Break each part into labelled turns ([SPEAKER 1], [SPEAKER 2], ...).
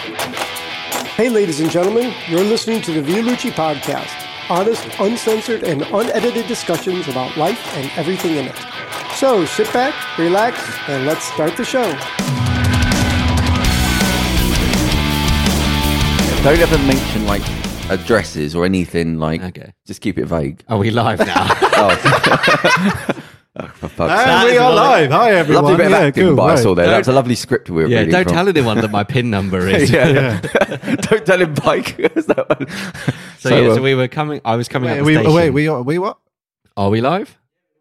[SPEAKER 1] Hey, ladies and gentlemen, you're listening to the Violucci Podcast honest, uncensored, and unedited discussions about life and everything in it. So sit back, relax, and let's start the show.
[SPEAKER 2] Don't ever mention like addresses or anything like.
[SPEAKER 3] Okay.
[SPEAKER 2] Just keep it vague.
[SPEAKER 3] Are we live now?
[SPEAKER 2] Oh. Oh, for fuck's sake.
[SPEAKER 4] And we are live. Hi, everyone.
[SPEAKER 2] Lovely bit of
[SPEAKER 4] Yeah,
[SPEAKER 2] acting
[SPEAKER 4] cool,
[SPEAKER 2] by
[SPEAKER 4] right.
[SPEAKER 2] us all there. That was a lovely script we were
[SPEAKER 3] yeah,
[SPEAKER 2] reading
[SPEAKER 3] don't
[SPEAKER 2] from.
[SPEAKER 3] tell anyone that my pin number is.
[SPEAKER 2] Yeah. don't tell him, Mike. Is that one?
[SPEAKER 3] So, um, yeah,
[SPEAKER 2] uh,
[SPEAKER 3] so we were coming. I was coming
[SPEAKER 4] Wait,
[SPEAKER 3] up.
[SPEAKER 4] we,
[SPEAKER 3] the
[SPEAKER 4] oh,
[SPEAKER 3] station.
[SPEAKER 4] wait, we are, we what?
[SPEAKER 3] Are we live?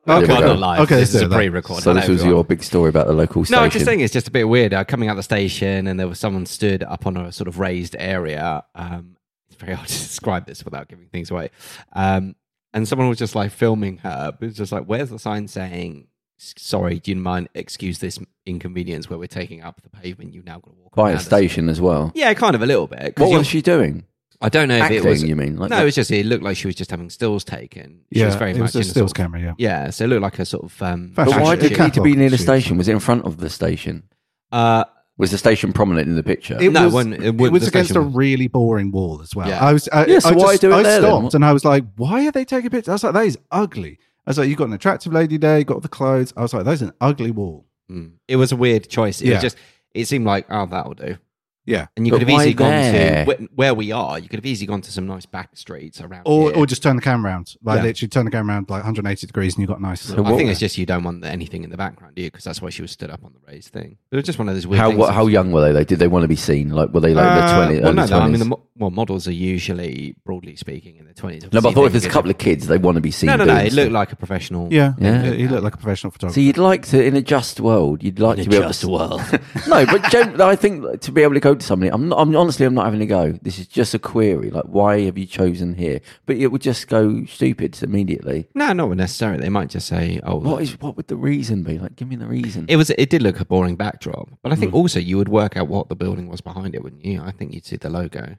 [SPEAKER 2] we
[SPEAKER 3] Well,
[SPEAKER 2] go.
[SPEAKER 3] not live.
[SPEAKER 4] Okay,
[SPEAKER 3] this
[SPEAKER 4] let's
[SPEAKER 3] is a
[SPEAKER 4] do that.
[SPEAKER 3] pre-record.
[SPEAKER 2] so this
[SPEAKER 3] Hello,
[SPEAKER 2] was
[SPEAKER 3] everyone.
[SPEAKER 2] your big story about the local
[SPEAKER 3] No,
[SPEAKER 2] station.
[SPEAKER 3] I was just saying it's just a bit weird. Uh, coming out the station, and there was someone stood up on a sort of raised area. Um, it's very hard to describe this without giving things away. Um, and someone was just like filming her. It was just like, "Where's the sign saying?" "S- Sorry, do you mind? Excuse this inconvenience where we're taking up the pavement. You've now got to walk
[SPEAKER 2] by
[SPEAKER 3] around
[SPEAKER 2] a
[SPEAKER 3] us."
[SPEAKER 2] station as well.
[SPEAKER 3] Yeah, kind of a little bit. 'cause
[SPEAKER 2] What
[SPEAKER 3] you're-
[SPEAKER 2] was she doing?
[SPEAKER 3] I don't know if
[SPEAKER 2] Acting,
[SPEAKER 3] it was.
[SPEAKER 2] you mean? Like
[SPEAKER 3] no,
[SPEAKER 2] the-
[SPEAKER 3] it was just it looked like she was just having stills taken. She
[SPEAKER 4] Yeah,
[SPEAKER 3] was very
[SPEAKER 4] it
[SPEAKER 3] much
[SPEAKER 4] was a
[SPEAKER 3] in sort
[SPEAKER 4] stills
[SPEAKER 3] of-
[SPEAKER 4] camera, yeah.
[SPEAKER 3] Yeah, so it looked like a sort of. Um,
[SPEAKER 4] But
[SPEAKER 2] but why
[SPEAKER 4] Actually,
[SPEAKER 2] did it need to be
[SPEAKER 4] catwalk
[SPEAKER 2] near the
[SPEAKER 4] shoes.
[SPEAKER 2] station? Was it in front of the station?
[SPEAKER 3] uh,
[SPEAKER 2] Was the station prominent in the picture?
[SPEAKER 3] no, it wasn't- it
[SPEAKER 4] it
[SPEAKER 3] wasn't
[SPEAKER 4] was
[SPEAKER 3] the
[SPEAKER 4] against a
[SPEAKER 3] station was-
[SPEAKER 4] really boring wall as well.
[SPEAKER 3] Yeah.
[SPEAKER 4] I was, I,
[SPEAKER 2] Yeah, so
[SPEAKER 4] I,
[SPEAKER 2] why
[SPEAKER 4] just,
[SPEAKER 2] do it
[SPEAKER 4] I
[SPEAKER 2] there then?
[SPEAKER 4] stopped and I was like, why are they taking pictures? I was like, that is ugly. I was like, you've got an attractive lady there, you've got the clothes. I was like, that's an ugly wall.
[SPEAKER 3] mm, it was a weird choice. It
[SPEAKER 4] Yeah.
[SPEAKER 3] was just. It seemed like oh that'll do.
[SPEAKER 4] Yeah.
[SPEAKER 3] And you
[SPEAKER 2] But
[SPEAKER 3] could have
[SPEAKER 2] why
[SPEAKER 3] easily gone
[SPEAKER 2] there?
[SPEAKER 3] to wh- where we are. You could have easily gone to some nice back streets around.
[SPEAKER 4] Or,
[SPEAKER 3] here.
[SPEAKER 4] or just turn the camera around. Like,
[SPEAKER 3] Yeah.
[SPEAKER 4] literally turn the camera around like 180 degrees and you've got nice.
[SPEAKER 3] I think it's just you don't want anything in the background, do you? Because that's why she was stood up on the raised thing. It was just one of those weird.
[SPEAKER 2] How
[SPEAKER 3] things
[SPEAKER 2] what,
[SPEAKER 3] of-
[SPEAKER 2] how young were they? Like, did they want to be seen? Like were they like
[SPEAKER 4] Uh,
[SPEAKER 2] the twenty?
[SPEAKER 3] Well, no,
[SPEAKER 2] early
[SPEAKER 3] no, I mean,
[SPEAKER 2] 20s?
[SPEAKER 3] the mo- well, models are usually broadly speaking in their twenties.
[SPEAKER 2] no, but I thought if there's a couple of kids, they want to be seen.
[SPEAKER 3] No, no, no.
[SPEAKER 2] doing
[SPEAKER 3] It
[SPEAKER 2] stuff.
[SPEAKER 3] looked like a professional.
[SPEAKER 4] yeah.
[SPEAKER 2] Yeah.
[SPEAKER 4] He he looked like a professional
[SPEAKER 2] So
[SPEAKER 4] photographer.
[SPEAKER 2] you'd like to, in a just world, you'd like
[SPEAKER 3] In
[SPEAKER 2] to
[SPEAKER 3] a
[SPEAKER 2] be
[SPEAKER 3] just
[SPEAKER 2] able to,
[SPEAKER 3] world.
[SPEAKER 2] no, but gen- I think to be able to go to somebody, I'm, not, I'm honestly, I'm not having a go. This is just a query. Like, why have you chosen here? But it would just go stupid immediately.
[SPEAKER 3] No, not necessarily. They might just say, "Oh,
[SPEAKER 2] What is? What would the reason be? Like, give me the reason.
[SPEAKER 3] It was. It did look a boring backdrop, but I think
[SPEAKER 2] Hmm.
[SPEAKER 3] also you would work out what the building was behind it, wouldn't you? I think you'd see the logo.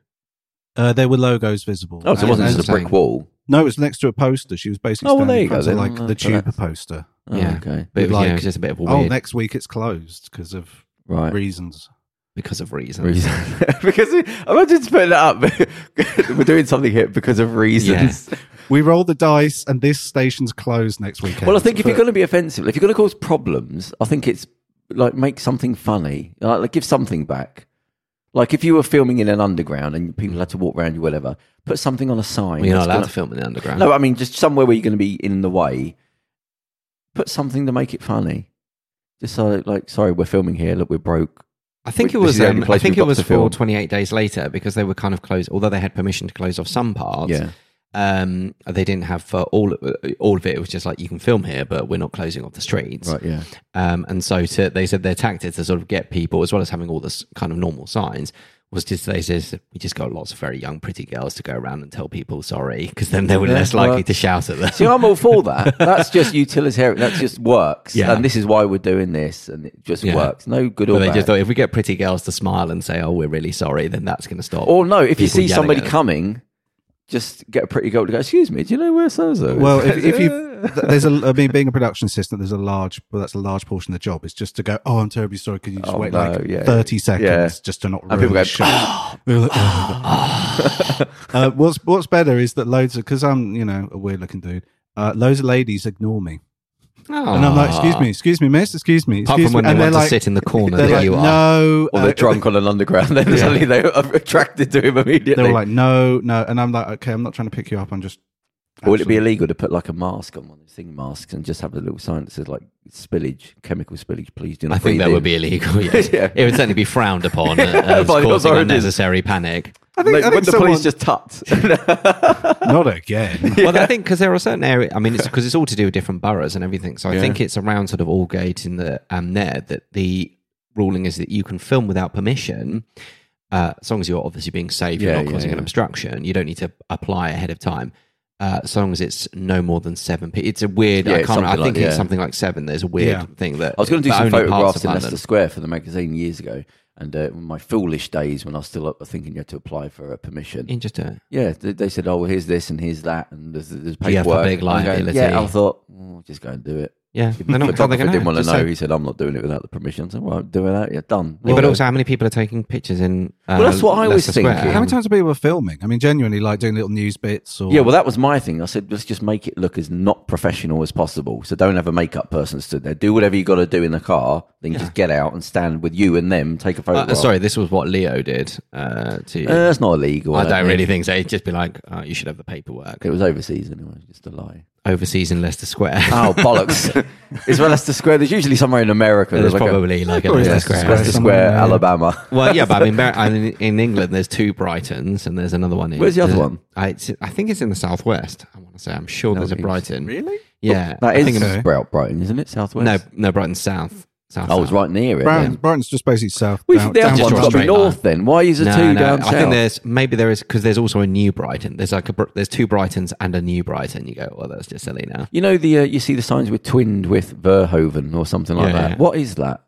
[SPEAKER 4] Uh, there were logos visible.
[SPEAKER 2] oh, so it
[SPEAKER 3] I
[SPEAKER 2] wasn't
[SPEAKER 3] was
[SPEAKER 2] just a brick
[SPEAKER 3] saying-
[SPEAKER 2] wall.
[SPEAKER 4] No, it was next to a poster. She was basically
[SPEAKER 2] Oh, well,
[SPEAKER 4] standing
[SPEAKER 2] there you
[SPEAKER 4] in front
[SPEAKER 2] go
[SPEAKER 4] of,
[SPEAKER 2] then.
[SPEAKER 4] like the
[SPEAKER 2] So that's-
[SPEAKER 4] tube poster.
[SPEAKER 2] Oh,
[SPEAKER 3] Yeah.
[SPEAKER 2] Okay.
[SPEAKER 3] But it was, yeah, it
[SPEAKER 4] Like-
[SPEAKER 3] was just a bit of a
[SPEAKER 4] Oh,
[SPEAKER 3] weird
[SPEAKER 4] next week it's closed because of
[SPEAKER 2] Right.
[SPEAKER 4] reasons.
[SPEAKER 3] because of reasons.
[SPEAKER 2] reason. because I'm just putting it up. We're doing something here because of reasons.
[SPEAKER 4] We roll the dice, and this station's closed next weekend.
[SPEAKER 2] Well, I think if you're
[SPEAKER 4] But-
[SPEAKER 2] going to be offensive, if you're going to cause problems, I think it's like make something funny, like, like, give something back. Like if you were filming in an underground and people had to walk around you, whatever, put something on a sign.
[SPEAKER 3] You're not
[SPEAKER 2] that's
[SPEAKER 3] allowed
[SPEAKER 2] gonna-
[SPEAKER 3] to film in the underground.
[SPEAKER 2] No, I mean just somewhere where you're going to be in the way. Put something to make it funny. Just so, like, sorry, we're filming here. Look, we're broke.
[SPEAKER 3] I think
[SPEAKER 2] This
[SPEAKER 3] it
[SPEAKER 2] is
[SPEAKER 3] was.
[SPEAKER 2] the only
[SPEAKER 3] Um, I
[SPEAKER 2] place
[SPEAKER 3] think
[SPEAKER 2] we've
[SPEAKER 3] it
[SPEAKER 2] got
[SPEAKER 3] was
[SPEAKER 2] to
[SPEAKER 3] for
[SPEAKER 2] film.
[SPEAKER 3] 28 days later because they were kind of closed. Although they had permission to close off some parts,
[SPEAKER 2] Yeah.
[SPEAKER 3] um, they didn't have for all all of it. It was just like you can film here, but we're not closing off the streets.
[SPEAKER 2] Right. Yeah.
[SPEAKER 3] Um, and so to, they said their tactic to sort of get people, as well as having all this kind of normal signs, was just they said, we just got lots of very young, pretty girls to go around and tell people sorry, because then they were
[SPEAKER 2] Yeah,
[SPEAKER 3] less likely
[SPEAKER 2] well-
[SPEAKER 3] to shout at them.
[SPEAKER 2] See, I'm all for that. That's just utilitarian. That just works.
[SPEAKER 3] Yeah.
[SPEAKER 2] And this is why we're doing this, and it just
[SPEAKER 3] Yeah.
[SPEAKER 2] works. No good
[SPEAKER 3] But
[SPEAKER 2] or
[SPEAKER 3] they
[SPEAKER 2] bad.
[SPEAKER 3] just thought if we get pretty girls to smile and say, oh, we're really sorry, then that's going to stop.
[SPEAKER 2] Or no, if you
[SPEAKER 3] people
[SPEAKER 2] see
[SPEAKER 3] yelling
[SPEAKER 2] somebody
[SPEAKER 3] at them.
[SPEAKER 2] coming, just get a pretty girl to go. Excuse me, do you know where so and so?
[SPEAKER 4] well, if, if you th- there's a I mean, being a production assistant, there's a large well, that's a large portion of the job is just to go. Oh, I'm terribly sorry. Could you just
[SPEAKER 2] Oh,
[SPEAKER 4] wait
[SPEAKER 2] no,
[SPEAKER 4] like
[SPEAKER 2] yeah.
[SPEAKER 4] 30 seconds
[SPEAKER 2] Yeah.
[SPEAKER 4] just to not ruin
[SPEAKER 2] And people
[SPEAKER 4] the
[SPEAKER 2] go,
[SPEAKER 4] show? We're like, "Oh, uh, what's what's better is that loads of because I'm you know a weird looking dude. Uh, loads of ladies ignore me, and I'm like, excuse me, excuse me, miss, excuse me,
[SPEAKER 3] Ah. Apart
[SPEAKER 4] excuse
[SPEAKER 3] from when
[SPEAKER 4] me.
[SPEAKER 3] they
[SPEAKER 4] and
[SPEAKER 3] want
[SPEAKER 4] they're
[SPEAKER 3] to
[SPEAKER 4] like,
[SPEAKER 3] sit in the corner
[SPEAKER 4] they're
[SPEAKER 3] that
[SPEAKER 4] like,
[SPEAKER 3] you are.
[SPEAKER 4] no,
[SPEAKER 2] or they're
[SPEAKER 4] uh,
[SPEAKER 2] drunk on an underground, then suddenly they're attracted to him immediately.
[SPEAKER 4] They were like, no, no, and I'm like, okay, I'm not trying to pick you up. I'm just.
[SPEAKER 2] or would it be illegal to put like a mask on one of these thing masks and just have a little sign that says like spillage, chemical spillage? Please do not.
[SPEAKER 3] I think
[SPEAKER 2] breathe
[SPEAKER 3] that
[SPEAKER 2] in.
[SPEAKER 3] would be illegal. Yes.
[SPEAKER 2] Yeah.
[SPEAKER 3] It would certainly be frowned upon
[SPEAKER 2] Yeah,
[SPEAKER 3] as
[SPEAKER 2] by the
[SPEAKER 3] causing
[SPEAKER 2] authorities.
[SPEAKER 3] unnecessary panic.
[SPEAKER 4] I think,
[SPEAKER 2] Like,
[SPEAKER 4] I
[SPEAKER 2] would
[SPEAKER 4] think
[SPEAKER 2] the
[SPEAKER 4] someone,
[SPEAKER 2] police just tut?
[SPEAKER 4] not again.
[SPEAKER 3] Well, I think because there are certain areas. I mean, it's because it's all to do with different boroughs and everything. So I think it's around sort of Aldgate and the um, there that the ruling is that you can film without permission, uh, as long as you're obviously being safe,
[SPEAKER 2] Yeah,
[SPEAKER 3] you're not
[SPEAKER 2] yeah,
[SPEAKER 3] causing an
[SPEAKER 2] yeah.
[SPEAKER 3] obstruction. You don't need to apply ahead of time. Uh, as long as it's no more than seven p. It's a weird.
[SPEAKER 2] Yeah,
[SPEAKER 3] I
[SPEAKER 2] it's
[SPEAKER 3] can't. I
[SPEAKER 2] something
[SPEAKER 3] think
[SPEAKER 2] like-
[SPEAKER 3] it's
[SPEAKER 2] yeah.
[SPEAKER 3] something like seven. There's a weird
[SPEAKER 4] Yeah.
[SPEAKER 3] thing that
[SPEAKER 2] I was going to do
[SPEAKER 3] that
[SPEAKER 2] some
[SPEAKER 3] only parts
[SPEAKER 2] photographs
[SPEAKER 3] of
[SPEAKER 2] in
[SPEAKER 3] London-
[SPEAKER 2] Leicester Square for the magazine years ago, and uh, in my foolish days when I was still up, thinking you had to apply for a permission.
[SPEAKER 3] In just a
[SPEAKER 2] Yeah, they, they said, "Oh, well, here's this and here's that, and there's, there's
[SPEAKER 3] you have
[SPEAKER 2] paperwork."
[SPEAKER 3] a big
[SPEAKER 2] And I'm going,
[SPEAKER 3] liability?
[SPEAKER 2] yeah, I thought, oh, just go and do it.
[SPEAKER 3] Yeah, they're not, they're
[SPEAKER 2] photographer
[SPEAKER 3] gonna
[SPEAKER 2] didn't want to
[SPEAKER 3] just
[SPEAKER 2] know.
[SPEAKER 3] say-
[SPEAKER 2] He said, "I'm not doing it without the permission." So, well, I'm doing that. Yeah, done.
[SPEAKER 3] Yeah, but also, how many people are taking pictures in? Uh,
[SPEAKER 2] Well, that's what I was
[SPEAKER 3] Leicester Square?
[SPEAKER 2] thinking.
[SPEAKER 4] How many times have people filming? I mean, genuinely, like doing little news bits or
[SPEAKER 2] yeah, well, that was my thing. I said, let's just make it look as not professional as possible. So don't have a makeup person stood there. Do whatever you got to do in the car. Then just get out and stand with you and them. Take a
[SPEAKER 3] Uh,
[SPEAKER 2] photo.
[SPEAKER 3] sorry, this was what Leo did uh, to. you.
[SPEAKER 2] that's not illegal.
[SPEAKER 3] I don't really
[SPEAKER 2] think.
[SPEAKER 3] think so. It'd just be like, oh, you should have the paperwork.
[SPEAKER 2] It was overseas anyway. Just a lie.
[SPEAKER 3] Overseas in Leicester Square.
[SPEAKER 2] Oh bollocks! it's Leicester Square. There's usually somewhere in America.
[SPEAKER 3] There's
[SPEAKER 2] like a- Oh,
[SPEAKER 3] probably like a
[SPEAKER 4] course
[SPEAKER 3] Leicester
[SPEAKER 2] yeah,
[SPEAKER 4] Leicester
[SPEAKER 3] Square.
[SPEAKER 4] Square.
[SPEAKER 2] Leicester
[SPEAKER 4] somewhere,
[SPEAKER 2] Square,
[SPEAKER 4] yeah.
[SPEAKER 2] Alabama.
[SPEAKER 3] Well, yeah, but I mean, Bar- I mean, in England, there's two Brightons and there's another one. In,
[SPEAKER 2] Where's the other one?
[SPEAKER 3] I, it's- I think it's in the southwest. I want to say. I'm sure there's a
[SPEAKER 2] it's- Oh,
[SPEAKER 3] Brighton. Really? Yeah.
[SPEAKER 2] That
[SPEAKER 3] I
[SPEAKER 2] is
[SPEAKER 3] think
[SPEAKER 4] so.
[SPEAKER 2] Sprout Brighton, isn't it? Southwest.
[SPEAKER 3] no, no, Brighton South. South.
[SPEAKER 2] I was
[SPEAKER 3] south.
[SPEAKER 2] right near it.
[SPEAKER 4] Brighton,
[SPEAKER 2] Then.
[SPEAKER 4] Brighton's just basically south.
[SPEAKER 2] We
[SPEAKER 4] down-
[SPEAKER 2] the
[SPEAKER 4] down
[SPEAKER 2] other one's
[SPEAKER 3] just
[SPEAKER 2] got
[SPEAKER 4] one
[SPEAKER 2] to
[SPEAKER 4] road.
[SPEAKER 2] be
[SPEAKER 3] straight line.
[SPEAKER 2] north. Then why is the
[SPEAKER 3] No,
[SPEAKER 2] two
[SPEAKER 3] no,
[SPEAKER 2] down
[SPEAKER 3] I
[SPEAKER 2] south?
[SPEAKER 3] think there's maybe there is because there's also a new Brighton. There's like a Br- there's two Brightons and a new Brighton. You go, well, that's just silly now.
[SPEAKER 2] you know the uh, you see the signs with twinned with Verhoeven or something like
[SPEAKER 3] Yeah,
[SPEAKER 2] that.
[SPEAKER 3] yeah.
[SPEAKER 2] What is that?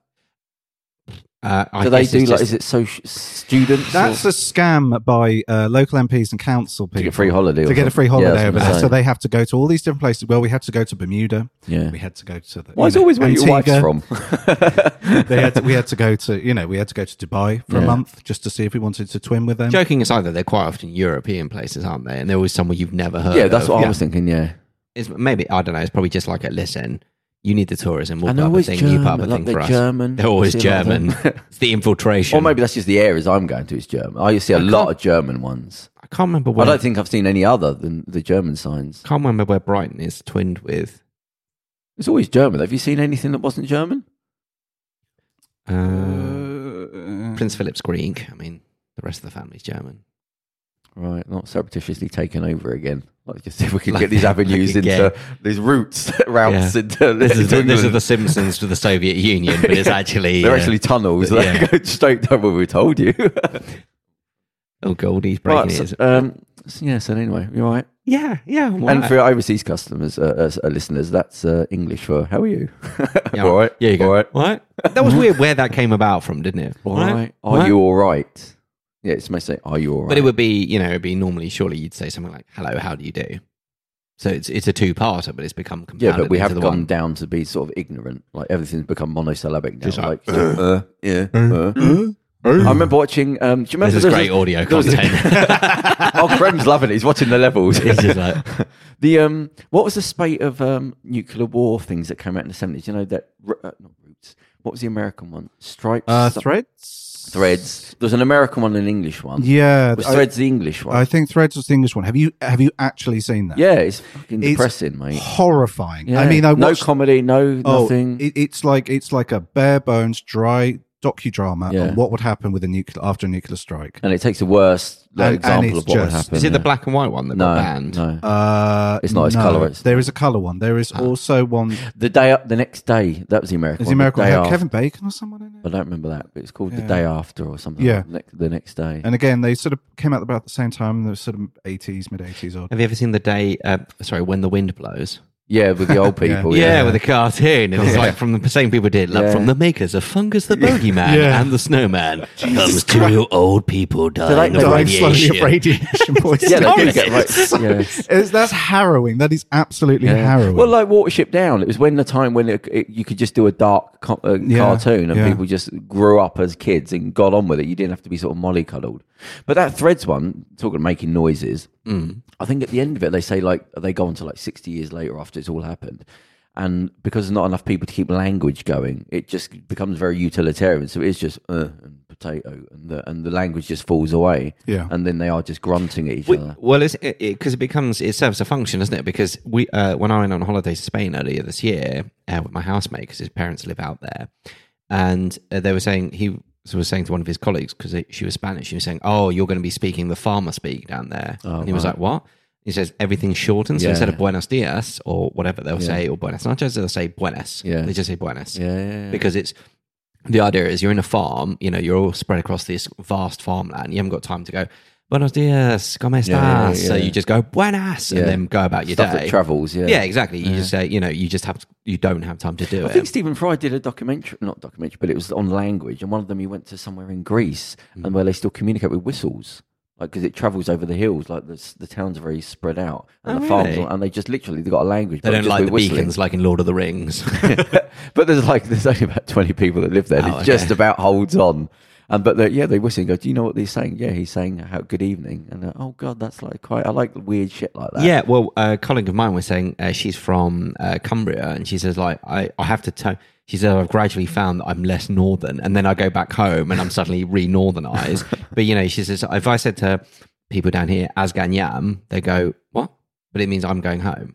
[SPEAKER 3] Uh, I
[SPEAKER 2] Do they
[SPEAKER 3] guess
[SPEAKER 2] do
[SPEAKER 3] it's
[SPEAKER 2] like
[SPEAKER 3] just-
[SPEAKER 2] is it social students?
[SPEAKER 4] That's
[SPEAKER 2] or,
[SPEAKER 4] a scam by uh, local MPs and council people
[SPEAKER 2] to get free holiday.
[SPEAKER 4] to
[SPEAKER 2] or
[SPEAKER 4] get a free
[SPEAKER 2] something.
[SPEAKER 4] holiday
[SPEAKER 2] Yeah,
[SPEAKER 4] over
[SPEAKER 2] that's
[SPEAKER 4] there. So
[SPEAKER 2] what
[SPEAKER 4] they have to go to all these different places. Well, we had to go to Bermuda.
[SPEAKER 2] I'm saying.
[SPEAKER 4] We
[SPEAKER 2] yeah.
[SPEAKER 4] had to go to the.
[SPEAKER 2] Why
[SPEAKER 4] you
[SPEAKER 2] is
[SPEAKER 4] know,
[SPEAKER 2] always where your wife's
[SPEAKER 4] Antigua.
[SPEAKER 2] from?
[SPEAKER 4] they had to, we had to go to you know we had to go to Dubai for a
[SPEAKER 2] Yeah.
[SPEAKER 4] month just to see if we wanted to twin with
[SPEAKER 2] Um,
[SPEAKER 4] them.
[SPEAKER 3] Joking aside, though, they're quite often European places, aren't they? And they're always somewhere you've never heard.
[SPEAKER 2] yeah, that's
[SPEAKER 3] of.
[SPEAKER 2] what
[SPEAKER 4] Yeah.
[SPEAKER 2] I was thinking. Yeah.
[SPEAKER 3] It's maybe I don't know. It's probably just like a listen. You need the tourism. We'll
[SPEAKER 2] And
[SPEAKER 3] put up a
[SPEAKER 2] always
[SPEAKER 3] thing. you
[SPEAKER 2] German,
[SPEAKER 3] put up a
[SPEAKER 2] like
[SPEAKER 3] thing
[SPEAKER 2] they're
[SPEAKER 3] for us.
[SPEAKER 2] German.
[SPEAKER 3] They're always
[SPEAKER 2] I see a lot of
[SPEAKER 3] German. it's the infiltration.
[SPEAKER 2] Or maybe that's just the areas I'm going to. It's German. I see a lot of German ones.
[SPEAKER 3] I can't remember
[SPEAKER 2] I
[SPEAKER 3] where. I
[SPEAKER 2] don't think I've seen any other than the German signs.
[SPEAKER 3] can't remember where Brighton is twinned with.
[SPEAKER 2] It's always German. Have you seen anything that wasn't German?
[SPEAKER 3] Uh,
[SPEAKER 4] Uh,
[SPEAKER 3] Prince Philip's Greek. I mean, the rest of the family's German.
[SPEAKER 2] Right, not surreptitiously taken over again. Like just if we could
[SPEAKER 3] Like-
[SPEAKER 2] get these avenues
[SPEAKER 3] like again.
[SPEAKER 2] into these routes, routes
[SPEAKER 3] Yeah.
[SPEAKER 2] into.
[SPEAKER 3] This is, the,
[SPEAKER 2] into
[SPEAKER 3] this is
[SPEAKER 2] England.
[SPEAKER 3] the Simpsons to the Soviet Union, but it's actually
[SPEAKER 2] They're
[SPEAKER 3] uh,
[SPEAKER 2] actually tunnels
[SPEAKER 3] But yeah.
[SPEAKER 2] that go straight down where we told you.
[SPEAKER 3] oh, Goldie's breaking
[SPEAKER 2] right, so,
[SPEAKER 3] his.
[SPEAKER 2] um, so yeah. So anyway, you're right.
[SPEAKER 3] Yeah, yeah. I'm
[SPEAKER 2] And
[SPEAKER 3] right.
[SPEAKER 2] for our overseas customers, uh, as, uh, listeners, that's uh, English for how are you?
[SPEAKER 3] yeah,
[SPEAKER 2] all right.
[SPEAKER 3] Yeah, you go.
[SPEAKER 2] All right.
[SPEAKER 3] What? That was weird where that came about from, didn't it?
[SPEAKER 2] All right. Are
[SPEAKER 3] Right.
[SPEAKER 2] you all right? Yeah, it's mostly are you all right?
[SPEAKER 3] But it would be, you know, it'd be normally, surely you'd say something like, hello, how do you do? So it's it's a two parter, but it's become
[SPEAKER 2] Yeah,
[SPEAKER 3] compounded
[SPEAKER 2] but we
[SPEAKER 3] into
[SPEAKER 2] have
[SPEAKER 3] the
[SPEAKER 2] gone
[SPEAKER 3] one.
[SPEAKER 2] down to be sort of ignorant. Like everything's become monosyllabic now.
[SPEAKER 3] Just like,
[SPEAKER 2] like, uh, yeah. uh. I remember watching. Um, do you remember
[SPEAKER 3] This is
[SPEAKER 2] there was
[SPEAKER 3] great
[SPEAKER 2] a-
[SPEAKER 3] audio
[SPEAKER 2] there was a-
[SPEAKER 3] content.
[SPEAKER 2] oh, Krem's loving it. He's watching the levels.
[SPEAKER 3] It's just like-
[SPEAKER 2] the um, what was the spate of um nuclear war things that came out in the seventies? You know that r- uh, not roots. What was the American one? Stripes.
[SPEAKER 4] uh,
[SPEAKER 2] some-
[SPEAKER 4] threads.
[SPEAKER 2] threads. There's an American one and an English one.
[SPEAKER 4] Yeah,
[SPEAKER 2] was
[SPEAKER 4] I-
[SPEAKER 2] Threads the English one?
[SPEAKER 4] I think Threads was the English one. Have you have you actually seen that?
[SPEAKER 2] yeah, it's fucking
[SPEAKER 4] It's
[SPEAKER 2] depressing, mate.
[SPEAKER 4] horrifying.
[SPEAKER 2] Yeah.
[SPEAKER 4] I mean, I
[SPEAKER 2] no
[SPEAKER 4] watched.
[SPEAKER 2] comedy, no
[SPEAKER 4] oh,
[SPEAKER 2] nothing.
[SPEAKER 4] it- it's like it's like a bare bones, dry docudrama
[SPEAKER 2] Yeah.
[SPEAKER 4] on what would happen with a nuclear after a nuclear strike.
[SPEAKER 2] and it takes the worst like,
[SPEAKER 4] And- and
[SPEAKER 2] example
[SPEAKER 4] it's
[SPEAKER 2] of what would
[SPEAKER 4] just-
[SPEAKER 2] happen.
[SPEAKER 3] Is it the
[SPEAKER 2] yeah.
[SPEAKER 3] black and white one that
[SPEAKER 2] no,
[SPEAKER 3] got banned?
[SPEAKER 2] No.
[SPEAKER 4] Uh,
[SPEAKER 2] It's not, it's
[SPEAKER 4] no.
[SPEAKER 2] colour, it's-
[SPEAKER 4] There is a color one. There is also one.
[SPEAKER 2] The day up, the next day. That was the American.
[SPEAKER 4] Is the
[SPEAKER 2] one, the
[SPEAKER 4] American
[SPEAKER 2] day
[SPEAKER 4] had
[SPEAKER 2] after.
[SPEAKER 4] Kevin Bacon or someone in it?
[SPEAKER 2] I don't remember that, but it's called
[SPEAKER 4] Yeah.
[SPEAKER 2] the day after or something.
[SPEAKER 4] Yeah.
[SPEAKER 2] like that, ne- the next day.
[SPEAKER 4] And again, they sort of came out about the same time. They were sort of eighties, mid eighties, or
[SPEAKER 3] Have you ever seen the day, uh, sorry, When the Wind Blows?
[SPEAKER 2] yeah, with the old
[SPEAKER 4] Yeah.
[SPEAKER 2] people.
[SPEAKER 3] yeah,
[SPEAKER 2] yeah,
[SPEAKER 3] with a cartoon. And it's like from the same people did, like
[SPEAKER 2] Yeah.
[SPEAKER 3] from the makers of Fungus the Bogeyman
[SPEAKER 4] Yeah.
[SPEAKER 3] and the Snowman. comes to you old people dying
[SPEAKER 2] they-
[SPEAKER 3] of
[SPEAKER 2] they-
[SPEAKER 4] dying slowly
[SPEAKER 3] radiation.
[SPEAKER 4] of radiation poisoning.
[SPEAKER 2] yeah, they
[SPEAKER 3] Horrible.
[SPEAKER 2] did get right. Yeah.
[SPEAKER 4] It's- that's harrowing. That is absolutely
[SPEAKER 2] Yeah.
[SPEAKER 4] harrowing.
[SPEAKER 2] Well, like Watership Down, it was when the time when it, it, you could just do a dark co- uh,
[SPEAKER 4] Yeah,
[SPEAKER 2] cartoon and
[SPEAKER 4] yeah.
[SPEAKER 2] people just grew up as kids and got on with it. You didn't have to be sort of mollycoddled. But that Threads one, talking of making noises, I think at the end of it, they say like they go on to like 60 years later after it's all happened. And because there's not enough people to keep language going, it just becomes very utilitarian. So it's just uh, and potato, and the and the language just falls away.
[SPEAKER 4] Yeah.
[SPEAKER 2] and then they are just grunting at each
[SPEAKER 3] We-
[SPEAKER 2] other.
[SPEAKER 3] well, it's because it, 'cause it becomes it serves a function, doesn't it? Because we uh, when I went on holiday to Spain earlier this year uh, with my housemate, because his parents live out there, and uh, they were saying he was saying to one of his colleagues because she was Spanish, she was saying, "Oh, you're going to be speaking the farmer speak down there," and he was like, "What?" He says everything's shortened, so
[SPEAKER 2] Oh, Yeah.
[SPEAKER 3] instead of Buenos Dias or whatever they'll say or Buenos Noches, they'll say Buenas.
[SPEAKER 2] Yeah.
[SPEAKER 3] they just say Buenas
[SPEAKER 2] Yeah, yeah, yeah.
[SPEAKER 3] because it's the idea is you're in a farm, you know, you're all spread across this vast farmland. You haven't got time to go, buenos dias, como estas?
[SPEAKER 2] yeah,
[SPEAKER 3] So
[SPEAKER 2] yeah.
[SPEAKER 3] you just go, buenas,
[SPEAKER 2] Yeah.
[SPEAKER 3] and then go about your
[SPEAKER 2] stuff
[SPEAKER 3] day.
[SPEAKER 2] that travels. Yeah,
[SPEAKER 3] Yeah, exactly. You just say, you know, you just have, to, you don't have time to do
[SPEAKER 2] I
[SPEAKER 3] it.
[SPEAKER 2] think Stephen Fry did a documentary, not
[SPEAKER 3] Mm.
[SPEAKER 2] documentary, but it was on language. And one of them, he went to somewhere in Greece and where they still communicate with whistles. like because it travels over the hills. Like the s- the towns are very spread out, and
[SPEAKER 3] Oh,
[SPEAKER 2] the farms,
[SPEAKER 3] really?
[SPEAKER 2] are- and they just literally they got a language.
[SPEAKER 3] They
[SPEAKER 2] but
[SPEAKER 3] don't
[SPEAKER 2] just
[SPEAKER 3] like
[SPEAKER 2] with
[SPEAKER 3] the
[SPEAKER 2] whistling.
[SPEAKER 3] beacons like in Lord of the Rings.
[SPEAKER 2] but there's like there's only about twenty people that live there. and
[SPEAKER 3] Oh,
[SPEAKER 2] it
[SPEAKER 3] okay.
[SPEAKER 2] just about holds on. And but they, yeah, they whistle and go. Do you know what they're saying? Yeah, he's saying how good evening. And uh, oh god, that's like quite. I like weird shit like that.
[SPEAKER 3] yeah, well, a colleague of mine was saying uh, she's from uh, Cumbria and she says, like, I, I have to tell. She said, I've gradually found that I'm less northern. And then I go back home and I'm suddenly re northernized. but, you know, she says, if I said to people down here, Asganyam, they go, what? But it means I'm going home.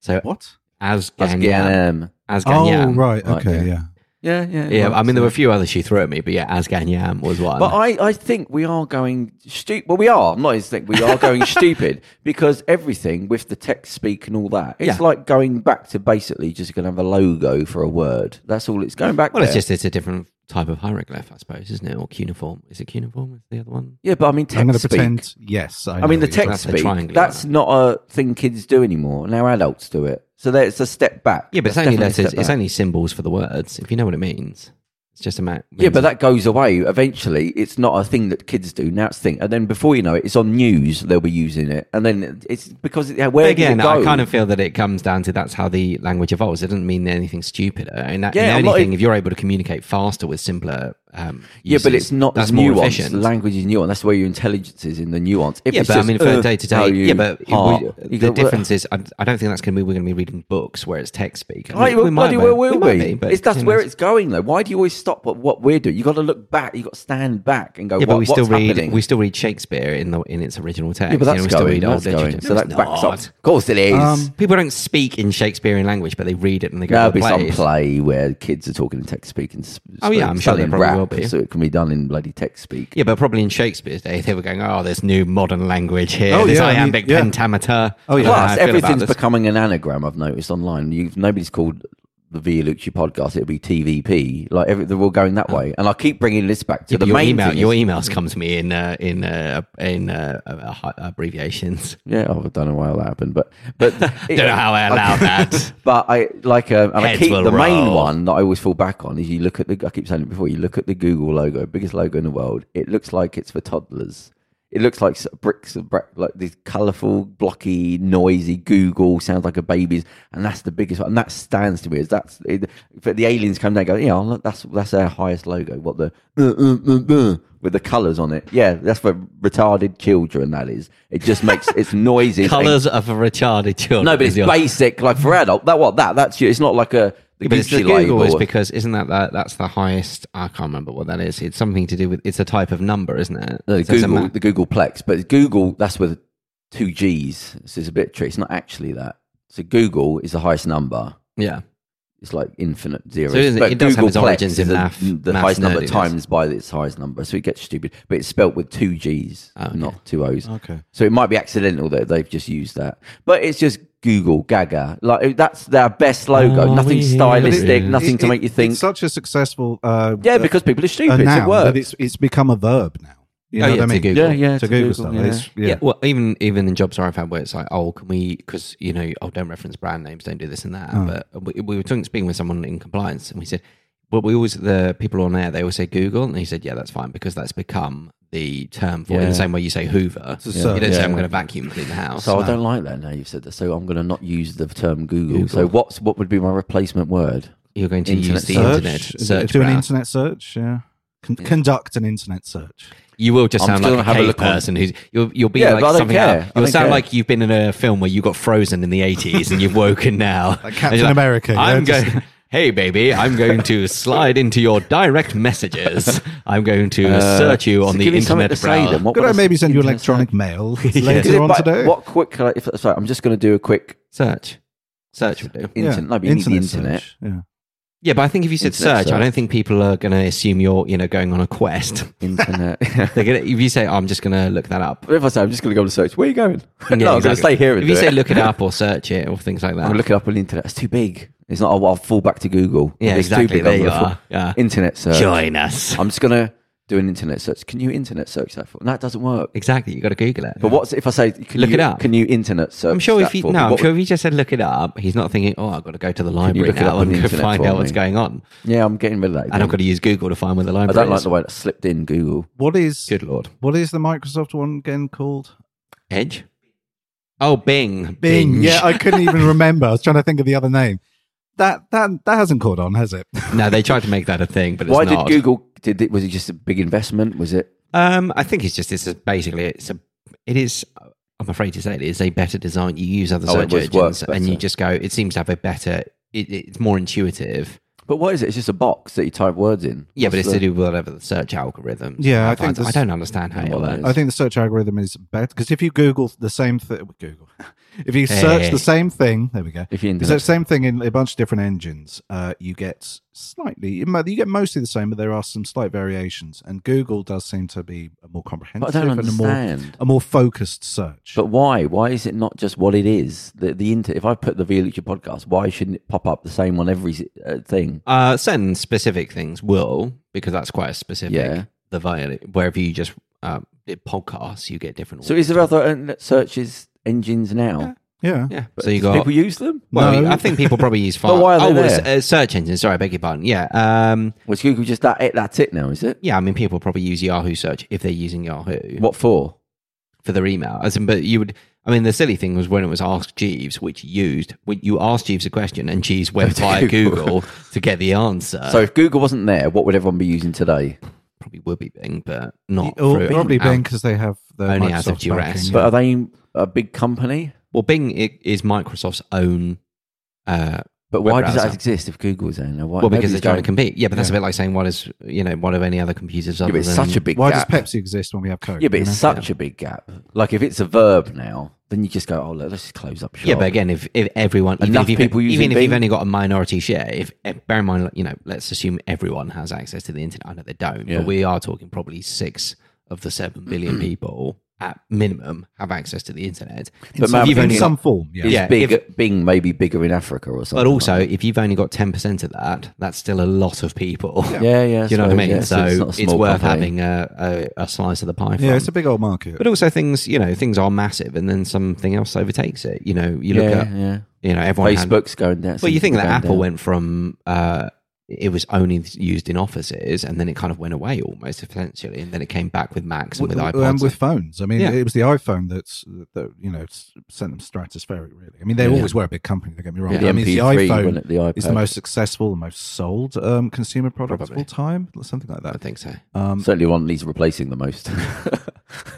[SPEAKER 3] So,
[SPEAKER 4] What?
[SPEAKER 2] that's
[SPEAKER 3] Asganyam.
[SPEAKER 2] GNM.
[SPEAKER 4] Oh,
[SPEAKER 3] Asganyam.
[SPEAKER 4] right.
[SPEAKER 2] Right,
[SPEAKER 4] Okay.
[SPEAKER 2] yeah.
[SPEAKER 4] Yeah.
[SPEAKER 2] Yeah, yeah.
[SPEAKER 3] Yeah,
[SPEAKER 2] right,
[SPEAKER 3] I mean,
[SPEAKER 2] so-
[SPEAKER 3] there were a few others she threw at me, but yeah, Asganyam was one.
[SPEAKER 2] But I, I think we are going stupid. Well, we are. I'm not even think we are going stupid because everything with the text speak and all that, it's
[SPEAKER 3] Yeah.
[SPEAKER 2] like going back to basically just going to have a logo for a word. That's all. It's going back.
[SPEAKER 3] well, it's
[SPEAKER 2] there.
[SPEAKER 3] just it's a different type of hieroglyph, I suppose, isn't it? Or cuneiform? Is it cuneiform? Is the other one?
[SPEAKER 2] yeah, but I mean
[SPEAKER 4] I'm going
[SPEAKER 2] text
[SPEAKER 4] to
[SPEAKER 2] speak.
[SPEAKER 4] pretend. Yes. I,
[SPEAKER 2] I mean
[SPEAKER 4] know
[SPEAKER 2] the
[SPEAKER 4] what you're
[SPEAKER 2] text
[SPEAKER 3] That's a
[SPEAKER 2] speak.
[SPEAKER 3] triangle,
[SPEAKER 2] That's
[SPEAKER 3] isn't
[SPEAKER 2] not a thing kids do anymore. Now adults do it. So there, it's a step back.
[SPEAKER 3] Yeah, but it's
[SPEAKER 2] That's definitely
[SPEAKER 3] only
[SPEAKER 2] a
[SPEAKER 3] letters.
[SPEAKER 2] step
[SPEAKER 3] It's
[SPEAKER 2] back.
[SPEAKER 3] only symbols for the words. If you know what it means, it's just a ma-
[SPEAKER 2] Yeah, but that goes away eventually. It's not a thing that kids do now. It's a thing, and then before you know it, it's on news. They'll be using it, and then it's because it, where
[SPEAKER 3] But
[SPEAKER 2] did it
[SPEAKER 3] again,
[SPEAKER 2] go?
[SPEAKER 3] I kind of feel that it comes down to that's how the language evolves. It doesn't mean anything stupid. And that,
[SPEAKER 2] Yeah,
[SPEAKER 3] yeah,
[SPEAKER 2] I'm
[SPEAKER 3] the
[SPEAKER 2] not
[SPEAKER 3] only thing,
[SPEAKER 2] even-
[SPEAKER 3] if you're able to communicate faster with simpler, um,
[SPEAKER 2] Yeah, but
[SPEAKER 3] uses,
[SPEAKER 2] it's not
[SPEAKER 3] that's
[SPEAKER 2] as
[SPEAKER 3] more
[SPEAKER 2] nuanced.
[SPEAKER 3] efficient.
[SPEAKER 2] Language is nuanced. That's where your intelligence is in the nuance. If
[SPEAKER 3] yeah,
[SPEAKER 2] it's
[SPEAKER 3] but I
[SPEAKER 2] just,
[SPEAKER 3] mean, for
[SPEAKER 2] uh,
[SPEAKER 3] day to
[SPEAKER 2] how
[SPEAKER 3] day,
[SPEAKER 2] you
[SPEAKER 3] yeah, but we-
[SPEAKER 2] heart,
[SPEAKER 3] the
[SPEAKER 2] you go,
[SPEAKER 3] difference is, I, I don't think that's going to be. We're going to be reading books where it's text speak. I
[SPEAKER 2] Well,
[SPEAKER 3] mean,
[SPEAKER 2] we bloody
[SPEAKER 3] be.
[SPEAKER 2] well will
[SPEAKER 3] might
[SPEAKER 2] be.
[SPEAKER 3] but
[SPEAKER 2] it's, that's
[SPEAKER 3] who
[SPEAKER 2] where
[SPEAKER 3] knows?
[SPEAKER 2] it's going, though. Why do you always stop at what we're doing? you got to look back. you got to stand back and go,
[SPEAKER 3] Yeah,
[SPEAKER 2] what,
[SPEAKER 3] but we still
[SPEAKER 2] what's
[SPEAKER 3] read
[SPEAKER 2] happening?
[SPEAKER 3] we still read Shakespeare in the in its original text.
[SPEAKER 2] yeah, but
[SPEAKER 3] you know,
[SPEAKER 2] that's
[SPEAKER 3] we still
[SPEAKER 2] going.
[SPEAKER 3] read old
[SPEAKER 2] That's going.
[SPEAKER 3] literature.
[SPEAKER 2] So
[SPEAKER 3] No,
[SPEAKER 2] that
[SPEAKER 3] it's
[SPEAKER 2] backs up.
[SPEAKER 3] not.
[SPEAKER 2] Of course it is.
[SPEAKER 4] Um,
[SPEAKER 3] People don't speak in Shakespearean language, but they read it and they go. "Oh,
[SPEAKER 2] There'll
[SPEAKER 3] to
[SPEAKER 2] be some
[SPEAKER 3] plays.
[SPEAKER 2] play where kids are talking in text speak and sp-
[SPEAKER 3] Oh, yeah, I'm sure there
[SPEAKER 2] spelling
[SPEAKER 3] probably
[SPEAKER 2] rap,
[SPEAKER 3] will be.
[SPEAKER 2] so it can be done in bloody text speak.
[SPEAKER 3] Yeah, but probably in Shakespeare's day, they were going, "Oh, this new modern language here,
[SPEAKER 4] Oh,
[SPEAKER 3] this
[SPEAKER 4] yeah, I mean,
[SPEAKER 3] iambic
[SPEAKER 4] yeah.
[SPEAKER 3] pentameter."
[SPEAKER 4] Oh, yeah.
[SPEAKER 3] I don't know how I
[SPEAKER 2] Plus,
[SPEAKER 3] feel about
[SPEAKER 2] everything's
[SPEAKER 3] this.
[SPEAKER 2] becoming an anagram. I've noticed online. You've, nobody's called the Vialucci podcast. It'll be TVP. Like every, they're all going that way. And I keep bringing this back to
[SPEAKER 3] Yeah, but
[SPEAKER 2] the
[SPEAKER 3] your
[SPEAKER 2] main
[SPEAKER 3] email,
[SPEAKER 2] thing.
[SPEAKER 3] your
[SPEAKER 2] is-
[SPEAKER 3] emails come to me in uh, in uh, in uh, uh, hi- abbreviations.
[SPEAKER 2] yeah, oh, I don't know why that happened, but but it-
[SPEAKER 3] e- Don't know how I allowed that.
[SPEAKER 2] But I like, um, and I
[SPEAKER 3] Heads
[SPEAKER 2] keep
[SPEAKER 3] will
[SPEAKER 2] the main
[SPEAKER 3] roll.
[SPEAKER 2] one that I always fall back on is you look at the. I keep saying it before. You look at the Google logo, biggest logo in the world. It looks like it's for toddlers. It looks like s- bricks of brick, like these colourful, blocky, noisy Google sounds like a baby's, and that's the biggest one. And that stands to me as that's. It, but the aliens come down, and go, yeah, look, that's that's our highest logo. What the uh, uh, uh, uh, with the colours on it? Yeah, that's for retarded children. That is. It just makes it's noisy.
[SPEAKER 3] Colors of a retarded children.
[SPEAKER 2] No, but it's
[SPEAKER 3] is your-
[SPEAKER 2] basic, like for adult. That what that that's you. It's not like a the
[SPEAKER 3] Mm. Yeah, but it's the
[SPEAKER 2] Gucci
[SPEAKER 3] Google
[SPEAKER 2] label.
[SPEAKER 3] is because isn't that, that that's the highest? I can't remember what that is. It's something to do with it's a type of number, isn't it?
[SPEAKER 2] No, the
[SPEAKER 3] So it's a
[SPEAKER 2] Google
[SPEAKER 3] ma-
[SPEAKER 2] the Google Plex, but Google that's with two G's. So it's a bit tricky. It's not actually that. So Google is the highest number.
[SPEAKER 3] yeah,
[SPEAKER 2] It's like infinite zeros.
[SPEAKER 3] So it is-
[SPEAKER 2] but
[SPEAKER 3] it does have
[SPEAKER 2] Google
[SPEAKER 3] its
[SPEAKER 2] Plex
[SPEAKER 3] origins in
[SPEAKER 2] is the-
[SPEAKER 3] math-
[SPEAKER 2] the
[SPEAKER 3] math
[SPEAKER 2] highest number
[SPEAKER 3] nerdiness.
[SPEAKER 2] times by its highest number. So it gets stupid. But it's spelt with two G's,
[SPEAKER 3] Ah, okay.
[SPEAKER 2] not two O's.
[SPEAKER 4] Okay.
[SPEAKER 2] So it might be accidental that they've just used that. But it's just Google Gaga. Like that's their best logo.
[SPEAKER 3] Are
[SPEAKER 2] nothing
[SPEAKER 3] we-
[SPEAKER 2] stylistic,
[SPEAKER 3] Oh, It-
[SPEAKER 2] nothing
[SPEAKER 4] It-
[SPEAKER 2] to
[SPEAKER 4] it-
[SPEAKER 2] make you think.
[SPEAKER 4] It's such a successful. Uh,
[SPEAKER 2] Yeah,
[SPEAKER 4] uh,
[SPEAKER 2] because people are
[SPEAKER 4] a
[SPEAKER 2] stupid.
[SPEAKER 4] noun
[SPEAKER 2] it works.
[SPEAKER 4] that it's it's become a verb now. You
[SPEAKER 3] Oh,
[SPEAKER 4] know
[SPEAKER 3] yeah,
[SPEAKER 4] what I
[SPEAKER 3] to
[SPEAKER 4] mean?
[SPEAKER 3] Google. Yeah,
[SPEAKER 2] yeah,
[SPEAKER 4] to
[SPEAKER 2] to
[SPEAKER 4] Google
[SPEAKER 2] Google,
[SPEAKER 4] stuff.
[SPEAKER 2] yeah.
[SPEAKER 4] It's, yeah.
[SPEAKER 3] yeah. Well, even even in jobs I've had where it's like, oh, can we? Because you know, oh, don't reference brand names, don't do this and that.
[SPEAKER 2] Oh.
[SPEAKER 3] But we, we were talking, speaking with someone in compliance, and we said, well, we always the people on air they always say Google, and he said, yeah, that's fine because that's become the term for it. In
[SPEAKER 2] Yeah.
[SPEAKER 3] the same way you say Hoover,
[SPEAKER 4] a
[SPEAKER 3] you don't
[SPEAKER 4] search.
[SPEAKER 3] say
[SPEAKER 2] Yeah.
[SPEAKER 3] I'm going to vacuum clean the house.
[SPEAKER 2] So I don't like that now you've said that. So I'm going to not use the term Google. So what's what would be my replacement word?
[SPEAKER 3] You're going to
[SPEAKER 2] Internet
[SPEAKER 3] use the
[SPEAKER 2] search.
[SPEAKER 3] internet search.
[SPEAKER 4] do an
[SPEAKER 3] browser.
[SPEAKER 4] internet search. Yeah. Con- Conduct an internet search.
[SPEAKER 3] You will just
[SPEAKER 2] I'm
[SPEAKER 3] sound
[SPEAKER 2] still
[SPEAKER 3] like a,
[SPEAKER 2] gonna have a
[SPEAKER 3] cave
[SPEAKER 2] look on-
[SPEAKER 3] person who's you'll you'll be
[SPEAKER 2] Yeah,
[SPEAKER 3] like
[SPEAKER 2] but I don't
[SPEAKER 3] something
[SPEAKER 2] care. I
[SPEAKER 3] else. You'll
[SPEAKER 2] don't
[SPEAKER 3] sound
[SPEAKER 2] care.
[SPEAKER 3] like you've been in a film where you got frozen in the eighties and you've woken now. Like
[SPEAKER 4] Captain America, you
[SPEAKER 3] I'm
[SPEAKER 4] know, just-
[SPEAKER 3] going. Hey baby, I'm going to slide into your direct messages. I'm going to search you on
[SPEAKER 2] So
[SPEAKER 3] the
[SPEAKER 2] give me something
[SPEAKER 3] internet
[SPEAKER 2] to say
[SPEAKER 3] browser.
[SPEAKER 2] then. What
[SPEAKER 4] Could
[SPEAKER 2] would
[SPEAKER 4] I
[SPEAKER 2] s-
[SPEAKER 4] maybe send you
[SPEAKER 2] internet
[SPEAKER 4] electronic mail
[SPEAKER 2] search? Is
[SPEAKER 4] later
[SPEAKER 2] it
[SPEAKER 4] on
[SPEAKER 2] by-
[SPEAKER 4] today?
[SPEAKER 2] What quick? like, if- Sorry, I'm just going to do a quick
[SPEAKER 3] Search, search would do.
[SPEAKER 4] Yeah,
[SPEAKER 2] internet. No, but you need the internet.
[SPEAKER 4] search, Yeah.
[SPEAKER 3] Yeah, but I think if you said
[SPEAKER 2] Internet
[SPEAKER 3] search, I
[SPEAKER 2] search.
[SPEAKER 3] don't think people are going to assume you're you know going on a quest.
[SPEAKER 2] Internet.
[SPEAKER 3] They're gonna, if you say oh, I'm just going to look that up.
[SPEAKER 2] But if I say I'm just going to go to search, where are you going?
[SPEAKER 3] Yeah,
[SPEAKER 2] no, I'm going
[SPEAKER 3] exactly.
[SPEAKER 2] to stay here. And
[SPEAKER 3] If you
[SPEAKER 2] do
[SPEAKER 3] say
[SPEAKER 2] it.
[SPEAKER 3] look it up or search it or things like
[SPEAKER 2] I'm
[SPEAKER 3] that,
[SPEAKER 2] going to look it up on the internet. It's too big. It's not. I'll, I'll fall back to Google.
[SPEAKER 3] Yeah,
[SPEAKER 2] it's
[SPEAKER 3] exactly.
[SPEAKER 2] Too big.
[SPEAKER 3] There
[SPEAKER 2] I'm
[SPEAKER 3] you
[SPEAKER 2] gonna fall-
[SPEAKER 3] are. Yeah.
[SPEAKER 2] Internet search.
[SPEAKER 3] join us.
[SPEAKER 2] I'm just going to do an internet search. Can you internet search that for? And that doesn't work.
[SPEAKER 3] Exactly. You got to Google it.
[SPEAKER 2] But what's if I say can
[SPEAKER 3] Look
[SPEAKER 2] you,
[SPEAKER 3] it up.
[SPEAKER 2] Can you internet search?
[SPEAKER 3] I'm sure
[SPEAKER 2] that
[SPEAKER 3] if he
[SPEAKER 2] for me?
[SPEAKER 3] no, I'm
[SPEAKER 2] What
[SPEAKER 3] sure
[SPEAKER 2] would-
[SPEAKER 3] if he just said look it up, he's not thinking, oh, I've got to go to the
[SPEAKER 2] you
[SPEAKER 3] library
[SPEAKER 2] look it up
[SPEAKER 3] now
[SPEAKER 2] on
[SPEAKER 3] and
[SPEAKER 2] the
[SPEAKER 3] go
[SPEAKER 2] internet
[SPEAKER 3] find
[SPEAKER 2] for
[SPEAKER 3] out what's
[SPEAKER 2] me?
[SPEAKER 3] going on,
[SPEAKER 2] Yeah, I'm getting rid of that.
[SPEAKER 3] and I've
[SPEAKER 2] again.
[SPEAKER 3] got to use Google to find where the
[SPEAKER 2] I
[SPEAKER 3] library
[SPEAKER 2] don't like
[SPEAKER 3] is.
[SPEAKER 2] the way that slipped in Google.
[SPEAKER 4] What is
[SPEAKER 3] Good lord,
[SPEAKER 4] what is the Microsoft one again called?
[SPEAKER 3] Edge. Oh, Bing,
[SPEAKER 4] Yeah, I couldn't even remember. I was trying to think of the other name. That that that hasn't caught on, has it?
[SPEAKER 3] no, they tried to make that a thing, but it's
[SPEAKER 2] Why
[SPEAKER 3] not.
[SPEAKER 2] did Google? Did it? Was it just a big investment? Was it?
[SPEAKER 3] Um, I think it's just it's a, basically it's a it is. I'm afraid to say it is a better design. You use other
[SPEAKER 2] Oh, it was-
[SPEAKER 3] search
[SPEAKER 2] works
[SPEAKER 3] engines, and you
[SPEAKER 2] better.
[SPEAKER 3] just go. It seems to have a better. It, it's more intuitive.
[SPEAKER 2] But what is it? It's just a box that you type words in.
[SPEAKER 3] Yeah, but
[SPEAKER 2] What's
[SPEAKER 3] it's to
[SPEAKER 2] the-
[SPEAKER 3] do with whatever the search algorithm.
[SPEAKER 4] Yeah, I
[SPEAKER 3] I,
[SPEAKER 4] think
[SPEAKER 3] I
[SPEAKER 4] this-
[SPEAKER 3] don't understand how it
[SPEAKER 2] Well, that
[SPEAKER 3] works.
[SPEAKER 4] I think the search algorithm is better because if you Google the same thing, Google, if you search
[SPEAKER 3] Hey.
[SPEAKER 4] the same thing, there we go.
[SPEAKER 2] If you
[SPEAKER 4] Is that same thing in a bunch of different engines? Uh, you get slightly, you mo- you get mostly the same, but there are some slight variations. And Google does seem to be a more
[SPEAKER 2] But I
[SPEAKER 4] comprehensive
[SPEAKER 2] don't
[SPEAKER 4] and a more
[SPEAKER 2] understand.
[SPEAKER 4] a more focused search.
[SPEAKER 2] But why? Why is it not just what it is? The, the inter- if I put the Via Lucha podcast, why shouldn't it pop up the same on every uh, thing?
[SPEAKER 3] Uh, certain specific things will because that's quite a specific.
[SPEAKER 2] Yeah.
[SPEAKER 3] The violet wherever you just um, it podcasts, you get different.
[SPEAKER 2] So is there other internet searches engines now?
[SPEAKER 4] yeah,
[SPEAKER 3] yeah.
[SPEAKER 2] But
[SPEAKER 3] So you
[SPEAKER 2] does
[SPEAKER 3] got
[SPEAKER 2] people use them.
[SPEAKER 3] well,
[SPEAKER 4] No.
[SPEAKER 3] I think people probably use far.
[SPEAKER 2] why are they
[SPEAKER 3] oh, well,
[SPEAKER 2] there?
[SPEAKER 3] Uh, search engines. Sorry, I beg your pardon. Yeah. Um.
[SPEAKER 2] Was Google just that? It, that's it now, is it?
[SPEAKER 3] Yeah. I mean, people probably use Yahoo search if they're using Yahoo
[SPEAKER 2] What for?
[SPEAKER 3] for their email. As in, but you would. I mean, the silly thing was when it was Ask Jeeves, which used when you asked Jeeves a question and Jeeves went
[SPEAKER 2] to
[SPEAKER 3] via
[SPEAKER 2] Google.
[SPEAKER 3] Google to get the answer.
[SPEAKER 2] so if Google wasn't there, what would everyone be using today?
[SPEAKER 3] probably would be Bing, but not
[SPEAKER 4] Or
[SPEAKER 3] through
[SPEAKER 4] probably
[SPEAKER 3] out-
[SPEAKER 4] Bing because they have the
[SPEAKER 3] Only
[SPEAKER 4] Microsoft
[SPEAKER 3] out of duress.
[SPEAKER 4] banking.
[SPEAKER 2] But are they a big company?
[SPEAKER 3] Well, Bing i- is Microsoft's own. Uh,
[SPEAKER 2] But
[SPEAKER 3] Web
[SPEAKER 2] why does that
[SPEAKER 3] browser.
[SPEAKER 2] exist if Google's there? Now? Why,
[SPEAKER 3] well, because
[SPEAKER 2] nobody's
[SPEAKER 3] they're trying to
[SPEAKER 2] going-
[SPEAKER 3] compete. Yeah, but that's a bit like saying what is you know what of any other computers
[SPEAKER 2] Yeah,
[SPEAKER 3] other
[SPEAKER 2] but it's
[SPEAKER 3] than
[SPEAKER 2] such a big
[SPEAKER 4] Why does
[SPEAKER 2] gap.
[SPEAKER 4] Pepsi exist when we have Coke?
[SPEAKER 2] yeah, but
[SPEAKER 4] you
[SPEAKER 2] it's
[SPEAKER 4] know?
[SPEAKER 2] such a big gap. Like if it's a verb now, then you just go, oh, look, let's just close up shop.
[SPEAKER 3] yeah, but again, if, if everyone, even
[SPEAKER 2] Enough
[SPEAKER 3] if, you've-
[SPEAKER 2] people using
[SPEAKER 3] even if you've
[SPEAKER 2] Bing.
[SPEAKER 3] only got a minority share, if, if- bear in mind, you know, let's assume everyone has access to the internet. I know they don't,
[SPEAKER 2] Yeah.
[SPEAKER 3] but we are talking probably six of the seven billion people at minimum have access to the internet.
[SPEAKER 4] in,
[SPEAKER 2] But
[SPEAKER 4] some,
[SPEAKER 2] Mav,
[SPEAKER 4] in
[SPEAKER 2] you've
[SPEAKER 4] some form. Yeah,
[SPEAKER 2] It's
[SPEAKER 3] yeah,
[SPEAKER 2] big,
[SPEAKER 3] if-
[SPEAKER 2] Bing may be bigger in Africa or something.
[SPEAKER 3] But also,
[SPEAKER 2] like
[SPEAKER 3] if you've only got ten percent of that, that's still a lot of people.
[SPEAKER 2] that. yeah, yeah.
[SPEAKER 3] Do you know
[SPEAKER 2] suppose,
[SPEAKER 3] what I mean?
[SPEAKER 2] yeah,
[SPEAKER 3] so
[SPEAKER 2] not a
[SPEAKER 3] it's,
[SPEAKER 2] small
[SPEAKER 3] worth
[SPEAKER 2] company.
[SPEAKER 3] having a, a, a slice of the pie. from.
[SPEAKER 4] yeah, it's a big old market.
[SPEAKER 3] but also things, you know, things are massive, and then something else overtakes it. You know, you look
[SPEAKER 2] yeah,
[SPEAKER 3] at,
[SPEAKER 2] yeah.
[SPEAKER 3] you know, everyone. had-
[SPEAKER 2] Facebook's going down.
[SPEAKER 3] well, you
[SPEAKER 2] seems
[SPEAKER 3] think
[SPEAKER 2] to be
[SPEAKER 3] that
[SPEAKER 2] going
[SPEAKER 3] Apple
[SPEAKER 2] down.
[SPEAKER 3] went from uh, it was only used in offices, and then it kind of went away almost essentially, and then it came back with Macs and um, with
[SPEAKER 4] W-
[SPEAKER 3] iPods.
[SPEAKER 4] and with phones. I mean,
[SPEAKER 3] Yeah.
[SPEAKER 4] it was the iPhone that's that you know s- sent them stratospheric. Really, I mean, they
[SPEAKER 2] Yeah.
[SPEAKER 4] always were a big company. Don't get me wrong.
[SPEAKER 3] Yeah.
[SPEAKER 4] but I mean, it's the
[SPEAKER 2] MP3
[SPEAKER 4] iPhone
[SPEAKER 2] went at the iPad.
[SPEAKER 4] is the most successful, the most sold um, consumer product of
[SPEAKER 3] Probably.
[SPEAKER 4] all time, or something like
[SPEAKER 3] I
[SPEAKER 4] that.
[SPEAKER 3] think so.
[SPEAKER 4] Um,
[SPEAKER 2] Certainly one needs replacing the most.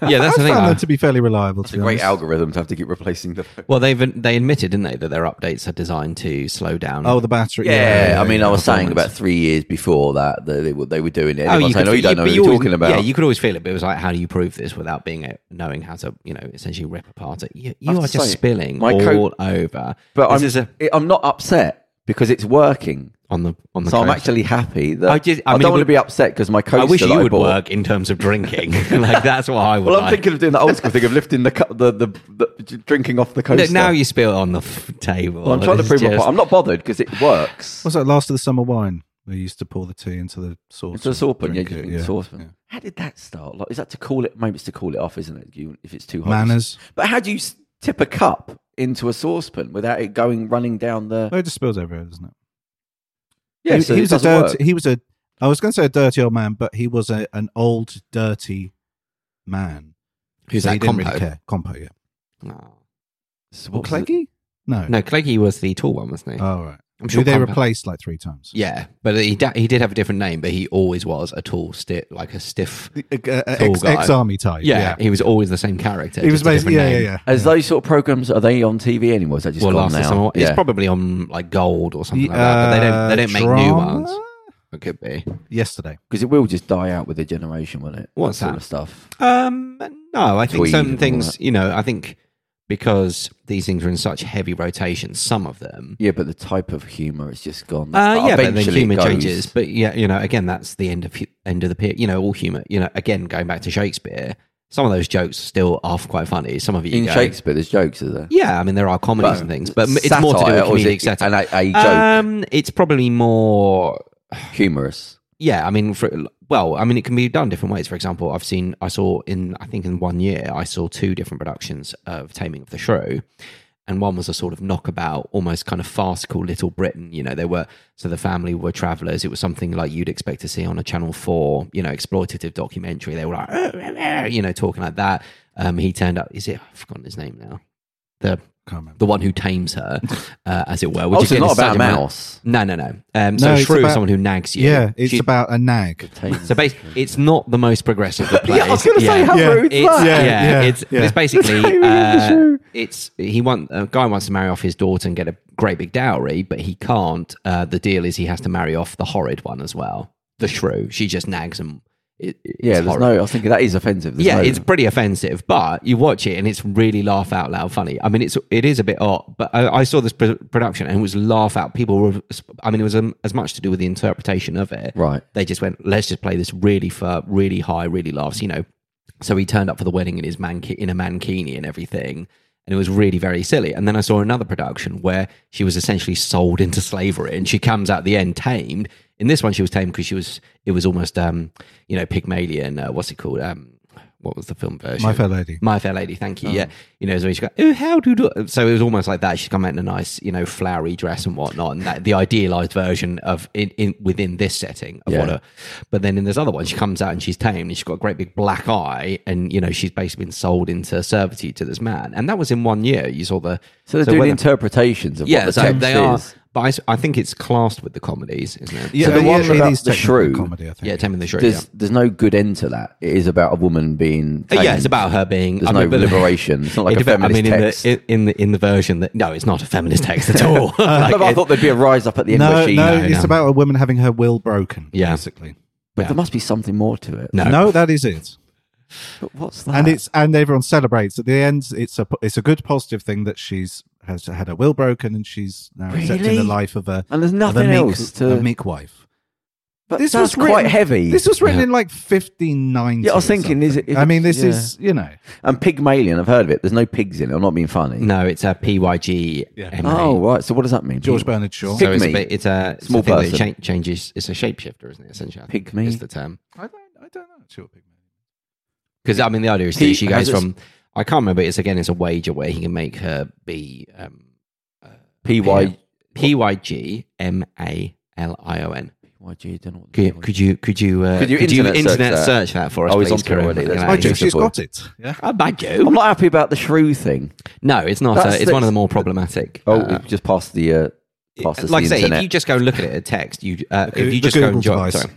[SPEAKER 3] Yeah, that's
[SPEAKER 4] I
[SPEAKER 3] the thing.
[SPEAKER 4] found
[SPEAKER 3] I-
[SPEAKER 4] them to be fairly reliable.
[SPEAKER 2] it's
[SPEAKER 4] to
[SPEAKER 2] uh, a
[SPEAKER 4] be
[SPEAKER 2] great
[SPEAKER 4] honest.
[SPEAKER 2] algorithm to have to keep replacing the.
[SPEAKER 3] well, they've they admitted, didn't they, that their updates are designed to slow down.
[SPEAKER 4] Oh, the battery.
[SPEAKER 2] Yeah, I mean, I was saying
[SPEAKER 3] performance.
[SPEAKER 2] about three years before that that they were, they were doing it. Oh, you, saying,
[SPEAKER 3] could
[SPEAKER 2] oh, you
[SPEAKER 3] feel-
[SPEAKER 2] don't know
[SPEAKER 3] but
[SPEAKER 2] what you're
[SPEAKER 3] always-
[SPEAKER 2] talking about.
[SPEAKER 3] Yeah, you could always feel it, but it was like, how do you prove this without being a, knowing how to, you know, essentially rip apart it? You, you
[SPEAKER 2] have
[SPEAKER 3] are
[SPEAKER 2] to
[SPEAKER 3] just
[SPEAKER 2] say,
[SPEAKER 3] spilling
[SPEAKER 2] my
[SPEAKER 3] all
[SPEAKER 2] coat-
[SPEAKER 3] over.
[SPEAKER 2] but
[SPEAKER 3] this
[SPEAKER 2] I'm,
[SPEAKER 3] is a,
[SPEAKER 2] it- I'm not upset because it's working.
[SPEAKER 3] on the on the.
[SPEAKER 2] So I'm
[SPEAKER 3] coat.
[SPEAKER 2] actually happy that
[SPEAKER 3] I
[SPEAKER 2] I,
[SPEAKER 3] just- I mean, it
[SPEAKER 2] don't want
[SPEAKER 3] would-
[SPEAKER 2] to be upset because my coaster
[SPEAKER 3] I wish
[SPEAKER 2] that
[SPEAKER 3] you would
[SPEAKER 2] bought-
[SPEAKER 3] work in terms of drinking. like that's what I would.
[SPEAKER 2] Well, I'm
[SPEAKER 3] like.
[SPEAKER 2] thinking of doing the old school thing of lifting the cup, the, the, the drinking off the coaster.
[SPEAKER 3] Look, now you spill it on the f- table.
[SPEAKER 2] Well, I'm trying to
[SPEAKER 3] It's
[SPEAKER 2] prove my
[SPEAKER 3] just-
[SPEAKER 2] point. I'm not bothered because it works.
[SPEAKER 4] What's that last of the summer wine? They used to pour the tea into the sauce.
[SPEAKER 2] It's a
[SPEAKER 4] and
[SPEAKER 2] saucepan, yeah,
[SPEAKER 4] drink
[SPEAKER 2] just
[SPEAKER 4] it,
[SPEAKER 2] in the saucepan. How did that start? Like, is that to cool it? Maybe it's to cool it off, isn't it? You, if it's too hot.
[SPEAKER 4] Manners.
[SPEAKER 2] But how do you s- tip a cup into a saucepan without it going running down the?
[SPEAKER 4] Oh, it just spills everywhere, doesn't it?
[SPEAKER 2] Yeah,
[SPEAKER 4] he,
[SPEAKER 2] so
[SPEAKER 4] he
[SPEAKER 2] it
[SPEAKER 4] was a
[SPEAKER 2] doesn't work.
[SPEAKER 4] dirty. He was a. I was going to say a dirty old man, but he was a, an old, dirty man.
[SPEAKER 3] Who's
[SPEAKER 4] So
[SPEAKER 3] that?
[SPEAKER 4] He didn't really
[SPEAKER 3] Compo?
[SPEAKER 4] care. Compo, yeah.
[SPEAKER 3] Oh.
[SPEAKER 2] So what was it?
[SPEAKER 4] Cleggy? No.
[SPEAKER 3] No, Cleggie was the tall one, wasn't he?
[SPEAKER 4] Oh, right.
[SPEAKER 3] I'm
[SPEAKER 4] Who they
[SPEAKER 3] Compa-
[SPEAKER 4] replaced like three times.
[SPEAKER 3] Yeah, but he da- he did have a different name, but he always was a tall, stiff, like a stiff.
[SPEAKER 4] The- uh, uh,
[SPEAKER 3] Cool
[SPEAKER 4] ex,
[SPEAKER 3] guy.
[SPEAKER 4] ex-army type.
[SPEAKER 3] Yeah, he was always the same character.
[SPEAKER 4] He
[SPEAKER 3] just
[SPEAKER 4] was
[SPEAKER 3] a
[SPEAKER 4] basically. Yeah,
[SPEAKER 3] different
[SPEAKER 4] yeah,
[SPEAKER 3] name.
[SPEAKER 4] yeah.
[SPEAKER 2] As those sort of programs are they on TV anymore? Is that just
[SPEAKER 3] well,
[SPEAKER 2] gone
[SPEAKER 3] last
[SPEAKER 2] now?
[SPEAKER 3] summer, it's
[SPEAKER 2] Yeah.
[SPEAKER 3] probably on like gold or something like that. But they don't they don't make new
[SPEAKER 4] drama?
[SPEAKER 3] ones. It could be.
[SPEAKER 4] uh, Yesterday.
[SPEAKER 2] because it will just die out with the generation, won't it?
[SPEAKER 3] What's
[SPEAKER 2] sort
[SPEAKER 3] that?
[SPEAKER 2] of stuff?
[SPEAKER 3] Um, no, I think
[SPEAKER 2] Tweed and
[SPEAKER 3] some
[SPEAKER 2] all
[SPEAKER 3] things.
[SPEAKER 2] that.
[SPEAKER 3] You know, I think because these things are in such heavy rotation, some of them.
[SPEAKER 2] Yeah, but the type of humor it's just gone.
[SPEAKER 3] Uh, yeah, but then
[SPEAKER 2] Eventually it
[SPEAKER 3] humour
[SPEAKER 2] goes.
[SPEAKER 3] changes. But yeah, you know, again, that's the end of hu- end of the period. You know, all humour. You know, again, going back to Shakespeare, some of those jokes still are quite funny. Some of it you
[SPEAKER 2] in
[SPEAKER 3] go,
[SPEAKER 2] Shakespeare, there's jokes, are there?
[SPEAKER 3] Yeah, I mean, there are comedies and things, but m- it's more to do
[SPEAKER 2] Satire,
[SPEAKER 3] with
[SPEAKER 2] or is
[SPEAKER 3] comedic
[SPEAKER 2] it and
[SPEAKER 3] satire.
[SPEAKER 2] a, a joke
[SPEAKER 3] Um, it's probably more
[SPEAKER 2] humorous.
[SPEAKER 3] yeah, I mean, for, well, I mean, it can be done different ways. For example, I've seen, I saw in, I think in one year, I saw two different productions of Taming of the Shrew. And one was a sort of knockabout, almost kind of farcical Little Britain. You know, they were, so the family were travelers. It was something like you'd expect to see on a Channel 4, you know, exploitative documentary. They were like, "Oh, oh, oh," you know, talking like that. Um, he turned up, is it, I've forgotten his name now. The,
[SPEAKER 4] Can't remember.
[SPEAKER 3] the one who tames her, uh, as it were. Which
[SPEAKER 2] Also,
[SPEAKER 3] again
[SPEAKER 2] not
[SPEAKER 3] is such
[SPEAKER 2] about a
[SPEAKER 3] a man-
[SPEAKER 2] mouse.
[SPEAKER 3] No, no, no. Um, so
[SPEAKER 4] No, it's
[SPEAKER 3] Shrew
[SPEAKER 4] about-
[SPEAKER 3] is someone who nags you.
[SPEAKER 4] Yeah, it's
[SPEAKER 3] She's-
[SPEAKER 4] about a nag.
[SPEAKER 3] so basically, it's not the most progressive of plays.
[SPEAKER 2] yeah, I was going to say
[SPEAKER 3] Yeah.
[SPEAKER 2] how
[SPEAKER 4] Yeah.
[SPEAKER 2] rude
[SPEAKER 3] It's,
[SPEAKER 2] is that?
[SPEAKER 4] Yeah,
[SPEAKER 3] yeah,
[SPEAKER 4] yeah,
[SPEAKER 3] it's,
[SPEAKER 4] yeah.
[SPEAKER 3] it's basically
[SPEAKER 2] It's not even in the
[SPEAKER 3] uh,
[SPEAKER 2] show.
[SPEAKER 3] it's he want a guy wants to marry off his daughter and get a great big dowry, but he can't. Uh, the deal is he has to marry off the horrid one as well, the shrew. She just nags him. It, it's
[SPEAKER 2] Yeah, there's
[SPEAKER 3] horrid.
[SPEAKER 2] no. I was thinking that is offensive. There's
[SPEAKER 3] yeah,
[SPEAKER 2] no-
[SPEAKER 3] it's pretty offensive, but you watch it and it's really laugh out loud funny. I mean, it's it is a bit odd, but I, I saw this pr- production and it was laugh out. People were, I mean, it was um, as much to do with the interpretation of it,
[SPEAKER 2] Right.
[SPEAKER 3] They just went, let's just play this really fur, really high, really laughs, you know. So he turned up for the wedding in his man in a mankini and everything, and it was really very silly. And then I saw another production where she was essentially sold into slavery, and she comes out the end tamed. In this one, she was tamed because she was it was almost um you know Pygmalion. Uh, what's it called? Um, what was the film version?
[SPEAKER 4] My Fair Lady.
[SPEAKER 3] My Fair Lady, thank you. Yeah, you know, so she's got, oh, how do you do? So it was almost like that. She's come out in a nice, you know, flowery dress and whatnot, and that, the idealized version of in, in within this setting of
[SPEAKER 2] Yeah.
[SPEAKER 3] what a. But then in this other one, she comes out and she's tame, and she's got a great big black eye, and you know, she's basically been sold into servitude to this man, and that was in one year. You saw the
[SPEAKER 2] So they're doing
[SPEAKER 3] when-
[SPEAKER 2] interpretations of
[SPEAKER 3] yeah,
[SPEAKER 2] what the
[SPEAKER 3] so
[SPEAKER 2] text
[SPEAKER 3] they are.
[SPEAKER 2] is.
[SPEAKER 3] But I s- I, think it's classed with the comedies, isn't it?
[SPEAKER 4] Yeah,
[SPEAKER 2] the
[SPEAKER 4] yeah,
[SPEAKER 2] one
[SPEAKER 4] it
[SPEAKER 2] about
[SPEAKER 4] is
[SPEAKER 2] the
[SPEAKER 4] technically
[SPEAKER 2] shrew.
[SPEAKER 4] a comedy, I think.
[SPEAKER 3] yeah, taming the shrew. Yeah.
[SPEAKER 2] There's there's no good end to that. It is about a woman being.
[SPEAKER 3] Uh, Yeah,
[SPEAKER 2] tamed.
[SPEAKER 3] it's about her being.
[SPEAKER 2] There's
[SPEAKER 3] I mean,
[SPEAKER 2] no
[SPEAKER 3] but-
[SPEAKER 2] liberation. It's not like
[SPEAKER 3] It
[SPEAKER 2] a
[SPEAKER 3] depends-
[SPEAKER 2] feminist
[SPEAKER 3] I mean, in
[SPEAKER 2] text.
[SPEAKER 3] the in- in the in the version that no, it's not a feminist text at all. Like,
[SPEAKER 2] No, but I
[SPEAKER 3] it-
[SPEAKER 2] thought there'd be a rise up at the end.
[SPEAKER 4] No,
[SPEAKER 2] where she,
[SPEAKER 4] no,
[SPEAKER 3] No,
[SPEAKER 4] it's
[SPEAKER 3] no.
[SPEAKER 4] about a woman having her will broken,
[SPEAKER 3] Yeah.
[SPEAKER 4] basically.
[SPEAKER 2] but there must be something more to it.
[SPEAKER 3] no,
[SPEAKER 4] No, that is it.
[SPEAKER 2] But what's that?
[SPEAKER 4] and it's and everyone celebrates at the end. It's a it's a good positive thing that she's has had her will broken and she's now accepting
[SPEAKER 2] Really?
[SPEAKER 4] the life of a
[SPEAKER 2] And there's
[SPEAKER 4] of a
[SPEAKER 2] nothing
[SPEAKER 4] meek-
[SPEAKER 2] else to-
[SPEAKER 4] a meek wife.
[SPEAKER 2] but this was quite
[SPEAKER 4] written-
[SPEAKER 2] heavy.
[SPEAKER 4] This was written
[SPEAKER 3] Yeah.
[SPEAKER 4] in like 1590.
[SPEAKER 2] Yeah, I was
[SPEAKER 4] or
[SPEAKER 2] thinking, is
[SPEAKER 4] something.
[SPEAKER 2] it-
[SPEAKER 4] I mean, this
[SPEAKER 2] yeah.
[SPEAKER 4] is you know.
[SPEAKER 2] and Pygmalion. I've heard of it. There's no pigs in it. I'm not being funny.
[SPEAKER 3] no, it's a PYG.
[SPEAKER 4] Yeah.
[SPEAKER 3] MA.
[SPEAKER 2] Oh right. So what does that mean?
[SPEAKER 4] George Bernard Shaw.
[SPEAKER 3] so it's a
[SPEAKER 2] pygmy.
[SPEAKER 3] bit, it's a it's
[SPEAKER 2] Small
[SPEAKER 3] a thing that
[SPEAKER 2] person.
[SPEAKER 3] cha- changes. It's a shapeshifter, isn't it? Essentially, I think
[SPEAKER 2] Pygmy.
[SPEAKER 3] is the term.
[SPEAKER 4] I don't, I don't know. Sure, big man.
[SPEAKER 3] Because I mean, the idea is
[SPEAKER 2] He
[SPEAKER 3] that she
[SPEAKER 2] has
[SPEAKER 3] goes
[SPEAKER 2] its-
[SPEAKER 3] from. I can't remember. It's again, it's a wager where he can make her be um,
[SPEAKER 2] Py.
[SPEAKER 3] P Y G M A L I O N.
[SPEAKER 2] Pyg. Don't know what.
[SPEAKER 3] Could, could you could you uh,
[SPEAKER 2] Could you internet search that?
[SPEAKER 3] search that for us?
[SPEAKER 2] I was
[SPEAKER 3] please,
[SPEAKER 2] onto it
[SPEAKER 3] Karen?
[SPEAKER 2] already, that's
[SPEAKER 3] Yeah.
[SPEAKER 2] why.
[SPEAKER 4] Oh,
[SPEAKER 2] Hey,
[SPEAKER 4] Joe, she's
[SPEAKER 2] Singapore.
[SPEAKER 4] got it. Yeah.
[SPEAKER 3] I bag you.
[SPEAKER 2] I'm not happy about the shrew thing.
[SPEAKER 3] No, it's not. Uh,
[SPEAKER 2] That's-
[SPEAKER 3] it's one of the more problematic.
[SPEAKER 2] Oh,
[SPEAKER 3] uh,
[SPEAKER 2] we've just passed the uh, past us
[SPEAKER 3] like I
[SPEAKER 2] the
[SPEAKER 3] say,
[SPEAKER 2] internet.
[SPEAKER 3] if you just go look at it at text, you uh,
[SPEAKER 4] The Goo-
[SPEAKER 3] if you
[SPEAKER 4] the
[SPEAKER 3] just go
[SPEAKER 4] Google
[SPEAKER 3] and jo-
[SPEAKER 4] device.
[SPEAKER 3] sorry.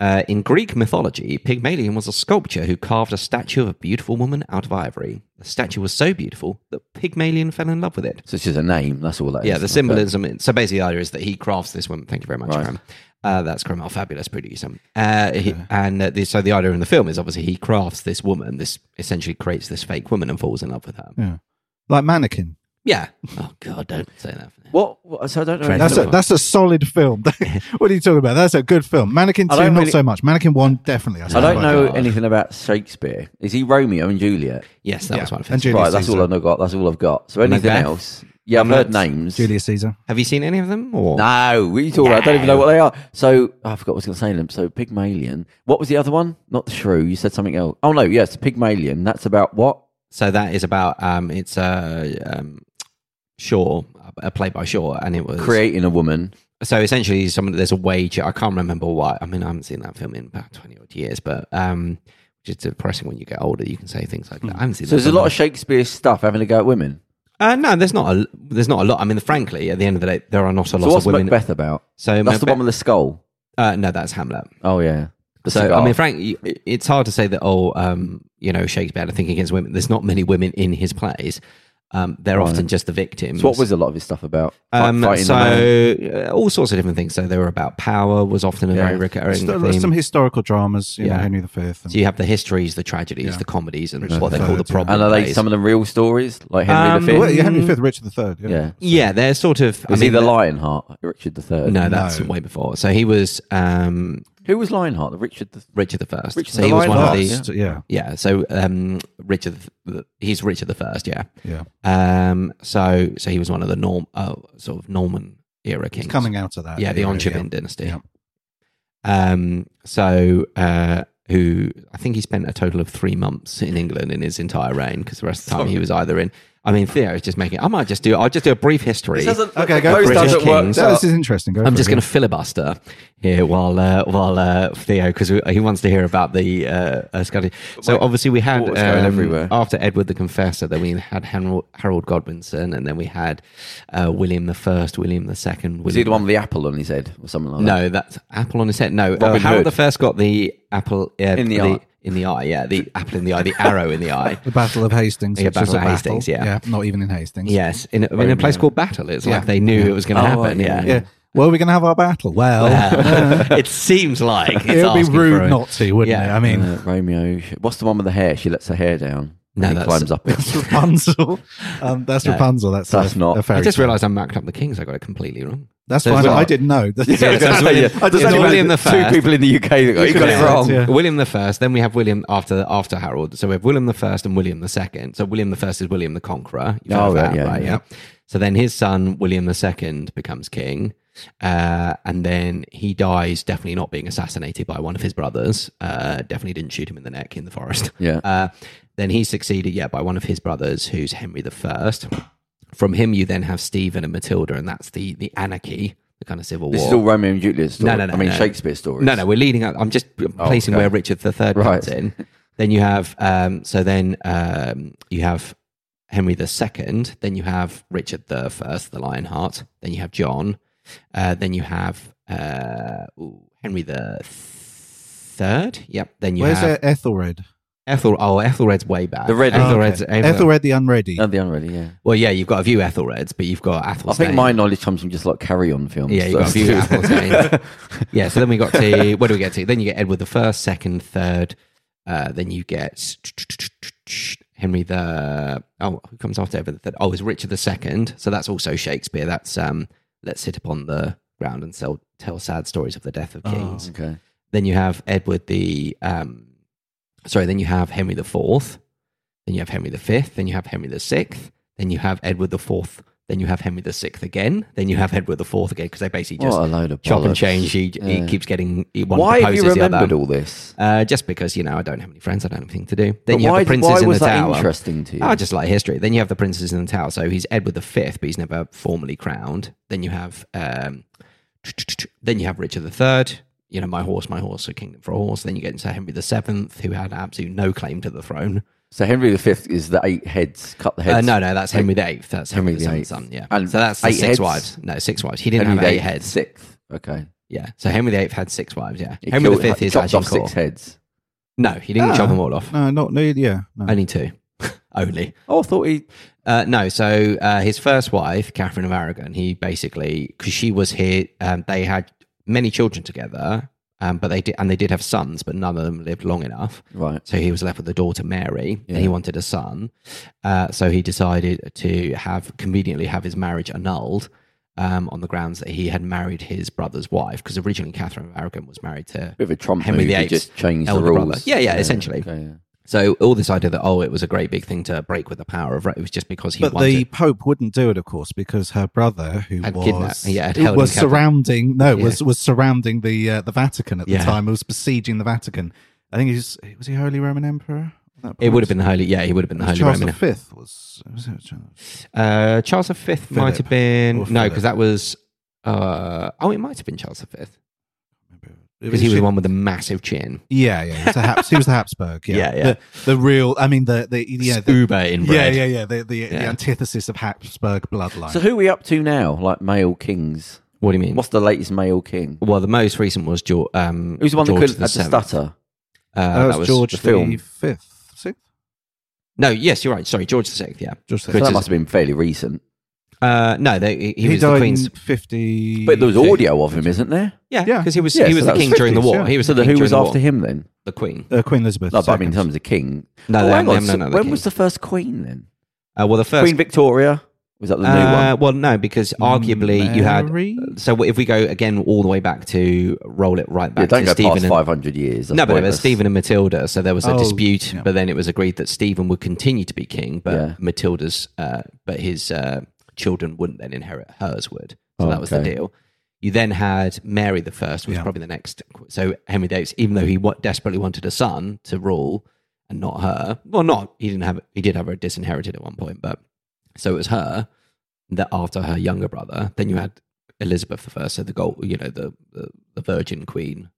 [SPEAKER 3] Uh, in Greek mythology, Pygmalion was a sculptor who carved a statue of a beautiful woman out of ivory. The statue was so beautiful that Pygmalion fell in love with it.
[SPEAKER 2] So it's just a name. That's all that is.
[SPEAKER 3] Yeah, the
[SPEAKER 2] Okay.
[SPEAKER 3] symbolism. So basically, the idea is that he crafts this woman. Thank you very much,
[SPEAKER 2] Right.
[SPEAKER 3] Graham. Uh, that's Graham, our fabulous producer. Uh, he, And uh, the, so the idea in the film is obviously he crafts this woman. This essentially creates this fake woman and falls in love with her.
[SPEAKER 4] Yeah. Like mannequin.
[SPEAKER 3] Yeah. Oh God, don't say that.
[SPEAKER 2] What? what- So I don't know. anything
[SPEAKER 4] That's a
[SPEAKER 2] about-
[SPEAKER 4] that's a solid film. what are you talking about? That's a good film. Mannequin
[SPEAKER 2] I
[SPEAKER 4] two,
[SPEAKER 2] don't
[SPEAKER 4] not
[SPEAKER 2] really-
[SPEAKER 4] so much. Mannequin one, definitely.
[SPEAKER 2] I don't
[SPEAKER 4] stand by
[SPEAKER 2] know
[SPEAKER 4] that.
[SPEAKER 2] anything about Shakespeare. Is he Romeo and Juliet?
[SPEAKER 3] Yes, that
[SPEAKER 4] Yeah.
[SPEAKER 3] was one of
[SPEAKER 4] And
[SPEAKER 3] his.
[SPEAKER 4] Julius
[SPEAKER 2] right, that's
[SPEAKER 4] Caesar.
[SPEAKER 2] all I've got. That's all I've got. So anything
[SPEAKER 3] Macbeth?
[SPEAKER 2] else? Yeah, I've heard names.
[SPEAKER 4] Julius Caesar.
[SPEAKER 3] Have you seen any of them? Or
[SPEAKER 2] No, what are you talking about? I don't even know what they are. So oh, I forgot what I was going to say. Them. So Pygmalion. What was the other one? Not the shrew. You said something else. Oh no, yes, Pygmalion. That's about what?
[SPEAKER 3] So that is about um, it's uh, um, Shaw, a play by Shaw, and it was
[SPEAKER 2] Creating a woman.
[SPEAKER 3] so essentially someone there's a wager. I can't remember why. I mean, I haven't seen that film in about twenty odd years, but um, which is depressing when you get older. You can say things like
[SPEAKER 4] Hmm.
[SPEAKER 3] that. I haven't seen.
[SPEAKER 2] So there's
[SPEAKER 3] that
[SPEAKER 2] a
[SPEAKER 3] film.
[SPEAKER 2] lot of Shakespeare stuff having a go at women.
[SPEAKER 3] Uh, no, there's not a there's not a lot. I mean, frankly, at the end of the day, there are not a lot
[SPEAKER 2] So what's
[SPEAKER 3] of women.
[SPEAKER 2] Macbeth about?
[SPEAKER 3] So
[SPEAKER 2] That's the
[SPEAKER 3] Macbeth-
[SPEAKER 2] one with the skull.
[SPEAKER 3] uh, no, that's Hamlet.
[SPEAKER 2] Oh yeah. The
[SPEAKER 3] So
[SPEAKER 2] cigar.
[SPEAKER 3] I mean, frankly, it's hard to say that. Oh, um, you know, Shakespeare had a thing against women. There's not many women in his plays. Um, they're often just the victims.
[SPEAKER 2] So what was a lot of his stuff about? Fi-
[SPEAKER 3] Um,
[SPEAKER 2] fighting the
[SPEAKER 3] so
[SPEAKER 2] man?
[SPEAKER 3] uh, all sorts of different things. So they were about power was often a
[SPEAKER 2] Yeah.
[SPEAKER 3] very recurring
[SPEAKER 4] Still,
[SPEAKER 3] theme.
[SPEAKER 4] some historical dramas. You know,
[SPEAKER 3] Yeah.
[SPEAKER 4] Henry V. And,
[SPEAKER 3] so you have the histories, the tragedies, the comedies, and what they
[SPEAKER 4] the
[SPEAKER 3] call the
[SPEAKER 4] Third, yeah.
[SPEAKER 3] problem.
[SPEAKER 2] and are they
[SPEAKER 3] plays.
[SPEAKER 2] some of them real stories like
[SPEAKER 3] Um,
[SPEAKER 2] Henry
[SPEAKER 4] well,
[SPEAKER 2] V?
[SPEAKER 4] yeah, Oh, Henry V. Richard III. Yeah.
[SPEAKER 2] Yeah.
[SPEAKER 3] yeah, they're sort of.
[SPEAKER 2] Was he the
[SPEAKER 3] they're-
[SPEAKER 2] Lionheart? Richard the Third.
[SPEAKER 3] uh, No, that's
[SPEAKER 4] No.
[SPEAKER 3] way before. So he was um,
[SPEAKER 2] Who was Lionheart? The Richard the
[SPEAKER 3] Richard the First.
[SPEAKER 2] Richard
[SPEAKER 3] so
[SPEAKER 2] the
[SPEAKER 3] he was one of
[SPEAKER 2] Lionheart.
[SPEAKER 3] the.
[SPEAKER 4] Last, yeah.
[SPEAKER 3] Yeah, so um, Richard, the, he's Richard the First. Yeah.
[SPEAKER 4] Yeah.
[SPEAKER 3] Um, so so he was one of the norm, uh, sort of Norman era kings.
[SPEAKER 4] Coming out of that.
[SPEAKER 3] yeah, the
[SPEAKER 4] era,
[SPEAKER 3] Angevin dynasty.
[SPEAKER 4] Yeah.
[SPEAKER 3] Um, so, uh, who I think he spent a total of three months in England in his entire reign because the rest of the time he was either in. I mean, Theo is just making. I might just do. I'll just do a brief history.
[SPEAKER 4] Okay, go
[SPEAKER 2] Those
[SPEAKER 4] for
[SPEAKER 2] doesn't
[SPEAKER 4] it.
[SPEAKER 3] British
[SPEAKER 2] work.
[SPEAKER 3] kings.
[SPEAKER 4] No, this is interesting. Go
[SPEAKER 3] I'm
[SPEAKER 4] for
[SPEAKER 3] just
[SPEAKER 4] it.
[SPEAKER 3] going to filibuster here while uh, while uh, Theo because he wants to hear about the uh, uh, Scottish. So obviously we had um,
[SPEAKER 2] water's going everywhere.
[SPEAKER 3] after Edward the Confessor, then we had Harold, Harold Godwinson, and then we had uh, William the First, William the Second.
[SPEAKER 2] Was he the one with the apple on his head or something like that?
[SPEAKER 3] No, that's apple on his head. No, uh,
[SPEAKER 2] Robin
[SPEAKER 3] Harold
[SPEAKER 2] Hood.
[SPEAKER 3] the First got the apple uh,
[SPEAKER 2] In the eye.
[SPEAKER 3] In the eye, yeah, the apple in the eye, the arrow in the eye.
[SPEAKER 4] The Battle of Hastings.
[SPEAKER 3] Yeah,
[SPEAKER 4] which was
[SPEAKER 3] Battle
[SPEAKER 4] a
[SPEAKER 3] of Hastings, yeah.
[SPEAKER 4] Not even in Hastings.
[SPEAKER 3] Yes, in, a- in a place called Battle. It's like they knew it was going to
[SPEAKER 2] Oh,
[SPEAKER 3] happen.
[SPEAKER 2] yeah,
[SPEAKER 3] Yeah.
[SPEAKER 4] Yeah. Well, we're going to have our battle. Well,
[SPEAKER 3] it seems like it's
[SPEAKER 4] it would
[SPEAKER 3] asking for
[SPEAKER 4] be rude
[SPEAKER 3] it.
[SPEAKER 4] not to, wouldn't
[SPEAKER 3] Yeah.
[SPEAKER 4] it? I mean,
[SPEAKER 2] Uh, Romeo. she- What's the one with the hair? She lets her hair down.
[SPEAKER 3] No,
[SPEAKER 2] and he
[SPEAKER 3] that's-
[SPEAKER 2] climbs up it.
[SPEAKER 4] Rapunzel. Um, that's Rapunzel. That's,
[SPEAKER 2] That's
[SPEAKER 4] a,
[SPEAKER 2] not.
[SPEAKER 4] A fairy
[SPEAKER 3] I just
[SPEAKER 4] tale.
[SPEAKER 3] realised I marked up the kings. I got it completely wrong.
[SPEAKER 4] That's
[SPEAKER 3] There's
[SPEAKER 4] fine.
[SPEAKER 3] one.
[SPEAKER 4] I didn't know.
[SPEAKER 3] Yeah, that's what it is.
[SPEAKER 2] I just
[SPEAKER 3] It's
[SPEAKER 2] know
[SPEAKER 3] William the
[SPEAKER 2] two
[SPEAKER 3] First.
[SPEAKER 2] people in the UK that got, you got it
[SPEAKER 4] Yeah.
[SPEAKER 2] wrong.
[SPEAKER 4] Yeah.
[SPEAKER 3] William the First. Then we have William after after Harold. So we have William the First and William the Second. So William the First is William the Conqueror. You've heard
[SPEAKER 2] Oh,
[SPEAKER 3] of
[SPEAKER 2] right,
[SPEAKER 3] that,
[SPEAKER 2] yeah,
[SPEAKER 3] right,
[SPEAKER 2] yeah.
[SPEAKER 3] yeah. So then his son William the Second becomes king, uh, and then he dies. Definitely not being assassinated by one of his brothers. Uh, definitely didn't shoot him in the neck in the forest.
[SPEAKER 2] Yeah.
[SPEAKER 3] Uh, then he's succeeded, yeah, by one of his brothers, who's Henry the First. From him, you then have Stephen and Matilda, and that's the the anarchy, the kind of civil
[SPEAKER 2] This
[SPEAKER 3] war.
[SPEAKER 2] is all Romeo and Juliet story.
[SPEAKER 3] No, no, no,
[SPEAKER 2] I mean
[SPEAKER 3] no.
[SPEAKER 2] Shakespeare stories.
[SPEAKER 3] No, no, we're leading up. I'm just
[SPEAKER 4] Oh,
[SPEAKER 3] placing
[SPEAKER 2] okay.
[SPEAKER 3] where Richard the Third comes
[SPEAKER 2] Right.
[SPEAKER 3] in. Then you have, um, so then um, you have Henry the Second. Then you have Richard the First, the Lionheart. Then you have John. Uh, then you have uh, ooh, Henry the Third. Yep. Then you
[SPEAKER 4] Where's
[SPEAKER 3] have
[SPEAKER 4] uh, Ethelred? Oh,
[SPEAKER 3] Ethel. Oh, Ethelred's way back.
[SPEAKER 2] The Red-
[SPEAKER 3] Ethelred's. Uh,
[SPEAKER 4] Okay. Ethelred the Unready.
[SPEAKER 2] no, the unready. Yeah,
[SPEAKER 3] Well, yeah, you've got a few Ethelreds, but you've got Athelstane.
[SPEAKER 2] I think my knowledge comes from just like carry-on films.
[SPEAKER 3] Yeah, you got a few apples. eh? yeah, so then we got to where do we get to? Then you get Edward the First, Second, Third. Uh, then you get Henry the oh, who comes after Edward the Third? Oh, it's Richard the Second. So that's also Shakespeare. That's um, let's sit upon the ground and sell, tell sad stories of the death of kings.
[SPEAKER 2] okay.
[SPEAKER 3] Then you have Edward the um, sorry. Then you have Henry the Fourth. Then you have Henry the Fifth. Then you have Henry the Sixth. Then you have Edward the Fourth. Then you have Henry the Sixth again. Then you have Edward the Fourth again because they basically just
[SPEAKER 2] What a load of
[SPEAKER 3] chop and
[SPEAKER 2] bollocks.
[SPEAKER 3] change. He, he
[SPEAKER 2] Yeah.
[SPEAKER 3] keeps getting he- one
[SPEAKER 2] Why have you
[SPEAKER 3] proposes the other.
[SPEAKER 2] remembered all this?
[SPEAKER 3] Uh, just because you know I don't have any friends, I don't have anything to do. Then
[SPEAKER 2] But
[SPEAKER 3] you
[SPEAKER 2] why
[SPEAKER 3] have the princes
[SPEAKER 2] why
[SPEAKER 3] in
[SPEAKER 2] was
[SPEAKER 3] the
[SPEAKER 2] that
[SPEAKER 3] tower.
[SPEAKER 2] interesting to you?
[SPEAKER 3] Oh, I just like history. Then you have the princes in the tower. So he's Edward the Fifth, but he's never formally crowned. Then you have um, then you have Richard the Third. You know, my horse, my horse, a kingdom for a horse. Then you get into Henry the Seventh, who had absolutely no claim to the throne.
[SPEAKER 2] so Henry V is the eight heads, cut the heads.
[SPEAKER 3] Uh, no, no, that's Henry the Eighth. That's Henry,
[SPEAKER 2] Henry
[SPEAKER 3] the
[SPEAKER 2] the
[SPEAKER 3] Seventh
[SPEAKER 2] Eighth.
[SPEAKER 3] son. Yeah,
[SPEAKER 2] And
[SPEAKER 3] so that's the
[SPEAKER 2] eight
[SPEAKER 3] six
[SPEAKER 2] heads?
[SPEAKER 3] wives. No, six wives. He didn't
[SPEAKER 2] Henry
[SPEAKER 3] have
[SPEAKER 2] the
[SPEAKER 3] eight
[SPEAKER 2] Eighth,
[SPEAKER 3] heads.
[SPEAKER 2] sixth. Okay,
[SPEAKER 3] Yeah, so Henry the Eighth had six wives. Yeah,
[SPEAKER 2] He
[SPEAKER 3] Henry
[SPEAKER 2] killed-
[SPEAKER 3] the Fifth is
[SPEAKER 2] chopped
[SPEAKER 3] actually
[SPEAKER 2] off
[SPEAKER 3] four.
[SPEAKER 2] six heads.
[SPEAKER 3] No, he didn't
[SPEAKER 4] Ah.
[SPEAKER 3] chop them all off.
[SPEAKER 4] No, not no. Yeah, no.
[SPEAKER 3] Only two. Only.
[SPEAKER 2] Oh, I thought he.
[SPEAKER 3] Uh, no, so uh, his first wife, Catherine of Aragon, he basically, because she was here, um, they had many children together, um, but they did, and they did have sons, but none of them lived long enough.
[SPEAKER 2] Right.
[SPEAKER 3] So he was left with a daughter, Mary,
[SPEAKER 2] Yeah.
[SPEAKER 3] and he wanted a son. Uh, so he decided to have conveniently have his marriage annulled um, on the grounds that he had married his brother's wife, because originally Catherine of Aragon was married to
[SPEAKER 2] Bit of a Trump
[SPEAKER 3] Henry
[SPEAKER 2] move.
[SPEAKER 3] the
[SPEAKER 2] he
[SPEAKER 3] Eighth's
[SPEAKER 2] just changed the
[SPEAKER 3] elder
[SPEAKER 2] rules.
[SPEAKER 3] brother. Yeah, yeah, essentially.
[SPEAKER 2] okay, yeah.
[SPEAKER 3] So all this idea that oh, it was a great big thing to break with the power of Rome, it was just because he
[SPEAKER 4] but
[SPEAKER 3] wanted.
[SPEAKER 4] the Pope wouldn't do it, of course, because her brother, who
[SPEAKER 3] Had
[SPEAKER 4] was
[SPEAKER 3] kidnapped- yeah, had
[SPEAKER 4] who
[SPEAKER 3] held
[SPEAKER 4] was
[SPEAKER 3] him captive.
[SPEAKER 4] surrounding, no, was was surrounding the uh, the Vatican at the
[SPEAKER 3] Yeah.
[SPEAKER 4] time. It was besieging the Vatican. I think he was was he Holy Roman Emperor. At that
[SPEAKER 3] it
[SPEAKER 4] point?
[SPEAKER 3] would have been the holy. Yeah, he would have been the holy
[SPEAKER 4] Charles
[SPEAKER 3] Roman.
[SPEAKER 4] V was, was it Charles?
[SPEAKER 3] Uh, Charles V might
[SPEAKER 4] Philip.
[SPEAKER 3] have been
[SPEAKER 4] Or
[SPEAKER 3] no,
[SPEAKER 4] Philip.
[SPEAKER 3] because that was. Uh, oh, it might have been Charles V
[SPEAKER 4] It
[SPEAKER 3] because he was
[SPEAKER 4] should-
[SPEAKER 3] the one with the massive chin.
[SPEAKER 4] Yeah, yeah. He was the, Haps, he was the Habsburg. Yeah,
[SPEAKER 3] Yeah, yeah.
[SPEAKER 4] The, the real, I mean, the the yeah, the,
[SPEAKER 3] Uber in
[SPEAKER 4] yeah,
[SPEAKER 3] red.
[SPEAKER 4] yeah, yeah. The the, the
[SPEAKER 3] Yeah.
[SPEAKER 4] antithesis of Habsburg bloodline.
[SPEAKER 2] So who are we up to now? Like male kings.
[SPEAKER 3] What do you mean?
[SPEAKER 2] What's the latest male king?
[SPEAKER 3] well, the most recent was George. Um,
[SPEAKER 2] Who's the one
[SPEAKER 3] George
[SPEAKER 2] that couldn't
[SPEAKER 3] the
[SPEAKER 2] had the
[SPEAKER 3] Seventh.
[SPEAKER 2] stutter?
[SPEAKER 3] Uh,
[SPEAKER 4] Oh, that,
[SPEAKER 3] that
[SPEAKER 4] was George
[SPEAKER 2] the
[SPEAKER 4] the
[SPEAKER 2] film.
[SPEAKER 4] fifth, sixth.
[SPEAKER 3] No, yes, you're right. Sorry, George the Sixth. Yeah.
[SPEAKER 4] George the
[SPEAKER 2] So
[SPEAKER 4] Sixth.
[SPEAKER 2] that must have been fairly recent.
[SPEAKER 3] Uh, no, they, he,
[SPEAKER 4] He,
[SPEAKER 3] was
[SPEAKER 4] died
[SPEAKER 3] the Queen's.
[SPEAKER 4] in fifty.
[SPEAKER 2] But there was audio of him, isn't there?
[SPEAKER 3] Yeah,
[SPEAKER 4] Yeah.
[SPEAKER 3] because he was
[SPEAKER 2] Yeah,
[SPEAKER 3] he
[SPEAKER 2] so
[SPEAKER 3] was
[SPEAKER 2] that
[SPEAKER 3] the
[SPEAKER 2] was
[SPEAKER 3] king during the
[SPEAKER 4] 50s,
[SPEAKER 3] war.
[SPEAKER 4] yeah.
[SPEAKER 3] He was
[SPEAKER 2] So
[SPEAKER 3] the
[SPEAKER 2] then
[SPEAKER 3] king
[SPEAKER 2] who was
[SPEAKER 3] during the
[SPEAKER 2] after
[SPEAKER 3] war.
[SPEAKER 2] him then?
[SPEAKER 3] The Queen.
[SPEAKER 4] uh, Queen Elizabeth.
[SPEAKER 2] No, but I mean in
[SPEAKER 4] II.
[SPEAKER 2] terms of king.
[SPEAKER 3] No,
[SPEAKER 2] Oh,
[SPEAKER 3] they-
[SPEAKER 2] hang on.
[SPEAKER 3] no,
[SPEAKER 2] so
[SPEAKER 3] no, no, the
[SPEAKER 2] when
[SPEAKER 3] king.
[SPEAKER 2] was the first queen then?
[SPEAKER 3] Uh, well, the first
[SPEAKER 2] Queen Victoria was that the new
[SPEAKER 3] Uh,
[SPEAKER 2] one?
[SPEAKER 3] well, no, because arguably you
[SPEAKER 4] Mary?
[SPEAKER 3] had. So if we go again all the way back to roll it right
[SPEAKER 2] Yeah,
[SPEAKER 3] back
[SPEAKER 2] don't
[SPEAKER 3] to
[SPEAKER 2] go
[SPEAKER 3] Stephen
[SPEAKER 2] past
[SPEAKER 3] and,
[SPEAKER 2] five hundred years. that's
[SPEAKER 3] no, but it was
[SPEAKER 2] pointless.
[SPEAKER 3] Stephen and Matilda. So there was a
[SPEAKER 4] Oh,
[SPEAKER 3] dispute,
[SPEAKER 4] yeah.
[SPEAKER 3] but then it was agreed that Stephen would continue to be king, but
[SPEAKER 2] Yeah.
[SPEAKER 3] Matilda's, uh, but his uh, children wouldn't then inherit hers would. So
[SPEAKER 2] Oh,
[SPEAKER 3] that was the
[SPEAKER 2] okay.
[SPEAKER 3] deal. You then had Mary the First, was
[SPEAKER 4] Yeah.
[SPEAKER 3] probably the next. So Henry Dates, even though he wa- desperately wanted a son to rule and not her, well, not he didn't have he did have her disinherited at one point, but so it was her that after her younger brother. Then you had Elizabeth the First, so the gold, you know, the the, the Virgin Queen.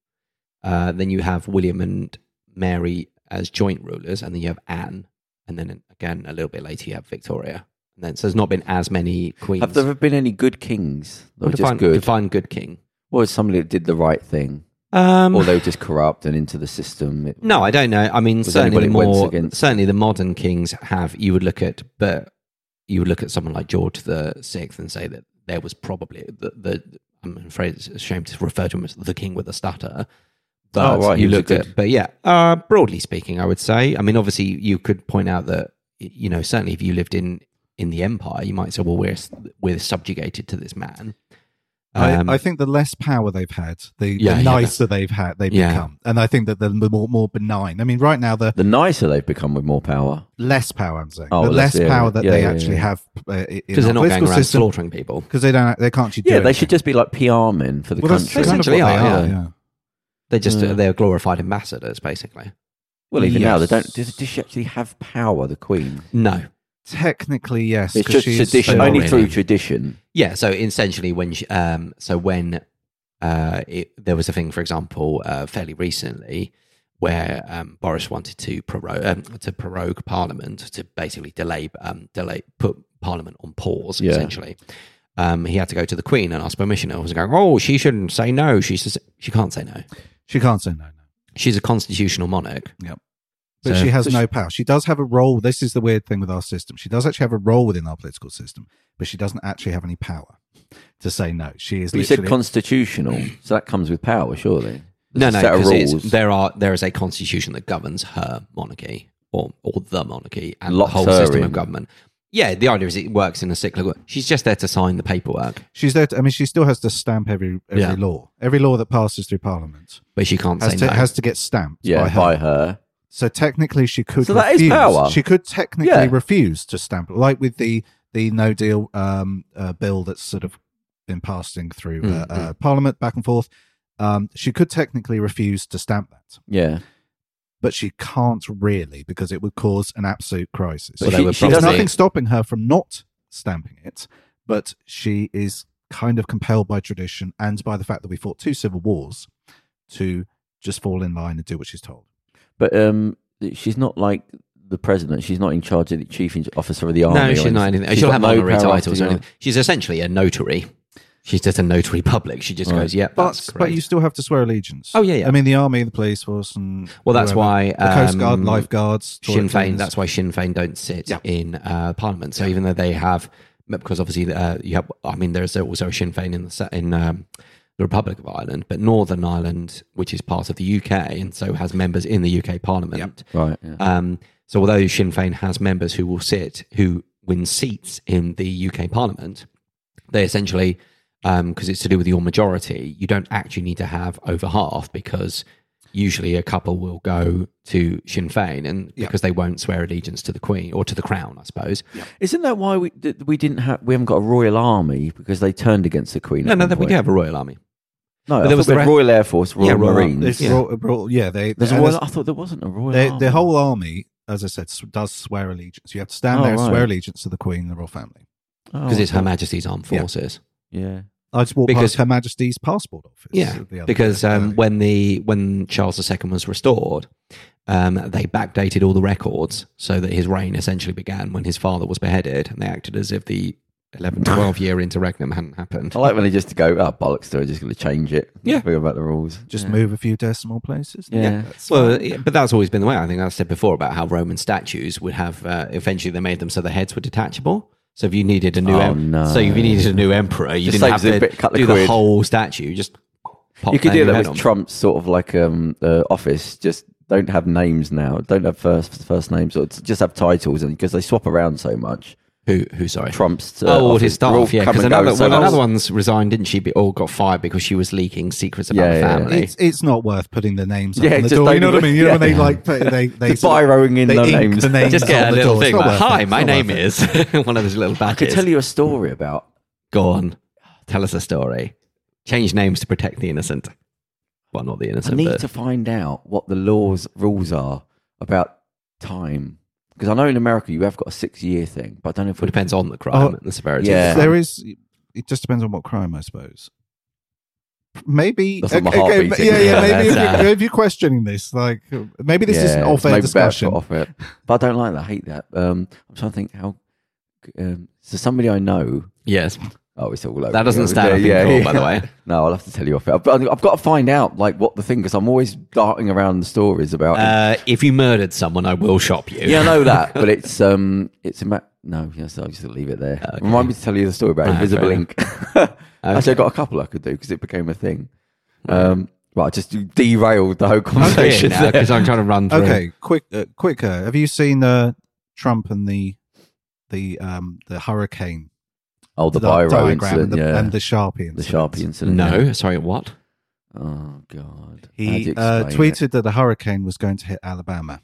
[SPEAKER 3] Uh, then you have William and Mary as joint rulers, and then you have Anne, and then again a little bit later you have Victoria. And then so there's not been as many queens.
[SPEAKER 2] Have there ever been any good kings? Or
[SPEAKER 3] Well,
[SPEAKER 2] just
[SPEAKER 3] define,
[SPEAKER 2] good?
[SPEAKER 3] define good king.
[SPEAKER 2] Or somebody that did the right thing?
[SPEAKER 3] Um,
[SPEAKER 2] Or they were just corrupt and into the system? It-
[SPEAKER 3] no, I don't know. I mean,
[SPEAKER 2] Was
[SPEAKER 3] certainly the
[SPEAKER 2] anybody it went
[SPEAKER 3] more
[SPEAKER 2] against?
[SPEAKER 3] certainly the modern kings have. You would look at, but you would look at someone like George the Sixth and say that there was probably the. the I'm afraid it's a shame to refer to him as the king with a stutter. But
[SPEAKER 2] Oh, right, he
[SPEAKER 3] you
[SPEAKER 2] was a
[SPEAKER 3] looked at,
[SPEAKER 2] good-
[SPEAKER 3] but yeah, uh, broadly speaking, I would say. I mean, obviously, you could point out that y- you know certainly if you lived in in the empire, you might say, well, we're s- we're subjugated to this man. Um,
[SPEAKER 4] I, I think the less power they've had, the,
[SPEAKER 3] Yeah, yeah.
[SPEAKER 4] the nicer they've had, they've
[SPEAKER 3] Yeah.
[SPEAKER 4] become, and I think that the more more benign. I mean, right now the
[SPEAKER 2] The nicer they've become with more power.
[SPEAKER 4] less power I'm saying,
[SPEAKER 2] Oh,
[SPEAKER 4] the
[SPEAKER 2] well,
[SPEAKER 4] less
[SPEAKER 2] that's- yeah,
[SPEAKER 4] power
[SPEAKER 2] yeah.
[SPEAKER 4] that
[SPEAKER 2] Yeah,
[SPEAKER 4] they
[SPEAKER 2] yeah,
[SPEAKER 4] actually
[SPEAKER 2] yeah.
[SPEAKER 4] have uh, i- in
[SPEAKER 3] because they're
[SPEAKER 4] our
[SPEAKER 3] not going
[SPEAKER 4] political
[SPEAKER 3] around
[SPEAKER 4] system,
[SPEAKER 3] slaughtering people.
[SPEAKER 4] because they don't, they can't actually do
[SPEAKER 2] Yeah, they
[SPEAKER 4] anything.
[SPEAKER 2] should just be like PR men for the
[SPEAKER 4] Well, that's
[SPEAKER 2] country.
[SPEAKER 4] kind of what
[SPEAKER 3] Essentially
[SPEAKER 4] they
[SPEAKER 3] are,
[SPEAKER 4] are.
[SPEAKER 3] yeah.
[SPEAKER 4] yeah.
[SPEAKER 3] They're just
[SPEAKER 2] Yeah.
[SPEAKER 3] they're glorified ambassadors, basically.
[SPEAKER 2] well, even now, they don't.
[SPEAKER 4] Yes.
[SPEAKER 2] Does, does she actually have power, the queen?
[SPEAKER 3] No,
[SPEAKER 4] Technically, yes.
[SPEAKER 2] It's
[SPEAKER 4] 'cause
[SPEAKER 2] just
[SPEAKER 4] she's
[SPEAKER 2] tradition,
[SPEAKER 4] still-
[SPEAKER 2] only
[SPEAKER 3] really.
[SPEAKER 2] through tradition.
[SPEAKER 3] yeah. So essentially, when she, um, so when uh, it, there was a thing, for example, uh, fairly recently, where um, Boris wanted to prorogue um, to prorogue Parliament to basically delay um, delay put Parliament on pause
[SPEAKER 2] Yeah.
[SPEAKER 3] essentially. Um, he had to go to the Queen and ask permission. I was going, oh, she shouldn't say no. She says she can't say no.
[SPEAKER 4] She can't say no. no.
[SPEAKER 3] She's a constitutional monarch.
[SPEAKER 4] But
[SPEAKER 3] So-
[SPEAKER 4] she has
[SPEAKER 2] so
[SPEAKER 4] no power. She does have a role. This is the weird thing with our system. She does actually have a role within our political system, but she doesn't actually have any power to say no. She is
[SPEAKER 2] You said
[SPEAKER 4] literally
[SPEAKER 2] constitutional, so that comes with power, surely.
[SPEAKER 3] No, no,
[SPEAKER 2] set of
[SPEAKER 3] 'cause it's-
[SPEAKER 2] rules.
[SPEAKER 3] there are there is a constitution that governs her monarchy or or the monarchy and
[SPEAKER 2] Locks
[SPEAKER 3] the whole
[SPEAKER 2] her
[SPEAKER 3] system
[SPEAKER 2] in.
[SPEAKER 3] of government. Yeah, the idea is it works in a cyclical. She's just there to sign the paperwork,
[SPEAKER 4] she's there. To, I mean, she still has to stamp every every
[SPEAKER 3] Yeah.
[SPEAKER 4] law. Every law that passes through Parliament
[SPEAKER 3] but she can't
[SPEAKER 4] has
[SPEAKER 3] say
[SPEAKER 4] to
[SPEAKER 3] no.
[SPEAKER 4] has to get stamped
[SPEAKER 2] yeah,
[SPEAKER 4] by her.
[SPEAKER 2] by her.
[SPEAKER 4] So technically, she could.
[SPEAKER 2] So that is
[SPEAKER 4] refuse.
[SPEAKER 2] power.
[SPEAKER 4] She could technically
[SPEAKER 2] Yeah.
[SPEAKER 4] refuse to stamp, like with the the No Deal um, uh, bill that's sort of been passing through uh,
[SPEAKER 3] Mm,
[SPEAKER 4] uh, Parliament back and forth. Um, she could technically refuse to stamp that,
[SPEAKER 2] Yeah.
[SPEAKER 4] but she can't really because it would cause an absolute crisis.
[SPEAKER 3] But
[SPEAKER 2] But
[SPEAKER 3] they
[SPEAKER 2] she-
[SPEAKER 3] were
[SPEAKER 2] she
[SPEAKER 4] There's
[SPEAKER 2] doesn't-
[SPEAKER 3] probably-
[SPEAKER 4] nothing stopping her from not stamping it, but she is kind of compelled by tradition and by the fact that we fought two civil wars to just fall in line and do what she's told.
[SPEAKER 2] But um, she's not like the president. She's not in charge of the chief in- officer of the army.
[SPEAKER 3] no,
[SPEAKER 2] or
[SPEAKER 3] she's not anything.
[SPEAKER 2] She's
[SPEAKER 3] She'll
[SPEAKER 2] got
[SPEAKER 3] have
[SPEAKER 2] no
[SPEAKER 3] honorary
[SPEAKER 2] power
[SPEAKER 3] titles
[SPEAKER 2] to-
[SPEAKER 3] or anything. She's essentially a notary. She's just a notary public. She just
[SPEAKER 2] Right.
[SPEAKER 3] goes, yeah,
[SPEAKER 4] But
[SPEAKER 3] that's correct.
[SPEAKER 4] but you still have to swear allegiance.
[SPEAKER 3] Oh, yeah, yeah.
[SPEAKER 4] I mean, the army, the police force, and
[SPEAKER 3] well, that's
[SPEAKER 4] whoever.
[SPEAKER 3] why
[SPEAKER 4] the coast guard,
[SPEAKER 3] um,
[SPEAKER 4] lifeguards, toilet
[SPEAKER 3] Sinn Féin.
[SPEAKER 4] cleaners.
[SPEAKER 3] That's why Sinn Féin don't sit
[SPEAKER 4] Yeah.
[SPEAKER 3] in uh, Parliament. So even though they have, because obviously uh, you have, I mean, there's also a Sinn Féin in the se- in um, the Republic of Ireland, but Northern Ireland, which is part of the UK, and so has members in the UK Parliament.
[SPEAKER 2] Right. Yeah.
[SPEAKER 3] Um, so although Sinn Féin has members who will sit, who win seats in the UK Parliament, they essentially, because it's to do with your majority, you don't actually need to have over half because usually a couple will go to Sinn Féin and
[SPEAKER 4] Yeah.
[SPEAKER 3] because they won't swear allegiance to the Queen or to the Crown, I suppose.
[SPEAKER 2] Isn't that why we that we didn't have we haven't got a royal army because they turned against the queen?
[SPEAKER 3] No,
[SPEAKER 2] at
[SPEAKER 3] no,
[SPEAKER 2] one
[SPEAKER 3] that we
[SPEAKER 2] point.
[SPEAKER 3] do have a Royal Army.
[SPEAKER 2] No,
[SPEAKER 3] there
[SPEAKER 2] there was
[SPEAKER 3] was the
[SPEAKER 2] the
[SPEAKER 3] re-
[SPEAKER 2] Royal Air Force, Royal
[SPEAKER 3] Yeah, Royal Army.
[SPEAKER 2] Marines.
[SPEAKER 4] It's
[SPEAKER 3] Yeah.
[SPEAKER 4] Royal, Royal- yeah, they,
[SPEAKER 2] There's a
[SPEAKER 4] and
[SPEAKER 2] royal, I thought there wasn't a royal.
[SPEAKER 4] there's- the,
[SPEAKER 2] Army.
[SPEAKER 4] the whole army, as I said, s- does swear allegiance. You have to stand
[SPEAKER 2] Oh,
[SPEAKER 4] there and
[SPEAKER 2] right.
[SPEAKER 4] swear allegiance to the Queen and the royal family.
[SPEAKER 3] Because
[SPEAKER 2] Oh,
[SPEAKER 3] it's Her Majesty's Armed
[SPEAKER 4] Yeah.
[SPEAKER 3] Forces.
[SPEAKER 2] yeah.
[SPEAKER 4] I just walked
[SPEAKER 3] Because-
[SPEAKER 4] past Her Majesty's passport office.
[SPEAKER 3] Yeah,
[SPEAKER 4] the other
[SPEAKER 3] because
[SPEAKER 4] day.
[SPEAKER 3] um, when the when Charles II was restored, um, they backdated all the records so that his reign essentially began when his father was beheaded, and they acted as if the 11, 12 year interregnum hadn't happened.
[SPEAKER 2] I like when they just go, oh, bollocks, they're just going to change it.
[SPEAKER 3] Yeah.
[SPEAKER 2] Forget about the rules.
[SPEAKER 4] just
[SPEAKER 2] yeah.
[SPEAKER 4] move a few decimal places.
[SPEAKER 2] Yeah.
[SPEAKER 4] that's
[SPEAKER 3] Well,
[SPEAKER 4] fine.
[SPEAKER 3] yeah, but that's always been the way. I think I said before about how Roman statues would have. Uh, eventually, they made them so the heads were detachable. So if you needed a new,
[SPEAKER 2] Oh,
[SPEAKER 3] em-
[SPEAKER 2] no.
[SPEAKER 3] so if you needed a new emperor, you
[SPEAKER 2] Just
[SPEAKER 3] didn't have
[SPEAKER 2] saves a
[SPEAKER 3] to
[SPEAKER 2] bit- cut the
[SPEAKER 3] do the
[SPEAKER 2] quid.
[SPEAKER 3] whole statue. You Just pop
[SPEAKER 2] You could
[SPEAKER 3] down
[SPEAKER 2] do
[SPEAKER 3] your
[SPEAKER 2] that
[SPEAKER 3] head
[SPEAKER 2] with
[SPEAKER 3] on.
[SPEAKER 2] Trump's sort of like um uh, office. Just don't have names now. Don't have first first names or just have titles, and because they swap around so much,
[SPEAKER 3] Who? Who? Sorry,
[SPEAKER 2] Trump's uh,
[SPEAKER 3] Oh, all
[SPEAKER 2] office
[SPEAKER 3] his
[SPEAKER 2] will
[SPEAKER 3] staff, yeah.
[SPEAKER 2] come
[SPEAKER 3] Because
[SPEAKER 2] and go
[SPEAKER 3] another,
[SPEAKER 2] so
[SPEAKER 3] well,
[SPEAKER 2] much.
[SPEAKER 3] another one's resigned, didn't she? But all got fired because she was leaking secrets about
[SPEAKER 2] Yeah,
[SPEAKER 3] the
[SPEAKER 2] yeah, yeah.
[SPEAKER 3] family.
[SPEAKER 4] it's it's not worth putting the names up
[SPEAKER 2] Yeah,
[SPEAKER 4] on the
[SPEAKER 2] just
[SPEAKER 4] door. You
[SPEAKER 2] don't
[SPEAKER 4] know what I
[SPEAKER 2] even-
[SPEAKER 4] mean? You know when they
[SPEAKER 2] yeah.
[SPEAKER 4] like put, they they
[SPEAKER 2] Just
[SPEAKER 4] sort of-
[SPEAKER 2] borrowing in
[SPEAKER 4] they
[SPEAKER 2] the
[SPEAKER 4] ink
[SPEAKER 2] names.
[SPEAKER 4] the names.
[SPEAKER 3] Just get
[SPEAKER 4] on
[SPEAKER 3] a
[SPEAKER 4] the
[SPEAKER 3] little
[SPEAKER 4] door. It's
[SPEAKER 3] thing
[SPEAKER 4] not
[SPEAKER 3] like,
[SPEAKER 4] worth it.
[SPEAKER 3] "Hi,
[SPEAKER 4] It's
[SPEAKER 3] my
[SPEAKER 4] not
[SPEAKER 3] name
[SPEAKER 4] worth it.
[SPEAKER 3] is." One of those little
[SPEAKER 2] I
[SPEAKER 3] badges.
[SPEAKER 2] could tell you a story about
[SPEAKER 3] Go on, tell us a story. Change names to protect the innocent. Well, not the
[SPEAKER 2] I
[SPEAKER 3] innocent.
[SPEAKER 2] need
[SPEAKER 3] but-
[SPEAKER 2] to find out what the laws rules are about time because I know in America you have got a six year thing, but I don't know if
[SPEAKER 3] Well,
[SPEAKER 2] we
[SPEAKER 3] it depends on the crime
[SPEAKER 4] Oh,
[SPEAKER 3] and the severity.
[SPEAKER 2] yeah.
[SPEAKER 3] Of the crime.
[SPEAKER 4] There is. It just depends on what crime, I suppose. Maybe.
[SPEAKER 2] That's what my heart beats in.
[SPEAKER 4] yeah, yeah.
[SPEAKER 3] Yeah,
[SPEAKER 4] Maybe if,
[SPEAKER 3] that's,
[SPEAKER 4] you,
[SPEAKER 3] uh,
[SPEAKER 4] if you're questioning this, like maybe this is an
[SPEAKER 2] Yeah,
[SPEAKER 4] off-air
[SPEAKER 2] maybe better
[SPEAKER 4] discussion.
[SPEAKER 2] put off it. But I don't like that. I hate that. Um, I'm trying to think how. Um, so somebody I know.
[SPEAKER 3] Yes.
[SPEAKER 2] Oh, it's all over.
[SPEAKER 3] That doesn't
[SPEAKER 2] here.
[SPEAKER 3] stand up in court, by the way.
[SPEAKER 2] No, I'll have to tell you off it. I've, I've got to find out like what the thing because I'm always darting around the stories about.
[SPEAKER 3] Uh, if you murdered someone, I will shop you.
[SPEAKER 2] yeah, I know that, but it's um, it's a ma- no. Yes, I'll just leave it there. Remind me to tell you the story about
[SPEAKER 3] Ah,
[SPEAKER 2] Invisible
[SPEAKER 3] fair
[SPEAKER 2] Ink. Actually, I got a couple I could do because it became a thing. Um, right, I just derailed the whole conversation. there.
[SPEAKER 3] because I'm trying to run through.
[SPEAKER 4] Okay, quick, uh, quicker. Have you seen uh, Trump and the the um the hurricane
[SPEAKER 2] Oh, the,
[SPEAKER 4] the
[SPEAKER 2] biro
[SPEAKER 4] diagram and
[SPEAKER 2] incident,
[SPEAKER 4] the,
[SPEAKER 2] yeah,
[SPEAKER 4] and the sharpie
[SPEAKER 2] the
[SPEAKER 4] incident?
[SPEAKER 2] sharpie incident. yeah.
[SPEAKER 3] No, sorry, what?
[SPEAKER 2] Oh God. How do
[SPEAKER 4] He
[SPEAKER 2] you
[SPEAKER 4] uh,
[SPEAKER 2] explain it?
[SPEAKER 4] tweeted that the hurricane was going to hit Alabama,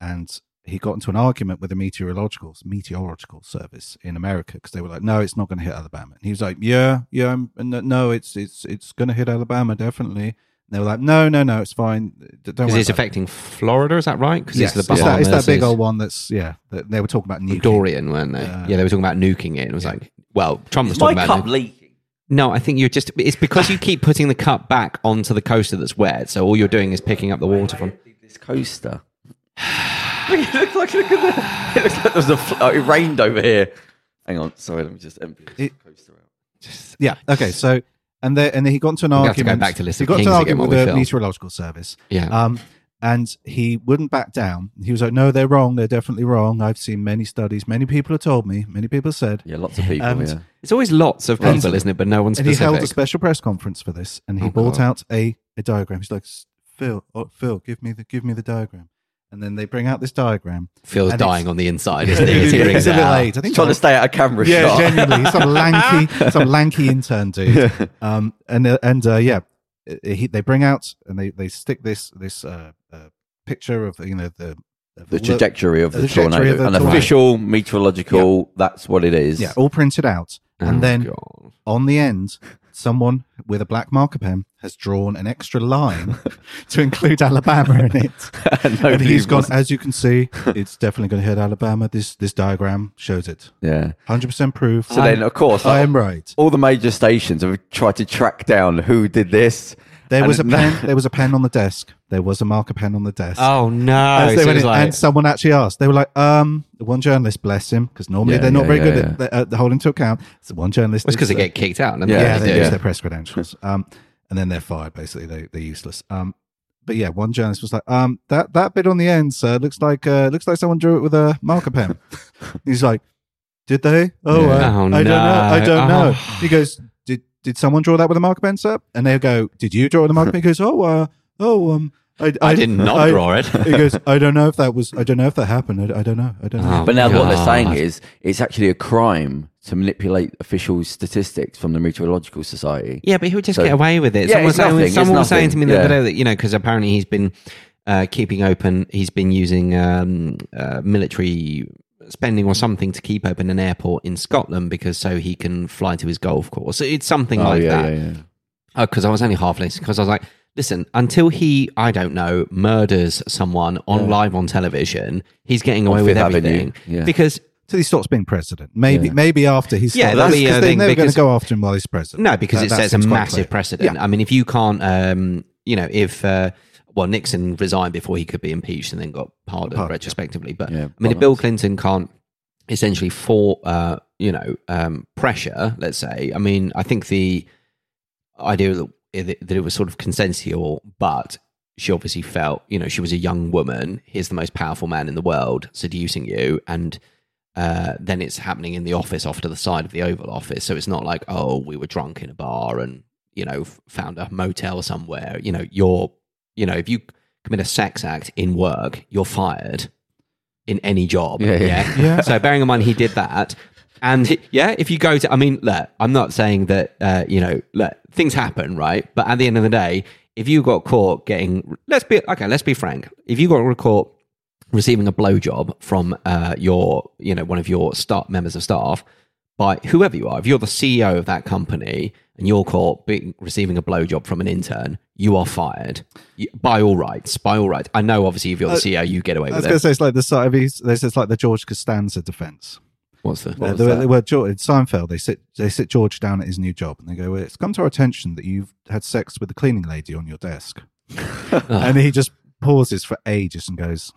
[SPEAKER 4] and he got into an argument with the meteorological meteorological service in America because they were like, "No, it's not going to hit Alabama." And he was like, "Yeah, yeah, I'm, no, no, it's it's it's going to hit Alabama definitely." And they were like, "No, no, no, it's fine. D- Don't
[SPEAKER 3] Because
[SPEAKER 4] worry."
[SPEAKER 3] it's
[SPEAKER 4] about it."
[SPEAKER 3] affecting Florida, is that right? Because
[SPEAKER 4] Yes,
[SPEAKER 3] it's the
[SPEAKER 4] it's that,
[SPEAKER 3] Bahamas.
[SPEAKER 4] it's that big
[SPEAKER 3] it's
[SPEAKER 4] old one that's yeah. That they were talking about nuking.
[SPEAKER 3] Dorian, weren't they?
[SPEAKER 4] Yeah.
[SPEAKER 3] yeah, they were talking about nuking it. It was like, well, Trump was
[SPEAKER 2] My
[SPEAKER 3] talking about
[SPEAKER 2] cup
[SPEAKER 3] nuking-
[SPEAKER 2] leaking.
[SPEAKER 3] No, I think you're just. It's because you keep putting the cup back onto the coaster that's wet. So all you're doing is picking up the water from.
[SPEAKER 2] This coaster. it looks like look at the, it looks like there was a fl- oh, it rained over here. Hang on, sorry, let me just empty this
[SPEAKER 4] It-
[SPEAKER 2] coaster out.
[SPEAKER 4] Yeah. Okay. So, and then and then he got into an
[SPEAKER 3] We have to go
[SPEAKER 4] argument.
[SPEAKER 3] back to List
[SPEAKER 4] he
[SPEAKER 3] of
[SPEAKER 4] got into an
[SPEAKER 3] Kings again
[SPEAKER 4] argument
[SPEAKER 3] while we
[SPEAKER 4] with the
[SPEAKER 3] film.
[SPEAKER 4] meteorological service.
[SPEAKER 3] Yeah.
[SPEAKER 4] Um, and he wouldn't back down. He was like, "No, they're wrong. They're definitely wrong. I've seen many studies. Many people have told me. Many people said."
[SPEAKER 2] Yeah, lots of people.
[SPEAKER 4] And-
[SPEAKER 2] yeah.
[SPEAKER 3] It's always lots of
[SPEAKER 4] And-
[SPEAKER 3] people, isn't it? But no one's
[SPEAKER 4] And he
[SPEAKER 3] specific.
[SPEAKER 4] held a special press conference for this, and he
[SPEAKER 3] Oh,
[SPEAKER 4] brought
[SPEAKER 3] God.
[SPEAKER 4] out a, a diagram. He's like, "S- "Phil, oh, Phil, give me the give me the diagram." And then they bring out this diagram.
[SPEAKER 3] Feels
[SPEAKER 4] and it's-
[SPEAKER 3] dying on the inside, isn't he? As he
[SPEAKER 4] it's
[SPEAKER 3] brings
[SPEAKER 4] a
[SPEAKER 3] it
[SPEAKER 4] bit
[SPEAKER 3] out.
[SPEAKER 4] late. I think
[SPEAKER 2] Trying to stay out of camera
[SPEAKER 4] yeah,
[SPEAKER 2] shot.
[SPEAKER 4] genuinely, some lanky, some lanky intern dude. Um, and uh, and uh, yeah, uh, he, they bring out and they they stick this this uh, uh picture of you know the of
[SPEAKER 2] The
[SPEAKER 4] lo-
[SPEAKER 2] trajectory of the,
[SPEAKER 4] The trajectory
[SPEAKER 2] tornado.
[SPEAKER 4] of the
[SPEAKER 2] An
[SPEAKER 4] tornado.
[SPEAKER 2] official meteorological, that's what it is.
[SPEAKER 4] yeah, all printed out, and
[SPEAKER 3] Oh,
[SPEAKER 4] then
[SPEAKER 3] God.
[SPEAKER 4] on the end, someone with a black marker pen has drawn an extra line to include Alabama in it. and he's gone. As you can see, it's definitely going to hit Alabama. This this diagram shows it.
[SPEAKER 2] Yeah.
[SPEAKER 4] Hundred percent proof.
[SPEAKER 2] So then, of course,
[SPEAKER 4] I am right.
[SPEAKER 2] all the major stations have tried to track down who did this.
[SPEAKER 4] There
[SPEAKER 2] And
[SPEAKER 4] was a
[SPEAKER 2] no-
[SPEAKER 4] pen. There was a pen on the desk. There was a marker pen on the desk.
[SPEAKER 3] Oh no!
[SPEAKER 4] As
[SPEAKER 3] So
[SPEAKER 4] they
[SPEAKER 3] it
[SPEAKER 4] went
[SPEAKER 3] was
[SPEAKER 4] in,
[SPEAKER 3] like-
[SPEAKER 4] and someone actually asked. They were like, um, the one journalist, bless him, because normally
[SPEAKER 2] Yeah,
[SPEAKER 4] they're not
[SPEAKER 2] yeah,
[SPEAKER 4] very
[SPEAKER 2] yeah,
[SPEAKER 4] good at the, at holding to account. So one journalist.
[SPEAKER 3] It's because
[SPEAKER 4] is,
[SPEAKER 3] they
[SPEAKER 4] uh,
[SPEAKER 3] get kicked out.
[SPEAKER 2] Yeah,
[SPEAKER 4] yeah,
[SPEAKER 2] they
[SPEAKER 4] they,
[SPEAKER 2] do.
[SPEAKER 4] use their press credentials. Um, and then they're fired. Basically, they they're useless. Um, but yeah, one journalist was like, um, that that bit on the end, sir, looks like uh, looks like someone drew it with a marker pen. He's like, did they? Oh,
[SPEAKER 2] Yeah.
[SPEAKER 4] uh,
[SPEAKER 3] Oh,
[SPEAKER 4] I don't know. I
[SPEAKER 3] no.
[SPEAKER 4] don't know.
[SPEAKER 3] Oh.
[SPEAKER 4] He goes, did did someone draw that with a marker pen, sir? And they go, did you draw it with a marker pen? He goes, oh, uh, oh, um. I,
[SPEAKER 3] I did not
[SPEAKER 4] I-
[SPEAKER 3] draw it.
[SPEAKER 4] he goes, I don't know if that was, I don't know if that happened. I, I don't know. I don't know.
[SPEAKER 2] But now what they're
[SPEAKER 3] God.
[SPEAKER 2] saying is it's actually a crime to manipulate official statistics from the Meteorological Society.
[SPEAKER 3] Yeah, but he'll just
[SPEAKER 2] So-
[SPEAKER 3] get away with it.
[SPEAKER 2] Yeah,
[SPEAKER 3] someone was
[SPEAKER 2] it's
[SPEAKER 3] saying,
[SPEAKER 2] nothing, it's
[SPEAKER 3] someone was saying to
[SPEAKER 2] nothing,
[SPEAKER 3] me the
[SPEAKER 2] yeah.
[SPEAKER 3] other day that you know because apparently he's been uh, keeping open. He's been using um, uh, military spending or something to keep open an airport in Scotland because so he can fly to his golf course. It's something like that.
[SPEAKER 2] Oh, yeah.
[SPEAKER 3] because I was only half listening because I was like, listen, until he, I don't know, murders someone on live on television, he's getting away with
[SPEAKER 2] Fifth Avenue,
[SPEAKER 3] everything
[SPEAKER 2] yeah.
[SPEAKER 3] because.
[SPEAKER 4] Till he stops being president. Maybe,
[SPEAKER 2] Yeah.
[SPEAKER 4] maybe after he's
[SPEAKER 3] Yeah,
[SPEAKER 4] yeah,
[SPEAKER 3] that'll
[SPEAKER 4] that's
[SPEAKER 3] be,
[SPEAKER 4] because
[SPEAKER 3] uh,
[SPEAKER 4] they're
[SPEAKER 3] thing,
[SPEAKER 4] never going
[SPEAKER 3] because-
[SPEAKER 4] to go after him while he's president.
[SPEAKER 3] No, because
[SPEAKER 4] That-
[SPEAKER 3] it
[SPEAKER 4] that
[SPEAKER 3] sets a
[SPEAKER 4] seems quite
[SPEAKER 3] massive
[SPEAKER 4] clear.
[SPEAKER 3] precedent. I mean, if you can't, um, you know, if uh, well, Nixon resigned before he could be impeached and then got pardoned
[SPEAKER 4] Pardon, yeah.
[SPEAKER 3] retrospectively. But
[SPEAKER 2] Yeah,
[SPEAKER 3] I mean, if
[SPEAKER 2] bollocks.
[SPEAKER 3] Bill Clinton can't essentially for uh, you know um, pressure, let's say. I mean, I think the idea that it, that it was sort of consensual, but she obviously felt, you know, she was a young woman. Here's the most powerful man in the world seducing you, and uh, then it's happening in the office, off to the side of the Oval Office. So it's not like, oh, we were drunk in a bar and you know f- found a motel somewhere. You know, you're, you know, if you commit a sex act in work, you're fired in any job.
[SPEAKER 2] Yeah, yeah.
[SPEAKER 4] Yeah.
[SPEAKER 3] So bearing in mind he did that, and he- yeah, if you go to, I mean, look, I'm not saying that uh, you know, look, things happen, right? But at the end of the day, if you got caught getting, let's be okay, let's be frank. If you got caught receiving a blowjob from uh, your, you know, one of your staff members of staff by whoever you are, if you're the CEO of E that company and you're caught being, receiving a blowjob from an intern, you are fired. You- by all rights, by all rights. I know, obviously, if you're the CEO, you get away
[SPEAKER 4] Uh, I was
[SPEAKER 3] with
[SPEAKER 4] going to
[SPEAKER 3] it.
[SPEAKER 4] say it's like the side of his, they say it's like the George Costanza defense.
[SPEAKER 2] What's the?
[SPEAKER 4] Yeah,
[SPEAKER 2] What's
[SPEAKER 4] they were,
[SPEAKER 2] that?
[SPEAKER 4] they were George, in Seinfeld. They sit they sit George down at his new job, and they go, well, "It's come to our attention that you've had sex with the cleaning lady on your desk," and he just pauses for ages and goes,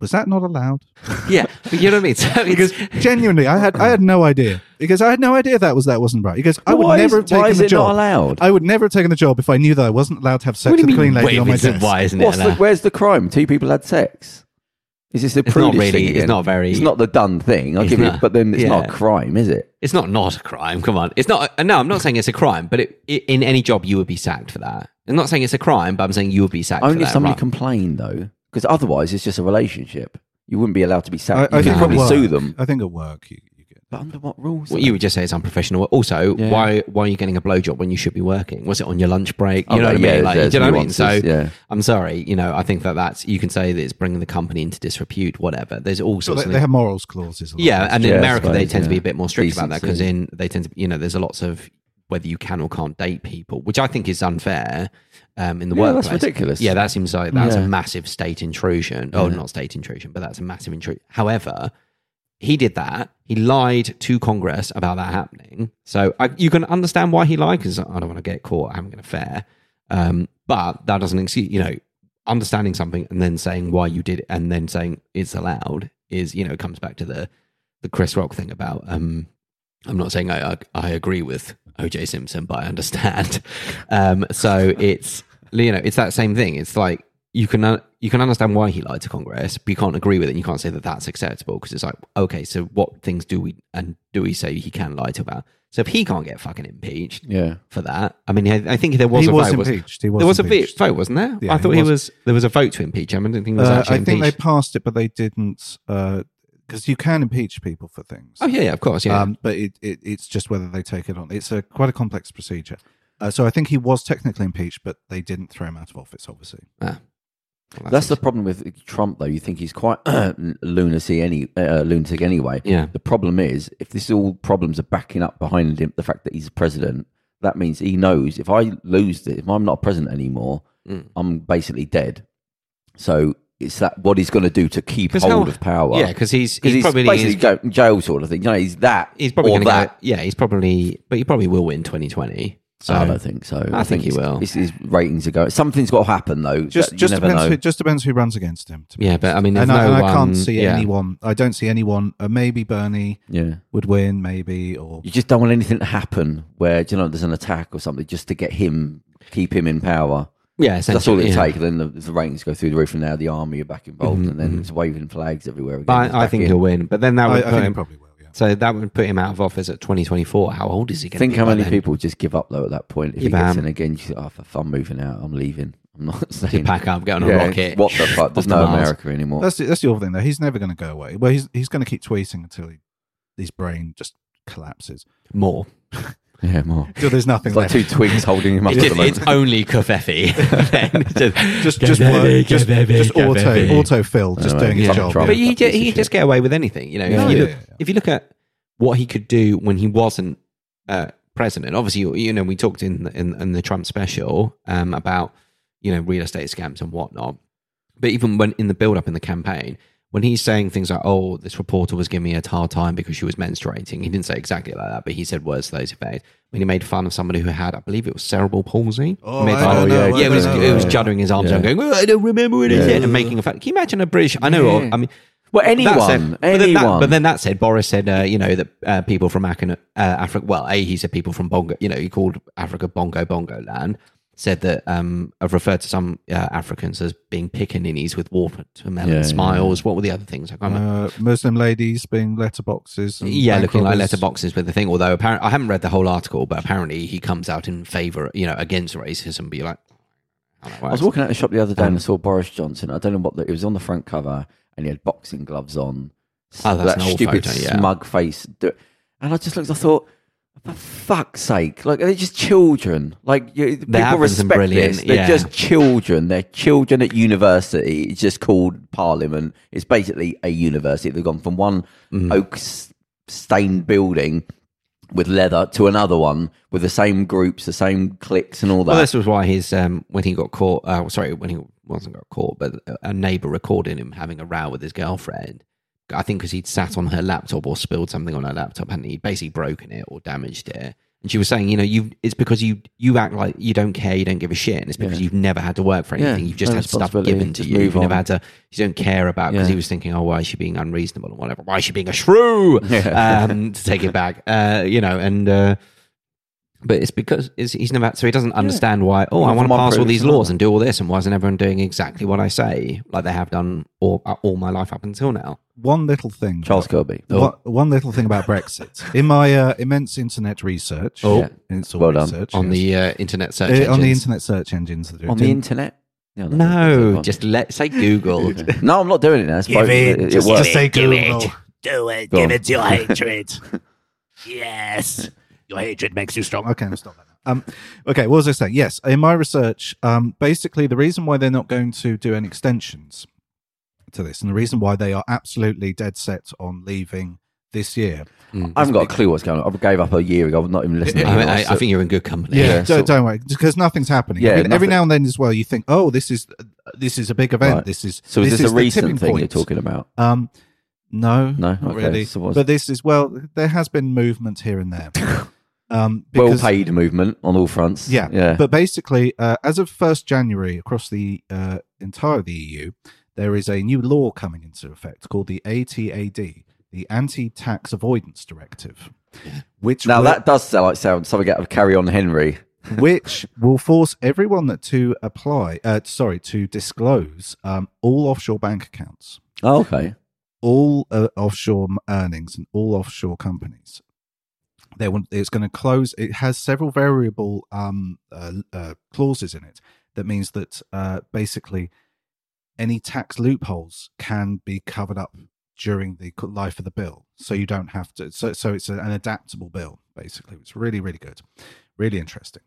[SPEAKER 4] "Was that not allowed?"
[SPEAKER 3] yeah, but you know what I mean. So it's-
[SPEAKER 4] Because genuinely, I had I had no idea. Because I had no idea that was that wasn't right. He goes, "I would
[SPEAKER 2] why
[SPEAKER 4] never
[SPEAKER 2] is,
[SPEAKER 4] have taken
[SPEAKER 2] why is
[SPEAKER 4] the
[SPEAKER 2] it not
[SPEAKER 4] job.
[SPEAKER 2] allowed?
[SPEAKER 4] I would never have taken the job if I knew that I wasn't allowed to have sex
[SPEAKER 3] what do
[SPEAKER 4] with
[SPEAKER 3] you
[SPEAKER 4] the
[SPEAKER 3] mean?
[SPEAKER 4] cleaning lady
[SPEAKER 3] wait,
[SPEAKER 4] on my
[SPEAKER 3] it's a-
[SPEAKER 4] desk."
[SPEAKER 3] why isn't it?
[SPEAKER 2] What's the,
[SPEAKER 3] allowed?
[SPEAKER 2] where's the crime? Two people had sex. Is this the
[SPEAKER 3] It's not
[SPEAKER 2] prudish
[SPEAKER 3] really-
[SPEAKER 2] thing
[SPEAKER 3] it's
[SPEAKER 2] again?
[SPEAKER 3] not very-
[SPEAKER 2] It's not the done thing. I
[SPEAKER 3] It's
[SPEAKER 2] give you,
[SPEAKER 3] not-
[SPEAKER 2] but then it's not a
[SPEAKER 3] yeah.
[SPEAKER 2] crime, is it?
[SPEAKER 3] It's not not a crime. Come on, it's not. uh, No, I'm not saying it's a crime, but it, i in any job you would be sacked for that. I'm not saying it's a crime, but I'm saying you would be sacked. for
[SPEAKER 2] Only if
[SPEAKER 3] that,
[SPEAKER 2] somebody
[SPEAKER 3] right?
[SPEAKER 2] complained, though, because otherwise it's just a relationship. You wouldn't be allowed to be
[SPEAKER 4] I,
[SPEAKER 2] sacked.
[SPEAKER 4] I
[SPEAKER 2] you could
[SPEAKER 4] think
[SPEAKER 2] probably
[SPEAKER 4] at work,
[SPEAKER 2] sue them.
[SPEAKER 4] I think at work you, you get.
[SPEAKER 2] But under what rules?
[SPEAKER 3] Well, you would just say it's unprofessional. Also,
[SPEAKER 2] Yeah.
[SPEAKER 3] why why are you getting a blowjob when you should be working? Was it on your lunch break? You
[SPEAKER 2] Okay,
[SPEAKER 3] know what
[SPEAKER 2] Oh,
[SPEAKER 3] I
[SPEAKER 2] yeah,
[SPEAKER 3] mean? Like, do
[SPEAKER 2] there's
[SPEAKER 3] you know what I mean? So
[SPEAKER 2] nuances, yeah.
[SPEAKER 3] I'm sorry. You know, I think that that's you can say that it's bringing the company into disrepute. Whatever. There's all
[SPEAKER 4] So
[SPEAKER 3] sorts
[SPEAKER 4] they,
[SPEAKER 3] of
[SPEAKER 4] they have morals clauses. a lot.
[SPEAKER 3] yeah, and in
[SPEAKER 2] Yeah, I
[SPEAKER 3] America they
[SPEAKER 2] suppose,
[SPEAKER 3] tend to be
[SPEAKER 2] yeah.
[SPEAKER 3] a bit more strict about that because
[SPEAKER 2] Decency.
[SPEAKER 3] in they tend to you know there's a lots of whether you can or can't date people, which I think is unfair. Um, in the
[SPEAKER 2] Yeah, that's
[SPEAKER 3] workplace,
[SPEAKER 2] ridiculous.
[SPEAKER 3] Yeah, that seems like that's
[SPEAKER 2] Yeah.
[SPEAKER 3] a massive state intrusion. Oh, not state intrusion, but that's a massive intrusion. However, he did that. He lied to Congress about that happening. So I, you can understand why he lied because I don't want to get caught. I'm going to fair. Um, but that doesn't excuse, you know, understanding something and then saying why you did it and then saying it's allowed is, you know, it comes back to the, the Chris Rock thing about, um, I'm not saying I, I, I agree with OJ Simpson, but I understand. Um, so it's, you know, it's that same thing. It's like, you can uh, you can understand why he lied to Congress, but you can't agree with it. And you can't say that that's acceptable because it's like, okay, so what things do we and do we say he can lie to about? So if he can't get fucking impeached
[SPEAKER 2] Yeah.
[SPEAKER 3] for that, I mean, I, I think there was
[SPEAKER 4] He
[SPEAKER 3] a
[SPEAKER 4] was
[SPEAKER 3] vote. was-
[SPEAKER 4] impeached. He was
[SPEAKER 3] there was
[SPEAKER 4] impeached.
[SPEAKER 3] a vote, wasn't there?
[SPEAKER 4] Yeah,
[SPEAKER 3] I
[SPEAKER 4] he
[SPEAKER 3] thought he was.
[SPEAKER 4] was.
[SPEAKER 3] There was a vote to impeach him. I didn't think he was
[SPEAKER 4] Uh,
[SPEAKER 3] actually
[SPEAKER 4] I think they
[SPEAKER 3] impeached.
[SPEAKER 4] passed it, but they didn't, because you can impeach people for things.
[SPEAKER 3] oh yeah, yeah, of course, yeah.
[SPEAKER 4] um, but it, it, it's just whether they take it on. It's a quite a complex procedure. Uh, so I think he was technically impeached, but they didn't throw him out of office. Obviously,
[SPEAKER 3] Ah. Well,
[SPEAKER 2] That's the
[SPEAKER 3] it.
[SPEAKER 2] problem with Trump, though. You think he's quite lunacy, any uh, lunatic anyway.
[SPEAKER 3] Yeah.
[SPEAKER 2] The problem is, if this all problems are backing up behind him, the fact that he's president, that means he knows if I lose this, if I'm not president anymore,
[SPEAKER 3] Mm.
[SPEAKER 2] I'm basically dead. So it's that what he's going to do to keep
[SPEAKER 3] 'Cause
[SPEAKER 2] hold
[SPEAKER 3] how-
[SPEAKER 2] of power.
[SPEAKER 3] yeah, because he's,
[SPEAKER 2] because
[SPEAKER 3] he's,
[SPEAKER 2] he's
[SPEAKER 3] probably
[SPEAKER 2] basically
[SPEAKER 3] is-
[SPEAKER 2] go, jail sort of thing. You know, he's that.
[SPEAKER 3] he's probably
[SPEAKER 2] or
[SPEAKER 3] going
[SPEAKER 2] that.
[SPEAKER 3] to yeah, he's probably but he probably will win 2020. So
[SPEAKER 2] I don't think so. I,
[SPEAKER 3] think he
[SPEAKER 2] his-
[SPEAKER 3] will.
[SPEAKER 2] His, his ratings are going. Something's got to happen though.
[SPEAKER 4] just
[SPEAKER 2] That- you
[SPEAKER 4] just
[SPEAKER 2] never
[SPEAKER 4] depends
[SPEAKER 2] know.
[SPEAKER 4] who, just depends who runs against him. to be
[SPEAKER 3] yeah,
[SPEAKER 4] honest.
[SPEAKER 3] but I mean, there's
[SPEAKER 4] and, I,
[SPEAKER 3] no
[SPEAKER 4] and I
[SPEAKER 3] one,
[SPEAKER 4] can't see
[SPEAKER 3] yeah.
[SPEAKER 4] anyone. I don't see anyone. Uh, maybe Bernie
[SPEAKER 2] yeah.
[SPEAKER 4] would win, maybe or
[SPEAKER 2] You just don't want anything to happen where do you know there's an attack or something just to get him, keep him in power.
[SPEAKER 3] Yeah,
[SPEAKER 2] That's all
[SPEAKER 3] essentially,
[SPEAKER 2] it
[SPEAKER 3] yeah. Mm-hmm,
[SPEAKER 2] takes. Then the, the ratings go through the roof, and now the army are back involved, and then it's waving flags everywhere. Again.
[SPEAKER 3] But
[SPEAKER 2] It's
[SPEAKER 3] I, I
[SPEAKER 2] back
[SPEAKER 3] think
[SPEAKER 2] in.
[SPEAKER 3] he'll win. But then that
[SPEAKER 4] I, I
[SPEAKER 3] would put
[SPEAKER 4] think he
[SPEAKER 3] him,
[SPEAKER 4] probably will. Yeah.
[SPEAKER 3] so that would put him out of office at 2024. How old is he going to
[SPEAKER 2] Think
[SPEAKER 3] be?
[SPEAKER 2] how
[SPEAKER 3] by
[SPEAKER 2] many
[SPEAKER 3] then?
[SPEAKER 2] people just give up though at that point. If
[SPEAKER 3] Yeah,
[SPEAKER 2] he gets
[SPEAKER 3] man.
[SPEAKER 2] in again, you say, "Oh, for fun, moving out. I'm leaving. I'm not
[SPEAKER 3] to
[SPEAKER 2] staying."
[SPEAKER 3] pack up, get on a
[SPEAKER 2] Yeah,
[SPEAKER 3] rocket.
[SPEAKER 2] What the fuck? There's
[SPEAKER 3] off to
[SPEAKER 2] no
[SPEAKER 3] Mars.
[SPEAKER 2] America anymore.
[SPEAKER 4] That's the, that's the other thing though. He's never going to go away. Well, he's he's going to keep tweeting until he, his brain just collapses.
[SPEAKER 3] More.
[SPEAKER 2] yeah, more.
[SPEAKER 4] Till there's nothing
[SPEAKER 2] It's like
[SPEAKER 4] left.
[SPEAKER 2] two twigs holding him up.
[SPEAKER 3] It's,
[SPEAKER 2] at the
[SPEAKER 3] just,
[SPEAKER 2] moment.
[SPEAKER 3] it's only Kofefi.
[SPEAKER 4] just just work, just, just auto auto fill, just
[SPEAKER 2] right.
[SPEAKER 4] doing his
[SPEAKER 2] Yeah.
[SPEAKER 4] job.
[SPEAKER 2] Trump.
[SPEAKER 3] But he
[SPEAKER 2] Fuck
[SPEAKER 3] ju-
[SPEAKER 2] piece of
[SPEAKER 3] he
[SPEAKER 2] shit.
[SPEAKER 3] just get away with anything, you know.
[SPEAKER 4] Yeah.
[SPEAKER 3] if, you
[SPEAKER 4] Yeah,
[SPEAKER 3] look,
[SPEAKER 4] yeah, yeah.
[SPEAKER 3] if you look at what he could do when he wasn't uh, president, obviously, you, you know, we talked in the- in, in the Trump special um, about you know real estate scams and whatnot. But even when in the build up in the campaign, when he's saying things like, "Oh, this reporter was giving me a hard time because she was menstruating," he didn't say exactly like that, but he said words to those effects. When he made fun of somebody who had, I believe it was cerebral palsy.
[SPEAKER 4] Oh,
[SPEAKER 3] He made
[SPEAKER 4] I
[SPEAKER 3] fun-
[SPEAKER 2] don't know, I
[SPEAKER 3] yeah, it was,
[SPEAKER 2] don't
[SPEAKER 3] it was
[SPEAKER 2] know.
[SPEAKER 3] juddering his arms
[SPEAKER 2] Yeah.
[SPEAKER 3] and going, "Oh, I don't remember what
[SPEAKER 2] Yeah.
[SPEAKER 3] it said," and making a fact. Can you imagine a British? I know.
[SPEAKER 2] Yeah.
[SPEAKER 3] I mean,
[SPEAKER 2] well, anyone,
[SPEAKER 3] that said- but then that-
[SPEAKER 2] anyone.
[SPEAKER 3] but then that said, Boris said, uh, you know, that uh, people from Africa, uh, Africa, well, A, he said people from Bongo, you know, he called Africa Bongo Bongo land, said that um, I've referred to some uh, Africans as being pickaninnies with watermelon
[SPEAKER 2] Yeah, Um,
[SPEAKER 3] smiles. What were the other things? I can't remember.
[SPEAKER 4] Uh, Muslim ladies being letterboxes. And
[SPEAKER 3] yeah,
[SPEAKER 4] bank
[SPEAKER 3] looking like
[SPEAKER 4] robbers.
[SPEAKER 3] letterboxes with the thing. Although apparently, I haven't read the whole article, but apparently he comes out in favor, you know, against racism. But you're like, how
[SPEAKER 2] I
[SPEAKER 3] that
[SPEAKER 2] was
[SPEAKER 3] works.
[SPEAKER 2] walking out the shop the other day
[SPEAKER 3] Um,
[SPEAKER 2] and I saw Boris Johnson. I don't know what the, it was on the front cover, and he had boxing gloves on. S-
[SPEAKER 3] Oh, that's
[SPEAKER 2] that
[SPEAKER 3] an old
[SPEAKER 2] stupid
[SPEAKER 3] photo, yeah.
[SPEAKER 2] smug face. Do- And I just looked. I thought, for fuck's sake! Like they're just children. Like you, people
[SPEAKER 3] happens
[SPEAKER 2] respect
[SPEAKER 3] in Brilliant,
[SPEAKER 2] this. They're
[SPEAKER 3] yeah.
[SPEAKER 2] just children. They're children at university. It's just called Parliament. It's
[SPEAKER 3] Mm-hmm.
[SPEAKER 2] basically a university. They've gone from one oak s- stained building with leather to another one with the same groups, the same clicks, and all that.
[SPEAKER 3] Well, this was why his um, when he got caught. Uh, sorry, when he wasn't got caught, but a- a neighbor recorded him having a row with his girlfriend. I think because he'd sat on her laptop or spilled something on her laptop, hadn't he? He'd Basically, broken it or damaged it. And she was saying, you know, you it's because you you act like you don't care, you don't give a shit, and it's because you've never had to work for
[SPEAKER 2] Yeah,
[SPEAKER 3] anything. You've just
[SPEAKER 2] no
[SPEAKER 3] had stuff
[SPEAKER 2] responsibility,
[SPEAKER 3] given to
[SPEAKER 2] just
[SPEAKER 3] you.
[SPEAKER 2] move
[SPEAKER 3] You've never
[SPEAKER 2] on.
[SPEAKER 3] had to. You don't care about because
[SPEAKER 2] Yeah.
[SPEAKER 3] he was thinking, oh, why is she being unreasonable and whatever? Why is she being a shrew?
[SPEAKER 2] Yeah.
[SPEAKER 3] Um, to take it back, uh, you know, and. Uh, but it's because it's, he's never, so he doesn't understand why, oh,
[SPEAKER 2] Well,
[SPEAKER 3] I want
[SPEAKER 2] from
[SPEAKER 3] to
[SPEAKER 2] one
[SPEAKER 3] pass all
[SPEAKER 2] product
[SPEAKER 3] these
[SPEAKER 2] to another.
[SPEAKER 3] laws and do all this, and why isn't everyone doing exactly what I say, like they have done all, uh, all my life up until now?
[SPEAKER 4] One little thing.
[SPEAKER 2] Charles Kirby.
[SPEAKER 3] oh.
[SPEAKER 4] One, one little thing about Brexit. In my uh, immense internet research,
[SPEAKER 3] Oh.
[SPEAKER 2] Yeah.
[SPEAKER 4] and it's all
[SPEAKER 2] Well done.
[SPEAKER 4] research,
[SPEAKER 3] On
[SPEAKER 4] yes.
[SPEAKER 3] the uh, internet search
[SPEAKER 4] Uh, on the
[SPEAKER 3] engines.
[SPEAKER 4] internet search engines. that are
[SPEAKER 2] on
[SPEAKER 4] doing-
[SPEAKER 2] the internet. Yeah, on the internet.
[SPEAKER 3] No,
[SPEAKER 2] Okay.
[SPEAKER 3] just let say Google.
[SPEAKER 2] no, I'm not doing it. That's
[SPEAKER 5] Give in.
[SPEAKER 2] It,
[SPEAKER 5] Just
[SPEAKER 2] works.
[SPEAKER 5] say
[SPEAKER 4] Do it.
[SPEAKER 5] Google. Do it.
[SPEAKER 2] Go
[SPEAKER 5] Give
[SPEAKER 2] on.
[SPEAKER 5] it your hatred. yes. Your hatred makes you strong.
[SPEAKER 4] Okay, I'm stop that. now. Um, okay, what was I saying? Yes, in my research, um, basically the reason why they're not going to do any extensions to this, and the reason why they are absolutely dead set on leaving this year.
[SPEAKER 2] I haven't got a clue what's going on. I gave up a year ago. I'm not even listening.
[SPEAKER 3] I, mean,
[SPEAKER 2] anymore,
[SPEAKER 3] I, I
[SPEAKER 2] so-
[SPEAKER 3] think you're in good company.
[SPEAKER 4] Yeah,
[SPEAKER 2] Yeah,
[SPEAKER 4] don't,
[SPEAKER 2] so-
[SPEAKER 4] don't worry, because nothing's happening.
[SPEAKER 2] Yeah,
[SPEAKER 4] every, every
[SPEAKER 2] nothing.
[SPEAKER 4] now and then as well, you think, oh, this is this is a big event.
[SPEAKER 2] Right.
[SPEAKER 4] This is
[SPEAKER 2] So is this, a
[SPEAKER 4] the tipping
[SPEAKER 2] recent thing you're
[SPEAKER 4] point.
[SPEAKER 2] talking about?
[SPEAKER 4] Um, no,
[SPEAKER 2] No?
[SPEAKER 4] not
[SPEAKER 2] Okay,
[SPEAKER 4] really.
[SPEAKER 2] so what's-
[SPEAKER 4] but this is well, there has been movement here and there. Um,
[SPEAKER 2] Well
[SPEAKER 4] because-
[SPEAKER 2] paid movement on all fronts.
[SPEAKER 4] Yeah,
[SPEAKER 2] yeah.
[SPEAKER 4] But basically, uh, as of first January across the uh, entire of the EU, there is a new law coming into effect called the ATAD, the Anti-Tax Avoidance Directive, which
[SPEAKER 2] now
[SPEAKER 4] will,
[SPEAKER 2] that does sound like sound something out of Carry On Henry.
[SPEAKER 4] which will force everyone that to apply, uh, sorry, to disclose um, all offshore bank accounts,
[SPEAKER 2] Oh, okay.
[SPEAKER 4] all uh, offshore m- earnings, and all offshore companies. They want, it's going to close. It has several variable um, uh, uh, clauses in it. that means that uh, basically any tax loopholes can be covered up during the co- life of the bill so you don't have to so, so it's a- an adaptable bill basically it's really really good really interesting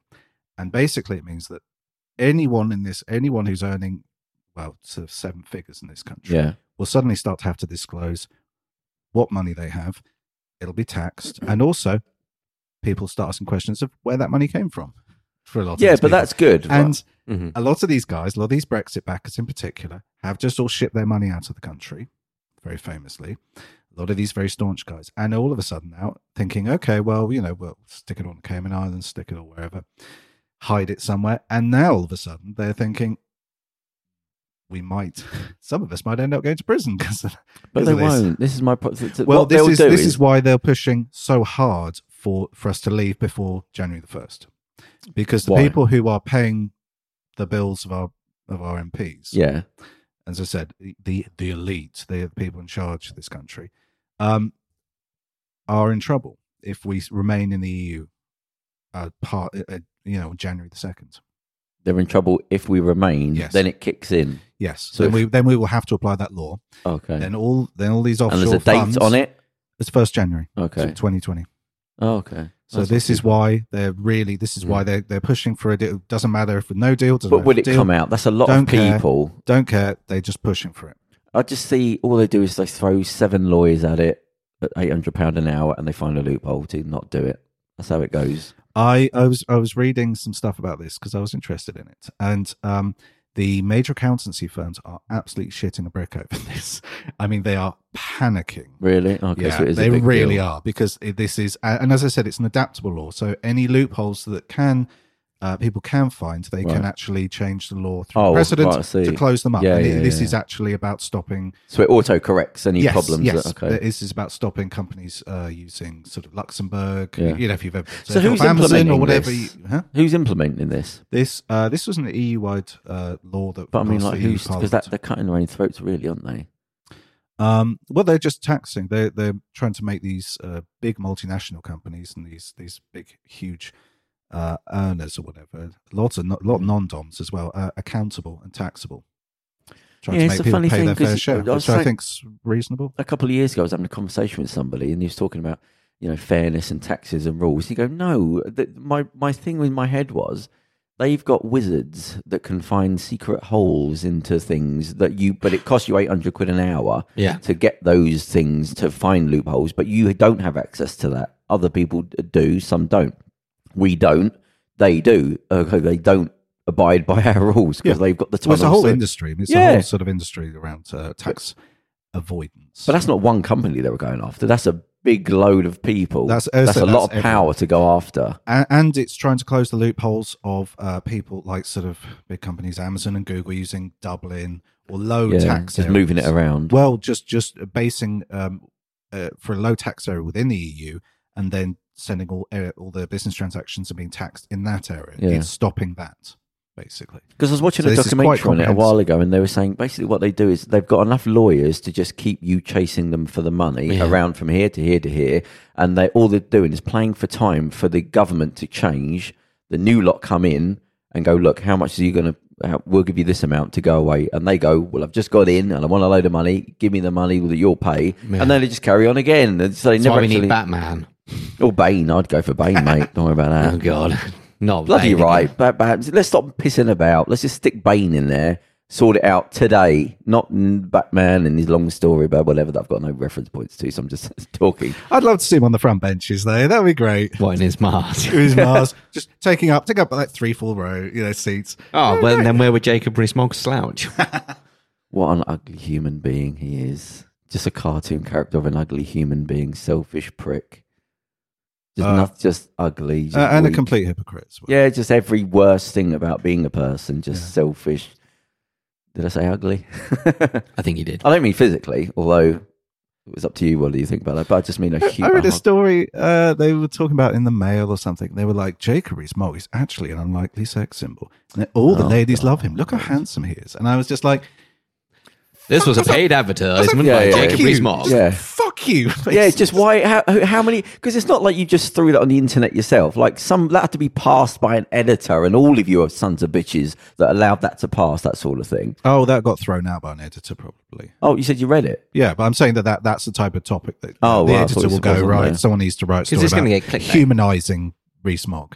[SPEAKER 4] and basically it means that anyone in this anyone who's earning well sort of seven figures in this country
[SPEAKER 2] Yeah.
[SPEAKER 4] will suddenly start to have to disclose what money they have it'll be taxed and also people start asking questions of where that money came from for a lot of
[SPEAKER 2] Yeah,
[SPEAKER 4] these
[SPEAKER 2] but
[SPEAKER 4] people.
[SPEAKER 2] that's good.
[SPEAKER 4] and Mm-hmm.
[SPEAKER 3] Mhm.
[SPEAKER 4] a lot of these guys, a lot of these Brexit backers in particular, have just all shipped their money out of the country, very famously. A lot of these very staunch guys. And all of a sudden now thinking, okay, well, you know, we'll stick it on the Cayman Islands, stick it or wherever, hide it somewhere. And now all of a sudden they're thinking, we might, some of us might end up going to prison because
[SPEAKER 2] but they won't. This is my. Pro- th- th-
[SPEAKER 4] Well,
[SPEAKER 2] what
[SPEAKER 4] this
[SPEAKER 2] they'll
[SPEAKER 4] is
[SPEAKER 2] do
[SPEAKER 4] this is why they're pushing so hard for for us to leave before January the first, because the
[SPEAKER 2] Why?
[SPEAKER 4] people who are paying the bills of our of our MPs,
[SPEAKER 2] yeah.
[SPEAKER 4] as I said, the the elite, the people in charge of this country, um, are in trouble if we remain in the EU. Uh, part, uh, uh, you know, January the second.
[SPEAKER 2] They're in trouble if we remain.
[SPEAKER 4] Yes.
[SPEAKER 2] Then it kicks in.
[SPEAKER 4] Yes.
[SPEAKER 2] So
[SPEAKER 4] then
[SPEAKER 2] if-
[SPEAKER 4] we then we will have to apply that law.
[SPEAKER 2] Okay.
[SPEAKER 4] Then all then all these offshore
[SPEAKER 2] and there's a date
[SPEAKER 4] funds,
[SPEAKER 2] on it.
[SPEAKER 4] It's first January,
[SPEAKER 2] Okay.
[SPEAKER 4] twenty twenty.
[SPEAKER 2] Oh, okay.
[SPEAKER 4] So this is why they're really this is why they're they're pushing for a deal. Doesn't matter if with no deal, doesn't
[SPEAKER 2] Mm. But
[SPEAKER 4] matter
[SPEAKER 2] would it
[SPEAKER 4] if
[SPEAKER 2] come
[SPEAKER 4] deal,
[SPEAKER 2] out? That's a lot
[SPEAKER 4] Don't
[SPEAKER 2] of
[SPEAKER 4] care.
[SPEAKER 2] people.
[SPEAKER 4] Don't care. They're just pushing for it.
[SPEAKER 2] I just see all they do is they throw seven lawyers at it at eight hundred pound an hour, and they find a loophole to not do it. That's how it goes.
[SPEAKER 4] I I was I was reading some stuff about this because I was interested in it, and um, the major accountancy firms are absolutely shitting a brick over this. I mean, they are panicking.
[SPEAKER 2] Really? Okay.
[SPEAKER 4] Yeah,
[SPEAKER 2] so it is a
[SPEAKER 4] they
[SPEAKER 2] big
[SPEAKER 4] really
[SPEAKER 2] deal.
[SPEAKER 4] are because it, this is, a- and as I said, it's an adaptable law. So any loopholes that can uh, people can find, they
[SPEAKER 2] Right.
[SPEAKER 4] can actually change the law through
[SPEAKER 2] Oh,
[SPEAKER 4] precedent
[SPEAKER 2] right, I see.
[SPEAKER 4] to close them up.
[SPEAKER 2] Yeah,
[SPEAKER 4] and it-
[SPEAKER 2] yeah,
[SPEAKER 4] this
[SPEAKER 2] yeah.
[SPEAKER 4] is actually about stopping
[SPEAKER 2] So it auto corrects any
[SPEAKER 4] yes,
[SPEAKER 2] problems.
[SPEAKER 4] Yes,
[SPEAKER 2] that- okay.
[SPEAKER 4] this is about stopping companies uh, using sort of Luxembourg.
[SPEAKER 2] Yeah.
[SPEAKER 4] You know, if you've ever
[SPEAKER 2] So
[SPEAKER 4] if you're
[SPEAKER 2] who's
[SPEAKER 4] Amazon or
[SPEAKER 2] implementing
[SPEAKER 4] whatever.
[SPEAKER 2] this?
[SPEAKER 4] you- huh?
[SPEAKER 2] Who's implementing this?
[SPEAKER 4] This uh, this was an EU-wide uh, law that.
[SPEAKER 2] But I mean,
[SPEAKER 4] passed
[SPEAKER 2] like,
[SPEAKER 4] the EU
[SPEAKER 2] who's because
[SPEAKER 4] Parliament.
[SPEAKER 2] that they're cutting their own throats, really, aren't they?
[SPEAKER 4] Um, well, they're just taxing. They're they're trying to make these uh, big multinational companies and these these big huge uh, earners or whatever, lots of no, lot of non-doms as well, uh, accountable and taxable. Trying
[SPEAKER 2] Yeah, it's
[SPEAKER 4] to make
[SPEAKER 2] a
[SPEAKER 4] people
[SPEAKER 2] funny
[SPEAKER 4] pay
[SPEAKER 2] thing
[SPEAKER 4] their
[SPEAKER 2] 'cause
[SPEAKER 4] fair share,
[SPEAKER 2] I
[SPEAKER 4] which
[SPEAKER 2] was
[SPEAKER 4] I
[SPEAKER 2] saying-
[SPEAKER 4] think's reasonable.
[SPEAKER 2] A couple of years ago, I was having a conversation with somebody, and he was talking about you know fairness and taxes and rules. He go, no, that my my thing with my head was they've got wizards that can find secret holes into things that you, but it costs you 800 quid an hour
[SPEAKER 3] Yeah.
[SPEAKER 2] to get those things to find loopholes, but you don't have access to that. Other people d- do, some don't. We don't, they do. Okay, they don't abide by our rules because they've got the time.
[SPEAKER 4] Well, it's a whole industry. I mean, It's
[SPEAKER 2] Yeah.
[SPEAKER 4] a whole sort of industry around uh, tax avoidance.
[SPEAKER 2] But that's not one company they were going after. That's a big load of people. That's,
[SPEAKER 4] That's- as I
[SPEAKER 2] a
[SPEAKER 4] said,
[SPEAKER 2] lot
[SPEAKER 4] that's
[SPEAKER 2] of power to go after.
[SPEAKER 4] A- and it's trying to close the loopholes of uh, people like sort of big companies, Amazon and Google, using Dublin or low
[SPEAKER 2] Yeah,
[SPEAKER 4] tax.
[SPEAKER 2] just moving it
[SPEAKER 4] areas.
[SPEAKER 2] around.
[SPEAKER 4] Well, just just basing um, uh, for a low tax area within the EU, and then sending all area, all the business transactions are being taxed in that area.
[SPEAKER 2] Yeah.
[SPEAKER 4] It's stopping that basically.
[SPEAKER 2] Because I was watching
[SPEAKER 4] So
[SPEAKER 2] a
[SPEAKER 4] this is quite
[SPEAKER 2] documentary on it a while ago, and they were saying basically what they do is they've got enough lawyers to just keep you chasing them for the money
[SPEAKER 3] Yeah.
[SPEAKER 2] around from here to here to here, and they all they're doing is playing for time for the government to change. The new lot come in and go, look, how much are you going to? We'll give you this amount to go away, and they go, well, I've just got in, and I want a load of money. Give me the money that you'll pay, and then they just carry on again. And so they
[SPEAKER 3] That's
[SPEAKER 2] never
[SPEAKER 3] why we
[SPEAKER 2] actually.
[SPEAKER 3] need Batman.
[SPEAKER 2] Or Bane, I'd go for Bane, mate. Don't worry about that.
[SPEAKER 3] Oh God, not
[SPEAKER 2] Bloody
[SPEAKER 3] Bane.
[SPEAKER 2] right. But, but let's stop pissing about. Let's just stick Bane in there. Sort it out today, not mm, Batman and his long story about whatever that I've got no reference points to, so I'm just talking.
[SPEAKER 4] I'd love to see him on the front benches though. That'd be great.
[SPEAKER 3] What in his mask?
[SPEAKER 4] With his mask, just taking up, taking up like three, four row, you know, seats.
[SPEAKER 3] Oh, well, then where would Jacob Rees-Mogg slouch?
[SPEAKER 2] What an ugly human being he is. Just a cartoon character of an ugly human being, selfish prick. Just
[SPEAKER 4] Uh,
[SPEAKER 2] not just ugly. just
[SPEAKER 4] Uh, and a
[SPEAKER 2] weak.
[SPEAKER 4] complete hypocrite. As well.
[SPEAKER 2] Yeah, just every worst thing about being a person, just selfish. Did I say ugly?
[SPEAKER 3] I think he did.
[SPEAKER 2] I don't mean physically, although it was up to you. What do you think about that? But I just mean a
[SPEAKER 4] I
[SPEAKER 2] human.
[SPEAKER 4] read a story uh, they were talking about in the mail or something. They were like, Jacob Rees-Mogg is actually an unlikely sex symbol. And all the
[SPEAKER 2] Oh,
[SPEAKER 4] ladies love him. Look how handsome he is. And I was just like,
[SPEAKER 3] This was a paid advertisement
[SPEAKER 2] Yeah,
[SPEAKER 3] by
[SPEAKER 2] yeah,
[SPEAKER 3] Jacob
[SPEAKER 2] yeah.
[SPEAKER 4] Oh,
[SPEAKER 3] Rees-Mogg.
[SPEAKER 2] Yeah.
[SPEAKER 4] fuck you.
[SPEAKER 2] yeah, it's just why? How, how many? Because it's not like you just threw that on the internet yourself. Like some that had to be passed by an editor, and all of you are sons of bitches that allowed that to pass. That sort of thing.
[SPEAKER 4] Oh, that got thrown out by an editor, probably.
[SPEAKER 2] Oh, you said you read it.
[SPEAKER 4] Yeah, but I'm saying that, that that's the type of topic that
[SPEAKER 2] Oh,
[SPEAKER 4] the
[SPEAKER 2] wow, I thought
[SPEAKER 4] editor
[SPEAKER 2] it
[SPEAKER 4] will go,
[SPEAKER 2] wasn't
[SPEAKER 4] right,
[SPEAKER 2] there.
[SPEAKER 4] someone needs to write a story
[SPEAKER 3] it's
[SPEAKER 4] about
[SPEAKER 3] gonna get clickbait.
[SPEAKER 4] humanizing Rees-Mogg.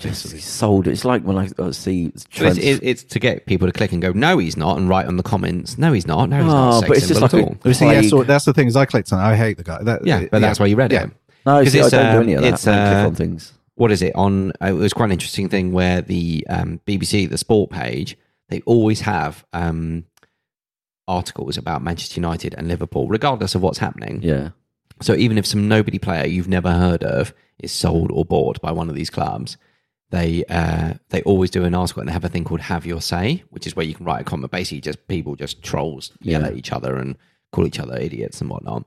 [SPEAKER 2] Just sold it. It's like when I I see.
[SPEAKER 3] So It's,
[SPEAKER 2] Trans-
[SPEAKER 3] it's, it's to get people to click and go, no, he's not, and write on the comments, no, he's not, no, he's
[SPEAKER 2] Oh,
[SPEAKER 3] not. a Sex
[SPEAKER 2] but it's just
[SPEAKER 3] symbol
[SPEAKER 2] like
[SPEAKER 3] at
[SPEAKER 2] a-
[SPEAKER 3] all.
[SPEAKER 4] You see, Oh, yeah,
[SPEAKER 2] Plague.
[SPEAKER 4] so that's the thing is I clicked on it. I hate the guy. That,
[SPEAKER 3] Yeah, but that's why you read
[SPEAKER 4] yeah.
[SPEAKER 3] it.
[SPEAKER 2] no,
[SPEAKER 3] 'Cause
[SPEAKER 2] see, I
[SPEAKER 3] it's,
[SPEAKER 2] don't do
[SPEAKER 3] uh,
[SPEAKER 2] any of that.
[SPEAKER 3] it's,
[SPEAKER 2] I don't click
[SPEAKER 3] uh,
[SPEAKER 2] on things.
[SPEAKER 3] What is it on? Uh, it was quite an interesting thing where the um, BBC, the sport page, they always have um, articles about Manchester United and Liverpool, regardless of what's happening.
[SPEAKER 2] Yeah.
[SPEAKER 3] So even if some nobody player you've never heard of is sold or bought by one of these clubs, they uh, they always do an article and they have a thing called "Have Your Say," which is where you can write a comment. Basically, just people just trolls yell at each other and call each other idiots and whatnot.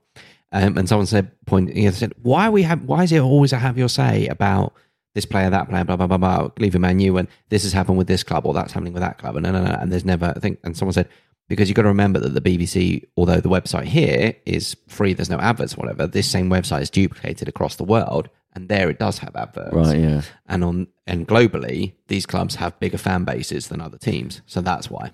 [SPEAKER 3] Um, and someone said, point, you know, said, why we have, why is it always a "Have Your Say" about this player, that player, blah blah blah blah, leaving Man U, and this has happened with this club or that's happening with that club, and no, no, no, and there's never, I think, and someone said because you've got to remember that the BBC, although the website here is free, there's no adverts, whatever. This same website is duplicated across the world, and there it does have adverts,
[SPEAKER 2] Right, yeah.
[SPEAKER 3] And on and globally, these clubs have bigger fan bases than other teams, so that's why.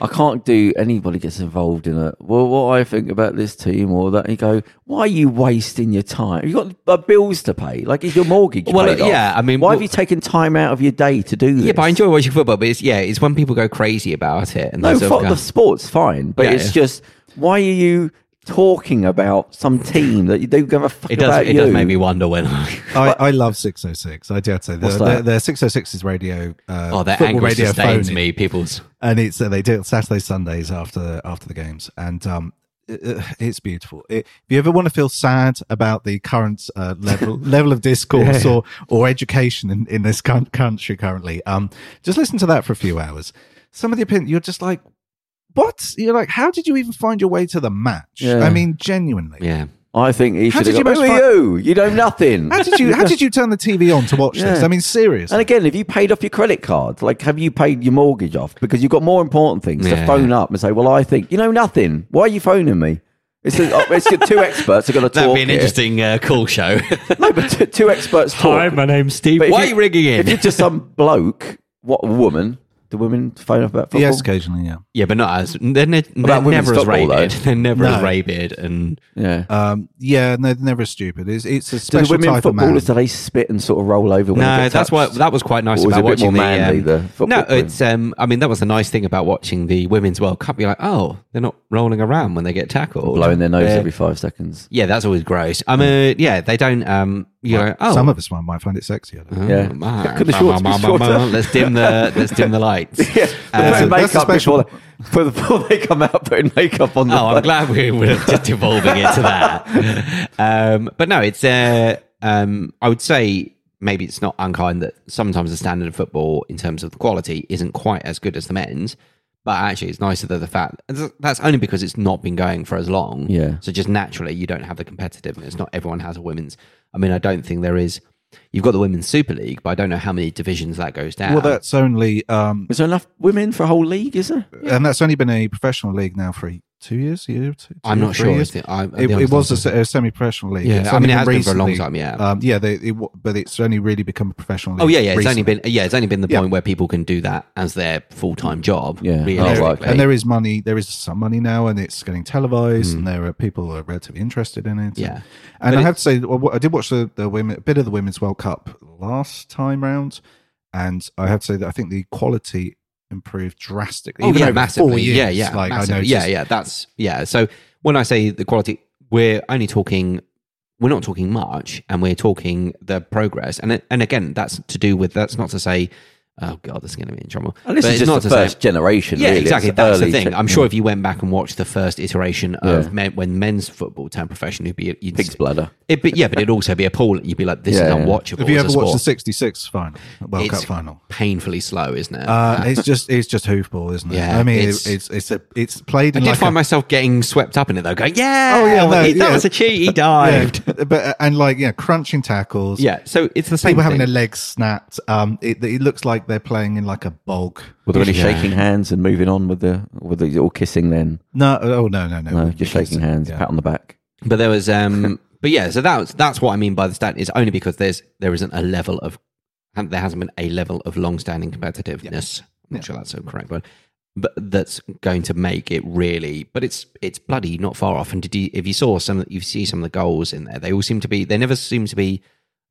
[SPEAKER 2] I can't do anybody gets involved in it. Well, what I think about this team or that, you go, why are you wasting your time? You've got uh, bills to pay. Like, is your mortgage
[SPEAKER 3] Well,
[SPEAKER 2] paid
[SPEAKER 3] uh,
[SPEAKER 2] off?
[SPEAKER 3] yeah, I mean,
[SPEAKER 2] why have
[SPEAKER 3] well-
[SPEAKER 2] you taken time out of your day to do this?
[SPEAKER 3] Yeah, but I enjoy watching football, but it's yeah, it's when people go crazy about it and
[SPEAKER 2] No,
[SPEAKER 3] they sort of
[SPEAKER 2] fuck
[SPEAKER 3] go-
[SPEAKER 2] the sport's fine, but
[SPEAKER 3] Yeah,
[SPEAKER 2] it's
[SPEAKER 3] yeah.
[SPEAKER 2] just why are you talking about some team that you don't give a fuck
[SPEAKER 3] it
[SPEAKER 2] about
[SPEAKER 3] does it
[SPEAKER 2] you?
[SPEAKER 3] does make me wonder when. oh,
[SPEAKER 4] I, I love 606. I do have to say. Their,
[SPEAKER 2] What's
[SPEAKER 4] their,
[SPEAKER 2] that?
[SPEAKER 4] their 606 is oh radio. Uh,
[SPEAKER 3] oh, that
[SPEAKER 4] football
[SPEAKER 3] angle
[SPEAKER 4] radio
[SPEAKER 3] sustains
[SPEAKER 4] phone-in.
[SPEAKER 3] me. People's
[SPEAKER 4] and it's uh, they do it Saturday, Sundays after after the games, and um, it- it- it's beautiful. It, if you ever want to feel sad about the current uh, level level of discourse or or education in, in this coun- country currently, um, just listen to that for a few hours. Some of the opinion you're just like, what? You're like, how did you even find your way to the match?
[SPEAKER 2] Yeah.
[SPEAKER 4] I mean, genuinely.
[SPEAKER 3] yeah.
[SPEAKER 2] I think he
[SPEAKER 4] How
[SPEAKER 2] should
[SPEAKER 4] did
[SPEAKER 2] have
[SPEAKER 4] you
[SPEAKER 2] gone, Who
[SPEAKER 4] most
[SPEAKER 2] are you? You know nothing.
[SPEAKER 4] How did you how did you turn the TV on to watch this?
[SPEAKER 2] Yeah.
[SPEAKER 4] I mean, seriously.
[SPEAKER 2] And again, have you paid off your credit card? Like, have you paid your mortgage off? Because you've got more important things to
[SPEAKER 3] Yeah.
[SPEAKER 2] phone up and say, "Well, I think you know nothing. Why are you phoning me?" It's, a, oh, it's got two experts are going to talk.
[SPEAKER 3] That'd be an
[SPEAKER 2] here.
[SPEAKER 3] interesting uh, call show.
[SPEAKER 2] No, but two, two experts talk.
[SPEAKER 6] Hi, my name's Steve.
[SPEAKER 2] But if
[SPEAKER 3] Why are you ringing in?
[SPEAKER 2] If you're just some bloke, what woman? Do women phone up about football?
[SPEAKER 4] Yes, occasionally, yeah.
[SPEAKER 3] Yeah, but not as they're, ne- they're
[SPEAKER 2] about women's
[SPEAKER 3] never as
[SPEAKER 2] football, though?
[SPEAKER 3] rabid. They're never as
[SPEAKER 4] No.
[SPEAKER 3] rabid, and
[SPEAKER 2] Yeah.
[SPEAKER 4] Um, yeah, no, they're never stupid. It's, it's a
[SPEAKER 2] Do
[SPEAKER 4] special
[SPEAKER 2] the women
[SPEAKER 4] type of man.
[SPEAKER 2] footballers do they spit and sort of roll over? When they
[SPEAKER 3] no,
[SPEAKER 2] get
[SPEAKER 3] that's why
[SPEAKER 2] touched?
[SPEAKER 3] that was quite nice
[SPEAKER 2] Or was
[SPEAKER 3] about
[SPEAKER 2] it a bit
[SPEAKER 3] watching
[SPEAKER 2] more manly,
[SPEAKER 3] the, um,
[SPEAKER 2] the football
[SPEAKER 3] No,
[SPEAKER 2] team?
[SPEAKER 3] it's um, I mean that was the nice thing about watching the women's World Cup. You're like, oh, they're not rolling around when they get tackled,
[SPEAKER 2] blowing their nose
[SPEAKER 3] They're-
[SPEAKER 2] every five seconds.
[SPEAKER 3] Yeah, that's always gross. I mean, yeah, they don't. Um, you know, oh, Uh-huh.
[SPEAKER 4] Some of us might- might find it sexy. I don't know.
[SPEAKER 2] Yeah.
[SPEAKER 3] man.
[SPEAKER 2] Could the shorts be shorter?
[SPEAKER 3] Let's dim the let's dim the lights.
[SPEAKER 2] They're
[SPEAKER 4] that's
[SPEAKER 2] putting
[SPEAKER 4] a- that's a
[SPEAKER 2] makeup before,
[SPEAKER 4] special-
[SPEAKER 2] they, before the- before they come out, putting makeup on. The
[SPEAKER 3] Oh, I'm glad we were just evolving into that. Um, but no, it's uh, um, I would say maybe it's not unkind that sometimes the standard of football in terms of the quality isn't quite as good as the men's. But actually, it's nicer that the fact that's only because it's not been going for as long.
[SPEAKER 2] Yeah.
[SPEAKER 3] So just naturally, you don't have the competitiveness. Not everyone has a women's. I mean, I don't think there is. You've got the women's Super League, but I don't know how many divisions that goes down.
[SPEAKER 4] Well, that's only, um,
[SPEAKER 2] Is there enough women for a whole league? Is there?
[SPEAKER 4] and that's only been a professional league now for two years. Year, two,
[SPEAKER 3] I'm
[SPEAKER 4] two,
[SPEAKER 3] not
[SPEAKER 4] three
[SPEAKER 3] sure.
[SPEAKER 4] Years.
[SPEAKER 3] I think- I-
[SPEAKER 4] It,
[SPEAKER 3] the honest
[SPEAKER 4] it was a,
[SPEAKER 3] answer-
[SPEAKER 4] se- a semi-professional league.
[SPEAKER 3] Yeah,
[SPEAKER 4] It's
[SPEAKER 3] I mean,
[SPEAKER 4] only
[SPEAKER 3] it has been for a long
[SPEAKER 4] recently-
[SPEAKER 3] time, yeah.
[SPEAKER 4] um, yeah. They, it, wa- but it's only really become a professional league.
[SPEAKER 3] Oh yeah, yeah. It's only
[SPEAKER 4] recently.
[SPEAKER 3] been yeah, it's only been the
[SPEAKER 4] Yeah.
[SPEAKER 3] point where people can do that as their full time job.
[SPEAKER 2] Yeah. Oh,
[SPEAKER 3] realistically.
[SPEAKER 2] right, okay.
[SPEAKER 4] and there is money. There is some money now, and it's getting televised, and there are people who are relatively interested in it.
[SPEAKER 3] Hmm. Yeah.
[SPEAKER 4] and I have to say, well, what- I did watch the, the women a bit of the Women's World Cup last time round, and I have to say that I think the quality improved drastically.
[SPEAKER 3] oh
[SPEAKER 4] even
[SPEAKER 3] yeah,
[SPEAKER 4] over
[SPEAKER 3] massively.
[SPEAKER 4] Four years,
[SPEAKER 3] yeah, yeah,
[SPEAKER 4] Like
[SPEAKER 3] massively.
[SPEAKER 4] I noticed.
[SPEAKER 3] yeah, yeah. That's yeah. So when I say the quality, we're only talking. We're not talking much, and we're talking the progress. And and again, that's to do with that's not to say. Oh god, this is going to be in trouble.
[SPEAKER 2] And this
[SPEAKER 3] But
[SPEAKER 2] is just
[SPEAKER 3] it's not
[SPEAKER 2] the
[SPEAKER 3] to say-
[SPEAKER 2] first generation.
[SPEAKER 3] Yeah,
[SPEAKER 2] really. It's
[SPEAKER 3] exactly. That's the
[SPEAKER 2] early
[SPEAKER 3] thing.
[SPEAKER 2] tech-
[SPEAKER 3] I'm sure if you went back and watched the first iteration of
[SPEAKER 2] Yeah.
[SPEAKER 3] men, when men's football turned professional, you'd be you'd,
[SPEAKER 2] pig's bladder.
[SPEAKER 3] It'd be, yeah, but it'd also be appalling. You'd be like, "This
[SPEAKER 2] Yeah,
[SPEAKER 3] is
[SPEAKER 2] yeah.
[SPEAKER 3] unwatchable."
[SPEAKER 4] Have you
[SPEAKER 3] as a
[SPEAKER 4] ever watched
[SPEAKER 3] sport.
[SPEAKER 4] the '66 final World
[SPEAKER 3] It's
[SPEAKER 4] Cup final?
[SPEAKER 3] painfully slow, isn't it?
[SPEAKER 4] Uh, it's just it's just hoofball, isn't it?
[SPEAKER 3] Yeah,
[SPEAKER 4] I mean,
[SPEAKER 3] it's-
[SPEAKER 4] it's it's it's, a, it's played.
[SPEAKER 3] I
[SPEAKER 4] in
[SPEAKER 3] did
[SPEAKER 4] like
[SPEAKER 3] find
[SPEAKER 4] a-
[SPEAKER 3] myself getting swept up in it though, going, "Yeah,
[SPEAKER 4] Oh, yeah,
[SPEAKER 3] well,
[SPEAKER 4] no,
[SPEAKER 3] he- that
[SPEAKER 4] yeah.
[SPEAKER 3] was a cheat. He dived."
[SPEAKER 4] yeah, but and like yeah, crunching tackles.
[SPEAKER 3] Yeah. so it's the same.
[SPEAKER 4] people having
[SPEAKER 3] thing.
[SPEAKER 4] their legs snapped. Um, it, it looks like they're playing in like a bog.
[SPEAKER 2] Were there any
[SPEAKER 3] Yeah.
[SPEAKER 2] shaking hands and moving on with the with the all kissing? Then
[SPEAKER 4] No, oh no, no, no,
[SPEAKER 2] no, just shaking hands,
[SPEAKER 4] Yeah.
[SPEAKER 2] pat on the back.
[SPEAKER 3] but there was, um, but yeah, so that was, that's what I mean by the stat is only because there's there isn't a level of and there hasn't been a level of long-standing competitiveness. I'm not sure that's the correct word, but that's going to make it really. But it's it's bloody not far off. And did you, if you saw some, you see some of the goals in there. They all seem to be. There never seem to be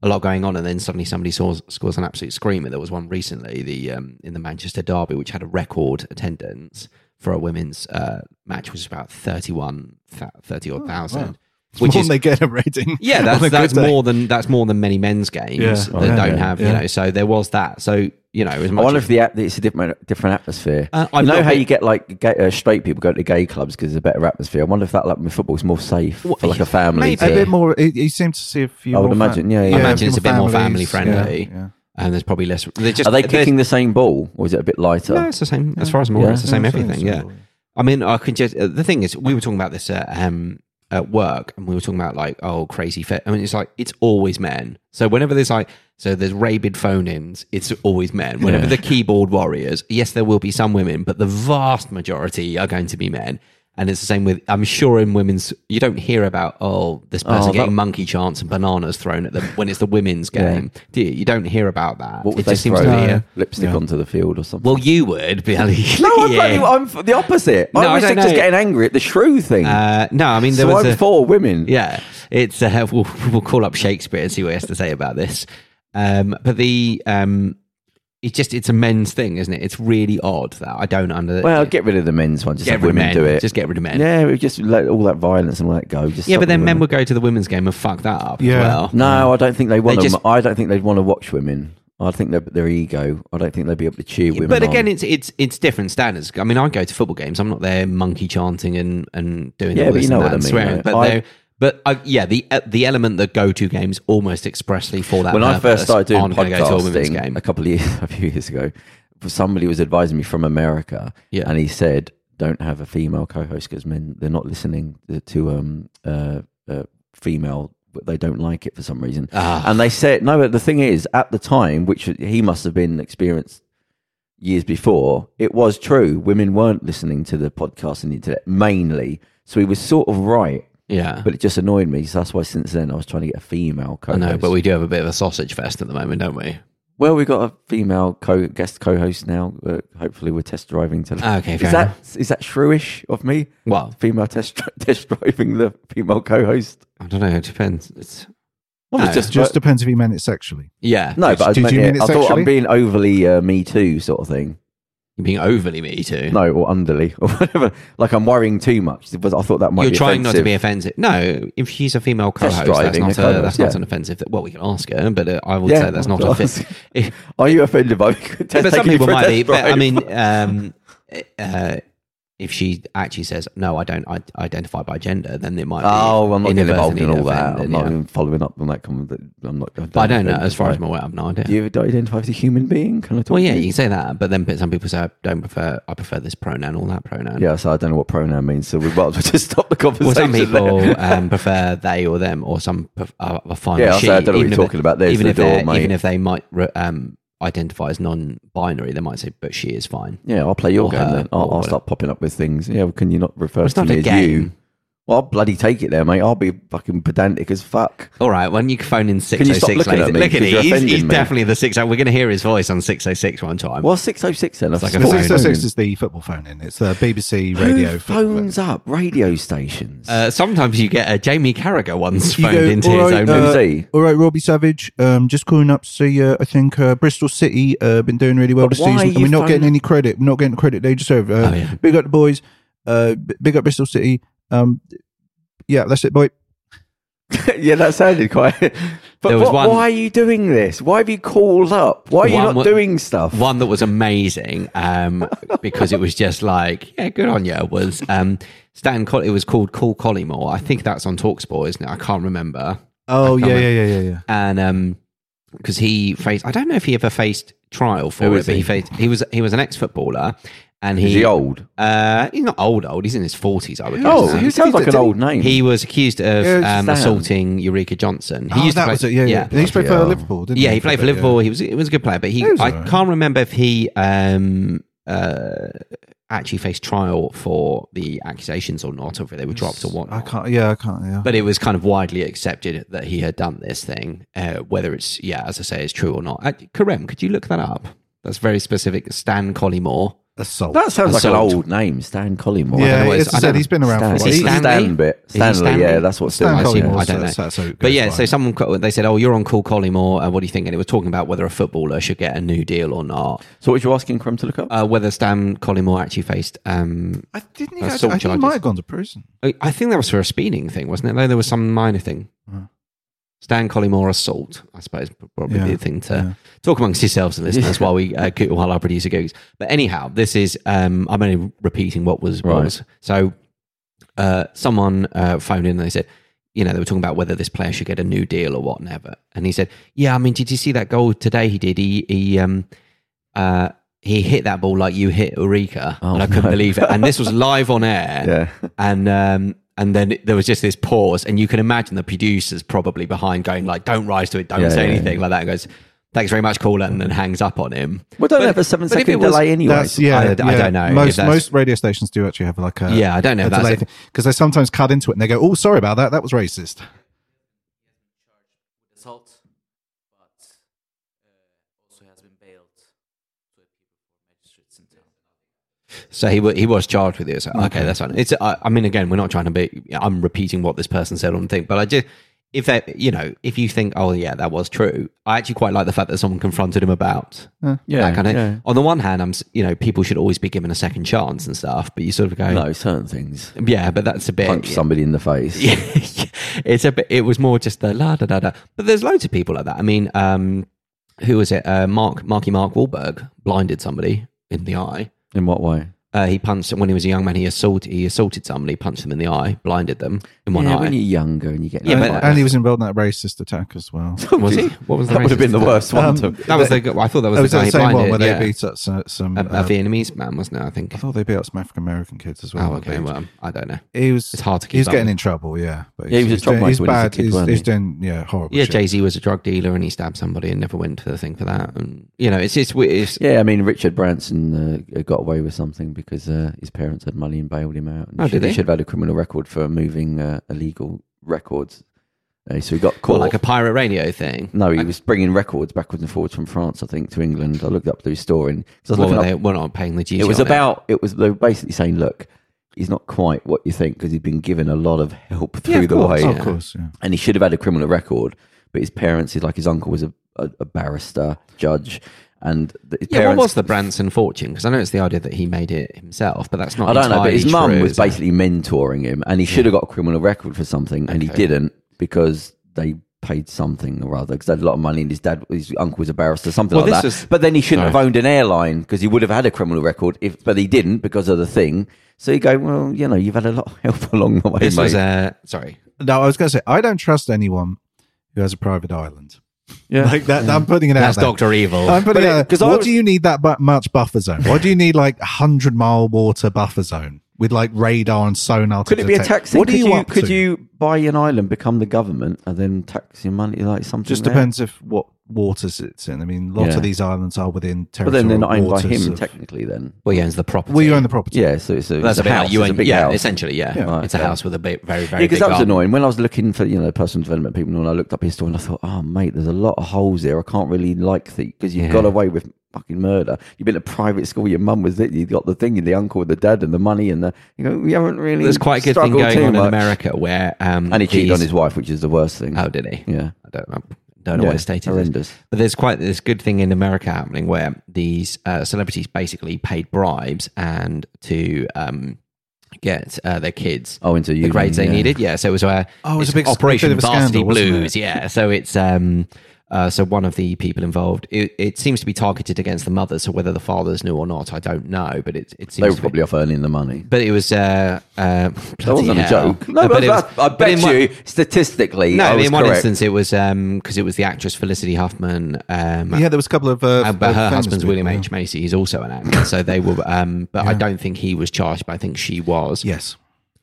[SPEAKER 3] a lot going on, and then suddenly somebody scores scores an absolute screamer. There was one recently, the um, in the Manchester derby, which had a record attendance for a women's uh, match, which was about 31, 30
[SPEAKER 4] Oh,
[SPEAKER 3] odd thousand.
[SPEAKER 4] Which
[SPEAKER 3] Which
[SPEAKER 4] when
[SPEAKER 3] is
[SPEAKER 4] they get a rating.
[SPEAKER 3] yeah,
[SPEAKER 4] on a
[SPEAKER 3] that's
[SPEAKER 4] good
[SPEAKER 3] that's
[SPEAKER 4] day.
[SPEAKER 3] more than that's more than many men's games
[SPEAKER 4] Yeah.
[SPEAKER 3] that
[SPEAKER 4] Oh, yeah,
[SPEAKER 2] yeah,
[SPEAKER 3] don't have. You
[SPEAKER 4] yeah.
[SPEAKER 3] know, so there was that. So you know, as
[SPEAKER 2] I
[SPEAKER 3] much
[SPEAKER 2] wonder
[SPEAKER 3] as-
[SPEAKER 2] if the at- it's a different different atmosphere.
[SPEAKER 3] Uh,
[SPEAKER 2] I
[SPEAKER 3] I've
[SPEAKER 2] you know
[SPEAKER 3] not
[SPEAKER 2] how
[SPEAKER 3] been-
[SPEAKER 2] you get like gay, uh, straight people go to gay clubs because it's a better atmosphere. I wonder if that like with football is more safe
[SPEAKER 3] Well,
[SPEAKER 2] for like
[SPEAKER 3] yeah,
[SPEAKER 2] a family.
[SPEAKER 3] maybe.
[SPEAKER 4] a
[SPEAKER 2] to-
[SPEAKER 4] bit more. It, you seem to see a few.
[SPEAKER 2] I would
[SPEAKER 4] more
[SPEAKER 2] imagine, yeah, yeah. I
[SPEAKER 3] I imagine it's a bit more family
[SPEAKER 4] families, yeah,
[SPEAKER 3] friendly,
[SPEAKER 4] yeah.
[SPEAKER 3] and there's probably less. They're just,
[SPEAKER 2] Are they
[SPEAKER 3] they're-
[SPEAKER 2] kicking the same ball or is it a bit lighter?
[SPEAKER 3] No, it's the same. As far as I'm aware,
[SPEAKER 2] Yeah.
[SPEAKER 3] it's the same
[SPEAKER 4] Yeah, same,
[SPEAKER 3] everything.
[SPEAKER 4] same
[SPEAKER 3] Yeah.
[SPEAKER 4] rule, yeah.
[SPEAKER 3] I mean, I could just. Uh, the thing is, we were talking about this at, um, at work, and we were talking about like, oh, crazy fit. I mean, it's like it's always men. So whenever there's like, so there's rabid phone-ins, it's always men. Whenever the keyboard warriors, yes, there will be some women, but the vast majority are going to be men. And it's the same with, I'm sure in women's, you don't hear about, oh, this person
[SPEAKER 2] that-
[SPEAKER 3] getting monkey chance and bananas thrown at them when it's the women's game. Do you? You don't hear about that.
[SPEAKER 2] What would
[SPEAKER 3] it
[SPEAKER 2] they
[SPEAKER 3] just
[SPEAKER 2] throw?
[SPEAKER 3] seems to be a,
[SPEAKER 2] Lipstick onto the field or something.
[SPEAKER 3] well, you would, Billy.
[SPEAKER 2] no, I'm,
[SPEAKER 3] Yeah.
[SPEAKER 2] bloody- I'm f- the opposite.
[SPEAKER 3] No, I
[SPEAKER 2] I'm always
[SPEAKER 3] don't
[SPEAKER 2] just
[SPEAKER 3] know.
[SPEAKER 2] getting angry at the shrew thing.
[SPEAKER 3] Uh, no, I mean there
[SPEAKER 2] so
[SPEAKER 3] was
[SPEAKER 2] I'm
[SPEAKER 3] a,
[SPEAKER 2] for women.
[SPEAKER 3] yeah. It's uh, we'll, we'll call up Shakespeare and see what he has to say about this. Um, but the um, it's just it's a men's thing, isn't it? It's really odd that I don't under
[SPEAKER 2] Well, get rid of the men's one. Just
[SPEAKER 3] Get
[SPEAKER 2] have
[SPEAKER 3] rid of
[SPEAKER 2] women
[SPEAKER 3] men.
[SPEAKER 2] do it.
[SPEAKER 3] Just get rid of men.
[SPEAKER 2] Yeah, we just let all that violence and all that go. Just
[SPEAKER 3] yeah,
[SPEAKER 2] stop
[SPEAKER 3] but then
[SPEAKER 2] the
[SPEAKER 3] men
[SPEAKER 2] women.
[SPEAKER 3] would go to the women's game and fuck that up.
[SPEAKER 4] Yeah.
[SPEAKER 3] as well.
[SPEAKER 2] No, I don't think they want.
[SPEAKER 3] just-
[SPEAKER 2] to, I don't think they'd want to watch women. I think their their ego. I don't think they'd be able to cheer women.
[SPEAKER 3] But again,
[SPEAKER 2] on.
[SPEAKER 3] it's it's it's different standards. I mean, I go to football games. I'm not there monkey chanting and and doing
[SPEAKER 2] Yeah,
[SPEAKER 3] all
[SPEAKER 2] but
[SPEAKER 3] this
[SPEAKER 2] you know what
[SPEAKER 3] and that
[SPEAKER 2] I
[SPEAKER 3] and
[SPEAKER 2] mean,
[SPEAKER 3] swearing.
[SPEAKER 2] though.
[SPEAKER 3] But
[SPEAKER 2] I-
[SPEAKER 3] they're- but I, yeah, the uh, the element that go to games almost expressly for that.
[SPEAKER 2] when I first
[SPEAKER 3] purpose
[SPEAKER 2] started doing
[SPEAKER 3] aren't gonna go to a women's
[SPEAKER 2] podcasting
[SPEAKER 3] game.
[SPEAKER 2] a couple of years, a few years ago, somebody was advising me from America,
[SPEAKER 3] Yeah.
[SPEAKER 2] and he said, "Don't have a female co-host because men they're not listening to um uh, uh female." But they don't like it for some reason,
[SPEAKER 3] Ah.
[SPEAKER 2] and they said no. But the thing is, at the time, which he must have been experienced years before, it was true. Women weren't listening to the podcast and the internet mainly, so he was sort of right.
[SPEAKER 3] Yeah.
[SPEAKER 2] But it just annoyed me, so that's why since then I was trying to get a female
[SPEAKER 3] Ah. I
[SPEAKER 2] co-host.
[SPEAKER 3] know, but we do have a bit of a sausage fest at the moment, don't we?
[SPEAKER 2] Well, we've got a female co guest co-host now. Uh, hopefully, we're test driving to.
[SPEAKER 3] Ah, Okay, fair
[SPEAKER 2] is that is that shrewish of me?
[SPEAKER 3] Well,
[SPEAKER 2] Female test dri- test driving the female co-host.
[SPEAKER 3] I don't know. It depends. It's
[SPEAKER 2] Well,
[SPEAKER 3] No,
[SPEAKER 2] it's
[SPEAKER 4] It
[SPEAKER 2] just,
[SPEAKER 4] just depends if you meant it sexually.
[SPEAKER 3] yeah.
[SPEAKER 2] no, but I,
[SPEAKER 4] Did
[SPEAKER 2] meant
[SPEAKER 4] you
[SPEAKER 2] it-
[SPEAKER 4] mean it
[SPEAKER 2] I thought
[SPEAKER 4] sexually?
[SPEAKER 2] I'm being overly uh, me too sort of thing.
[SPEAKER 3] You're being overly me too.
[SPEAKER 2] No, or underly or whatever. Like I'm worrying too much. But I thought that might.
[SPEAKER 3] You're
[SPEAKER 2] be
[SPEAKER 3] trying not to
[SPEAKER 2] offensive.
[SPEAKER 3] be offensive. No, if she's a female
[SPEAKER 2] Test
[SPEAKER 3] co-host, that's
[SPEAKER 2] driving
[SPEAKER 3] not,
[SPEAKER 2] a
[SPEAKER 3] a,
[SPEAKER 2] co-host,
[SPEAKER 3] that's
[SPEAKER 2] yeah.
[SPEAKER 3] not an offensive. Th- well, we can ask her, but uh, I would
[SPEAKER 2] Yeah,
[SPEAKER 3] say that's not
[SPEAKER 2] I'll
[SPEAKER 3] offensive.
[SPEAKER 2] Are you offended by me? test
[SPEAKER 3] but some
[SPEAKER 2] taking you
[SPEAKER 3] people
[SPEAKER 2] for a
[SPEAKER 3] might be.
[SPEAKER 2] test
[SPEAKER 3] But I
[SPEAKER 2] drive?
[SPEAKER 3] mean, um, uh, if she actually says no, I don't I identify by gender, then it might.
[SPEAKER 2] Oh,
[SPEAKER 3] be
[SPEAKER 2] I'm not getting involved in all that. I'm
[SPEAKER 3] inadvertently
[SPEAKER 2] not
[SPEAKER 3] offended, yeah.
[SPEAKER 2] even following up on that comment. That I'm not. I've
[SPEAKER 3] But I
[SPEAKER 2] done
[SPEAKER 3] don't know.
[SPEAKER 2] it.
[SPEAKER 3] As far as I'm aware, I've no idea.
[SPEAKER 2] Do you identify as a human being? Can I talk
[SPEAKER 3] well,
[SPEAKER 2] to
[SPEAKER 3] yeah, you
[SPEAKER 2] you?
[SPEAKER 3] can say that, but then some people say I don't prefer. I prefer this pronoun or that pronoun.
[SPEAKER 2] Yeah, so I don't know what pronoun means, so we might as well just stop the conversation.
[SPEAKER 3] Well, some
[SPEAKER 2] there.
[SPEAKER 3] people um, prefer they or them, or some pref- are are fine.
[SPEAKER 2] Yeah,
[SPEAKER 3] with
[SPEAKER 2] I
[SPEAKER 3] she,
[SPEAKER 2] say, I don't know what
[SPEAKER 3] even
[SPEAKER 2] you're
[SPEAKER 3] if
[SPEAKER 2] talking about. There's
[SPEAKER 3] even
[SPEAKER 2] the
[SPEAKER 3] if they're-
[SPEAKER 2] door, mate.
[SPEAKER 3] Even if they might re- um, identify as non-binary, they might say, "But she is fine."
[SPEAKER 2] yeah, I'll play your
[SPEAKER 3] Or
[SPEAKER 2] game
[SPEAKER 3] her,
[SPEAKER 2] then. I'll,
[SPEAKER 3] or
[SPEAKER 2] I'll start popping up with things. Yeah, well, can you not refer
[SPEAKER 3] it's
[SPEAKER 2] to
[SPEAKER 3] not
[SPEAKER 2] me
[SPEAKER 3] a
[SPEAKER 2] as you?
[SPEAKER 3] game.
[SPEAKER 2] Well, I'll bloody take it there, mate. I'll be fucking pedantic as fuck.
[SPEAKER 3] All right, why don't you phone in six
[SPEAKER 2] you
[SPEAKER 3] oh
[SPEAKER 2] stop
[SPEAKER 3] six
[SPEAKER 2] looking
[SPEAKER 3] later?
[SPEAKER 2] at me?
[SPEAKER 3] Look at
[SPEAKER 2] 'Cause you're
[SPEAKER 3] it. He's,
[SPEAKER 2] offending
[SPEAKER 3] he's
[SPEAKER 2] me.
[SPEAKER 3] definitely the six. oh. We're going to hear his voice on six oh six one time.
[SPEAKER 2] Well, 606 then. I've
[SPEAKER 3] like
[SPEAKER 2] seen
[SPEAKER 3] a The
[SPEAKER 4] The
[SPEAKER 2] it.
[SPEAKER 3] phone
[SPEAKER 4] 606 is the football phone in. It's the BBC radio
[SPEAKER 2] Who
[SPEAKER 4] football phone.
[SPEAKER 2] phones up radio stations?
[SPEAKER 3] Uh, sometimes you get a Jamie Carragher once
[SPEAKER 4] You
[SPEAKER 3] phoned
[SPEAKER 4] go,
[SPEAKER 3] into
[SPEAKER 4] "All
[SPEAKER 3] his
[SPEAKER 4] right,
[SPEAKER 3] own.
[SPEAKER 4] uh,
[SPEAKER 2] MC.
[SPEAKER 4] All right, Robbie Savage. Um, just calling up to see. Uh, I think uh, Bristol City uh, been doing really well
[SPEAKER 2] But
[SPEAKER 4] this
[SPEAKER 2] why
[SPEAKER 4] season,
[SPEAKER 2] are
[SPEAKER 4] and we're
[SPEAKER 2] you
[SPEAKER 4] not getting
[SPEAKER 2] phoning-
[SPEAKER 4] any credit. We're not getting the credit they deserve. Uh,
[SPEAKER 3] Oh, yeah.
[SPEAKER 4] Big up the boys. Uh, b- big up Bristol City. Um, yeah, that's it, boy.
[SPEAKER 2] yeah, that sounded quite. But
[SPEAKER 3] There was
[SPEAKER 2] what-
[SPEAKER 3] one-
[SPEAKER 2] why are you doing this? Why have you called up? Why are you
[SPEAKER 3] One
[SPEAKER 2] not
[SPEAKER 3] wa-
[SPEAKER 2] doing stuff?
[SPEAKER 3] one that was amazing um, because it was just like, yeah, good on you. Was um, Stan? Col- it was called Call Collymore. I think that's on Talksport, isn't it? I can't remember.
[SPEAKER 4] Oh
[SPEAKER 3] yeah, yeah,
[SPEAKER 4] yeah, yeah.
[SPEAKER 3] And um 'cause because he faced, I don't know if he ever faced trial for
[SPEAKER 2] Who
[SPEAKER 3] it,
[SPEAKER 2] is
[SPEAKER 3] but he
[SPEAKER 2] he?
[SPEAKER 3] faced, he was he was an ex footballer, and he,
[SPEAKER 2] Is he old?
[SPEAKER 3] Uh, he's not old, old. He's in his forties, I would guess.
[SPEAKER 2] Oh,
[SPEAKER 3] now.
[SPEAKER 2] he sounds like an old name.
[SPEAKER 3] He was accused of
[SPEAKER 4] Yeah, it's
[SPEAKER 3] um,
[SPEAKER 2] Stan.
[SPEAKER 3] assaulting Eureka Johnson. He
[SPEAKER 4] oh,
[SPEAKER 3] used
[SPEAKER 4] that
[SPEAKER 3] to play,
[SPEAKER 4] was it. Yeah, yeah. He used to play for
[SPEAKER 2] Yeah.
[SPEAKER 4] Liverpool, didn't
[SPEAKER 3] yeah,
[SPEAKER 4] he?
[SPEAKER 3] he played for
[SPEAKER 4] a bit,
[SPEAKER 3] Liverpool. He was he was a good player, but he,
[SPEAKER 4] He was
[SPEAKER 3] I
[SPEAKER 4] alright.
[SPEAKER 3] can't remember if he um, uh, actually faced trial for the accusations or not, or if they were dropped or
[SPEAKER 4] Yeah. I
[SPEAKER 3] whatnot.
[SPEAKER 4] can't. Yeah, I can't. Yeah.
[SPEAKER 3] But it was kind of widely accepted that he had done this thing, uh, whether it's yeah, as I say, it's true or not. Uh, Karem, could you look that up? That's very specific. Stan Collymore.
[SPEAKER 4] Assault.
[SPEAKER 2] That sounds like an
[SPEAKER 3] Assault.
[SPEAKER 2] old name, Stan Collymore.
[SPEAKER 3] don't know
[SPEAKER 4] yeah,
[SPEAKER 3] what
[SPEAKER 4] as
[SPEAKER 3] it's-
[SPEAKER 4] I
[SPEAKER 3] I
[SPEAKER 4] said,
[SPEAKER 3] don't-
[SPEAKER 4] he's been around
[SPEAKER 2] Stan,
[SPEAKER 4] for a
[SPEAKER 3] Is he
[SPEAKER 4] while.
[SPEAKER 3] Stan- Stanley?
[SPEAKER 2] Bit.
[SPEAKER 3] Is he
[SPEAKER 2] Stanley,
[SPEAKER 3] Stanley?
[SPEAKER 2] yeah, that's what
[SPEAKER 4] Stan
[SPEAKER 2] Stan
[SPEAKER 3] I,
[SPEAKER 2] Collymore.
[SPEAKER 3] assume-
[SPEAKER 4] Collymore,
[SPEAKER 3] I don't
[SPEAKER 4] so
[SPEAKER 3] know.
[SPEAKER 4] that's- that's how it
[SPEAKER 3] but
[SPEAKER 4] goes
[SPEAKER 3] yeah, so
[SPEAKER 4] by.
[SPEAKER 3] someone co- they said, "Oh, you're on call, Collymore. Uh, what do you think?" And it was talking about whether a footballer should get a new deal or not,
[SPEAKER 2] So, what are you asking Crumb to look up?
[SPEAKER 3] uh, whether Stan Collymore actually faced. Um,
[SPEAKER 4] I didn't. He,
[SPEAKER 3] Assault
[SPEAKER 4] I, think he
[SPEAKER 3] charges.
[SPEAKER 4] might have gone to prison.
[SPEAKER 3] I I think that was for a speeding thing, wasn't it? Though there was some minor thing. Stan Collymore assault, I suppose, probably
[SPEAKER 4] Yeah,
[SPEAKER 3] the thing to talk amongst yourselves and listeners while we uh, go- while our producer goes. But anyhow, this is um, I'm only repeating what was what
[SPEAKER 2] Right.
[SPEAKER 3] was. So uh, someone uh, phoned in and they said, you know, they were talking about whether this player should get a new deal or whatever. And he said, yeah, I mean, did you see that goal today? He did. He he um uh he hit that ball like you hit Eureka, and I couldn't believe it. And this was live on air
[SPEAKER 2] Yeah.
[SPEAKER 3] and um, and then there was just this pause, and you can imagine the producers probably behind going like, "Don't rise to it, don't
[SPEAKER 2] Yeah,
[SPEAKER 3] say
[SPEAKER 2] yeah,
[SPEAKER 3] anything like that." And goes, "Thanks very much, caller," and then hangs up on him.
[SPEAKER 2] Well, don't
[SPEAKER 3] But-
[SPEAKER 2] have a seven
[SPEAKER 3] but if it
[SPEAKER 2] second
[SPEAKER 3] was-
[SPEAKER 2] delay anyway.
[SPEAKER 4] That's yeah.
[SPEAKER 3] I- I
[SPEAKER 4] yeah.
[SPEAKER 3] don't know if
[SPEAKER 4] Most
[SPEAKER 3] that's-
[SPEAKER 4] most radio stations do actually have like a
[SPEAKER 3] Yeah, I don't know if that's it.
[SPEAKER 4] because they sometimes cut into it and they go, "Oh, sorry about that. That was racist."
[SPEAKER 6] assault, but uh, also has been bailed to appeal for magistrates in town.
[SPEAKER 3] So he wa he was charged with it. So okay, that's fine. It's I, I mean, again, we're not trying to be. I'm repeating what this person said on the thing, but I just if that you know if you think, oh yeah, that was true. I actually quite like the fact that someone confronted him about
[SPEAKER 2] yeah,
[SPEAKER 3] that kind of.
[SPEAKER 2] yeah.
[SPEAKER 3] On the one hand, I'm s- you know people should always be given a second chance and stuff, but you sort of go,
[SPEAKER 2] No, certain things.
[SPEAKER 3] yeah, but that's a bit
[SPEAKER 2] Punch somebody in the face.
[SPEAKER 3] Yeah, it's a bit, it was more just the la da da da. But there's loads of people like that. I mean, um, who was it? Uh, Mark Marky Mark Wahlberg blinded somebody in the eye.
[SPEAKER 2] In what way?
[SPEAKER 3] Uh, he punched when he was a young man. He assaulted he assaulted somebody, punched them in the eye, blinded them in one
[SPEAKER 2] yeah,
[SPEAKER 3] eye.
[SPEAKER 2] when you're younger and you get.
[SPEAKER 3] Yeah,
[SPEAKER 2] no
[SPEAKER 3] but-
[SPEAKER 2] like
[SPEAKER 4] And he was involved in that racist attack as well.
[SPEAKER 3] Uh. was he? What was the
[SPEAKER 2] that would have been the
[SPEAKER 3] racist-
[SPEAKER 2] worst one.
[SPEAKER 4] Um,
[SPEAKER 2] to,
[SPEAKER 3] That was the. I thought that was,
[SPEAKER 4] It was
[SPEAKER 3] the guy
[SPEAKER 4] Oh, that
[SPEAKER 3] he
[SPEAKER 4] same one
[SPEAKER 3] blinded.
[SPEAKER 4] where they
[SPEAKER 3] yeah.
[SPEAKER 4] beat up some. some
[SPEAKER 3] a, a
[SPEAKER 4] uh,
[SPEAKER 3] Vietnamese man, wasn't it? I think.
[SPEAKER 4] I thought they beat up some African American kids as well.
[SPEAKER 3] Oh, okay. Well, I don't know.
[SPEAKER 4] he was
[SPEAKER 3] It's hard to keep.
[SPEAKER 4] he was
[SPEAKER 3] up
[SPEAKER 4] getting
[SPEAKER 3] with.
[SPEAKER 4] in trouble. Yeah, but
[SPEAKER 2] Yeah, he was a
[SPEAKER 4] he's
[SPEAKER 2] drug addict
[SPEAKER 4] doing- He's
[SPEAKER 2] when he was a
[SPEAKER 4] bad.
[SPEAKER 2] kid,
[SPEAKER 4] He's,
[SPEAKER 2] wasn't
[SPEAKER 4] he's
[SPEAKER 2] he?
[SPEAKER 4] doing yeah horrible.
[SPEAKER 3] Yeah,
[SPEAKER 4] shit.
[SPEAKER 3] Jay Z was a drug dealer and he stabbed somebody and never went to the thing for that. And you know, it's it's, it's
[SPEAKER 2] Yeah, I mean Richard Branson uh, got away with something because uh, his parents had money and bailed him out. And
[SPEAKER 3] Oh,
[SPEAKER 2] he should,
[SPEAKER 3] did they?
[SPEAKER 2] should have had a criminal record for moving uh, illegal records Uh, so he got caught.
[SPEAKER 3] Well, like a pirate radio thing.
[SPEAKER 2] no, he was bringing records backwards and forwards from France, I think, to England. I looked up the story. And, 'cause I was
[SPEAKER 3] Well,
[SPEAKER 2] looking
[SPEAKER 3] they
[SPEAKER 2] up-
[SPEAKER 3] were not paying the duty.
[SPEAKER 2] it was
[SPEAKER 3] on
[SPEAKER 2] about. It was they were basically saying, look, he's not quite what you think because he's been given a lot of help through
[SPEAKER 4] of
[SPEAKER 2] the
[SPEAKER 4] course,
[SPEAKER 2] way,
[SPEAKER 4] Oh, Of course, yeah.
[SPEAKER 2] and he should have had a criminal record. But his parents, he's like his uncle was a, a, a barrister, judge, and the, his
[SPEAKER 3] Yeah, what
[SPEAKER 2] parents
[SPEAKER 3] was the Branson fortune? Because I know it's the idea that he made it himself, but that's not.
[SPEAKER 2] I don't know, but
[SPEAKER 3] entirely
[SPEAKER 2] his mum
[SPEAKER 3] true,
[SPEAKER 2] was
[SPEAKER 3] is it?
[SPEAKER 2] basically mentoring him, and he should have got a criminal record for something, and he
[SPEAKER 3] Okay.
[SPEAKER 2] didn't because they paid something or other because they had a lot of money, and his dad, his uncle was a barrister, something
[SPEAKER 3] Well,
[SPEAKER 2] like
[SPEAKER 3] this
[SPEAKER 2] that.
[SPEAKER 3] is-
[SPEAKER 2] but then he shouldn't
[SPEAKER 3] Sorry.
[SPEAKER 2] have owned an airline because he would have had a criminal record, if but he didn't because of the thing. So you go, well, you know, you've had a lot of help along the way,
[SPEAKER 3] This
[SPEAKER 2] mate.
[SPEAKER 3] was uh, sorry.
[SPEAKER 4] No, I was going to say I don't trust anyone who has a private island.
[SPEAKER 2] Yeah.
[SPEAKER 4] like that. I'm putting it
[SPEAKER 3] That's
[SPEAKER 4] out there.
[SPEAKER 3] Doctor Evil.
[SPEAKER 4] I'm putting
[SPEAKER 2] But
[SPEAKER 4] it
[SPEAKER 2] it-
[SPEAKER 4] out
[SPEAKER 2] 'cause
[SPEAKER 4] there.
[SPEAKER 2] I
[SPEAKER 4] What
[SPEAKER 2] was-
[SPEAKER 4] do you need that bu- much buffer zone? Why do you need like a hundred mile water buffer zone with like radar and sonar?
[SPEAKER 2] could
[SPEAKER 4] to
[SPEAKER 2] it be a
[SPEAKER 4] detect-
[SPEAKER 2] tax thing?
[SPEAKER 4] What
[SPEAKER 2] could
[SPEAKER 4] do you, up
[SPEAKER 2] could
[SPEAKER 4] to?
[SPEAKER 2] you buy an island, become the government, and then tax your money like something?
[SPEAKER 4] Just
[SPEAKER 2] there?
[SPEAKER 4] depends if what waters it's in. I mean, lots
[SPEAKER 2] Yeah.
[SPEAKER 4] of these islands are within
[SPEAKER 2] But
[SPEAKER 4] territorial
[SPEAKER 2] then they're not owned by
[SPEAKER 4] waters
[SPEAKER 2] him
[SPEAKER 4] Of,
[SPEAKER 2] technically. Then
[SPEAKER 3] Well, he owns the property.
[SPEAKER 4] well, you own the property.
[SPEAKER 2] yeah, so it's a,
[SPEAKER 3] That's
[SPEAKER 2] it's a
[SPEAKER 3] about
[SPEAKER 2] house,
[SPEAKER 3] you.
[SPEAKER 2] it's a
[SPEAKER 3] Own,
[SPEAKER 2] big
[SPEAKER 3] yeah,
[SPEAKER 2] house.
[SPEAKER 3] essentially, yeah.
[SPEAKER 2] Yeah.
[SPEAKER 3] It's a
[SPEAKER 2] Okay.
[SPEAKER 3] house with a big, very, very.
[SPEAKER 2] Yeah, because
[SPEAKER 3] big
[SPEAKER 2] that was
[SPEAKER 3] garden.
[SPEAKER 2] annoying. When I was looking for you know personal development people, and all, I looked up his story, and I thought, oh mate, there's a lot of holes here. I can't really like the because you've got
[SPEAKER 3] Yeah.
[SPEAKER 2] away with fucking murder. You've been to private school. Your mum was it. You got the thing, and the uncle, and the dad, and the money, and the you know you haven't really.
[SPEAKER 3] There's quite a good thing
[SPEAKER 2] struggled
[SPEAKER 3] going
[SPEAKER 2] too
[SPEAKER 3] on in
[SPEAKER 2] much.
[SPEAKER 3] America where um,
[SPEAKER 2] And he cheated on
[SPEAKER 3] these-
[SPEAKER 2] his wife, which is the worst thing.
[SPEAKER 3] Oh, did he?
[SPEAKER 2] yeah,
[SPEAKER 3] I don't know. Don't know
[SPEAKER 2] Yeah,
[SPEAKER 3] what his status is.
[SPEAKER 2] horrendous.
[SPEAKER 3] But there's quite this good thing in America happening where these uh, celebrities basically paid bribes and to um, get uh, their kids
[SPEAKER 2] Oh, into
[SPEAKER 3] the
[SPEAKER 2] union,
[SPEAKER 3] grades they
[SPEAKER 2] yeah.
[SPEAKER 3] needed. Yeah, so it was a
[SPEAKER 4] Oh, it was a
[SPEAKER 3] it's
[SPEAKER 4] big-
[SPEAKER 3] Operation
[SPEAKER 4] bit of a
[SPEAKER 3] Varsity
[SPEAKER 4] scandal, wasn't it?
[SPEAKER 3] Blues. Yeah, so it's um, uh, so one of the people involved. It, it seems to be targeted against the mother. So whether the fathers knew or not, I don't know. But it it seems
[SPEAKER 2] They were
[SPEAKER 3] to be-
[SPEAKER 2] probably off earning the money.
[SPEAKER 3] But it was uh, uh,
[SPEAKER 2] That wasn't a joke. No, but, that- I bet you statistically.
[SPEAKER 3] No,
[SPEAKER 2] I was
[SPEAKER 3] in one
[SPEAKER 2] correct.
[SPEAKER 3] instance, it was because it was the actress Felicity Huffman. Um,
[SPEAKER 4] yeah. There was a couple of. Uh,
[SPEAKER 3] uh,
[SPEAKER 4] uh,
[SPEAKER 3] but her
[SPEAKER 4] famous
[SPEAKER 3] husband's
[SPEAKER 4] people,
[SPEAKER 3] William
[SPEAKER 4] yeah.
[SPEAKER 3] H Macy. He's also an actor, so they were. Um, but I don't think he was charged. But I think she was.
[SPEAKER 4] Yes.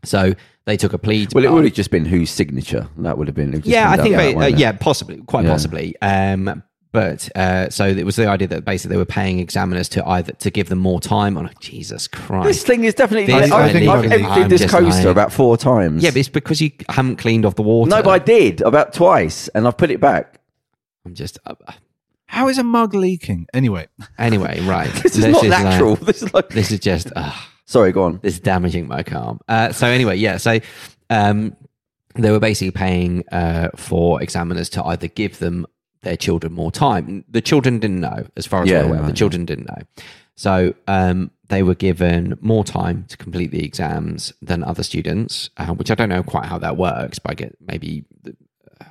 [SPEAKER 3] So they took a plea. to
[SPEAKER 2] Well, it
[SPEAKER 3] buy-
[SPEAKER 2] would have just been whose signature that would have been. it would just
[SPEAKER 3] yeah,
[SPEAKER 2] been
[SPEAKER 3] I think.
[SPEAKER 2] done that
[SPEAKER 3] they-
[SPEAKER 2] way,
[SPEAKER 3] uh,
[SPEAKER 2] wouldn't it?
[SPEAKER 3] yeah, possibly, quite
[SPEAKER 2] Yeah.
[SPEAKER 3] possibly. Um, but uh, so it was the idea that basically they were paying examiners to either to give them more time. On Jesus Christ,
[SPEAKER 2] This thing is definitely.
[SPEAKER 3] This
[SPEAKER 2] I, I,
[SPEAKER 4] thing
[SPEAKER 2] I've
[SPEAKER 4] is-
[SPEAKER 2] emptied
[SPEAKER 3] I'm
[SPEAKER 2] this
[SPEAKER 3] just
[SPEAKER 2] coaster
[SPEAKER 3] lying.
[SPEAKER 2] about four times.
[SPEAKER 3] yeah, but it's because you haven't cleaned off the water.
[SPEAKER 2] no, but I did about twice, and I've put it back.
[SPEAKER 3] I'm just uh, uh,
[SPEAKER 4] How is a mug leaking? Anyway,
[SPEAKER 3] anyway, right.
[SPEAKER 2] This is not
[SPEAKER 3] uh,
[SPEAKER 2] natural. this is like.
[SPEAKER 3] this is just. Uh,
[SPEAKER 2] Sorry, go on.
[SPEAKER 3] this is damaging my calm. Uh, so anyway, yeah. So um, they were basically paying uh, for examiners to either give them their children more time. The children didn't know, as far as
[SPEAKER 2] Yeah,
[SPEAKER 3] we're aware.
[SPEAKER 2] right,
[SPEAKER 3] the children didn't know. So um, they were given more time to complete the exams than other students, uh, which I don't know quite how that works, but I get maybe. Uh,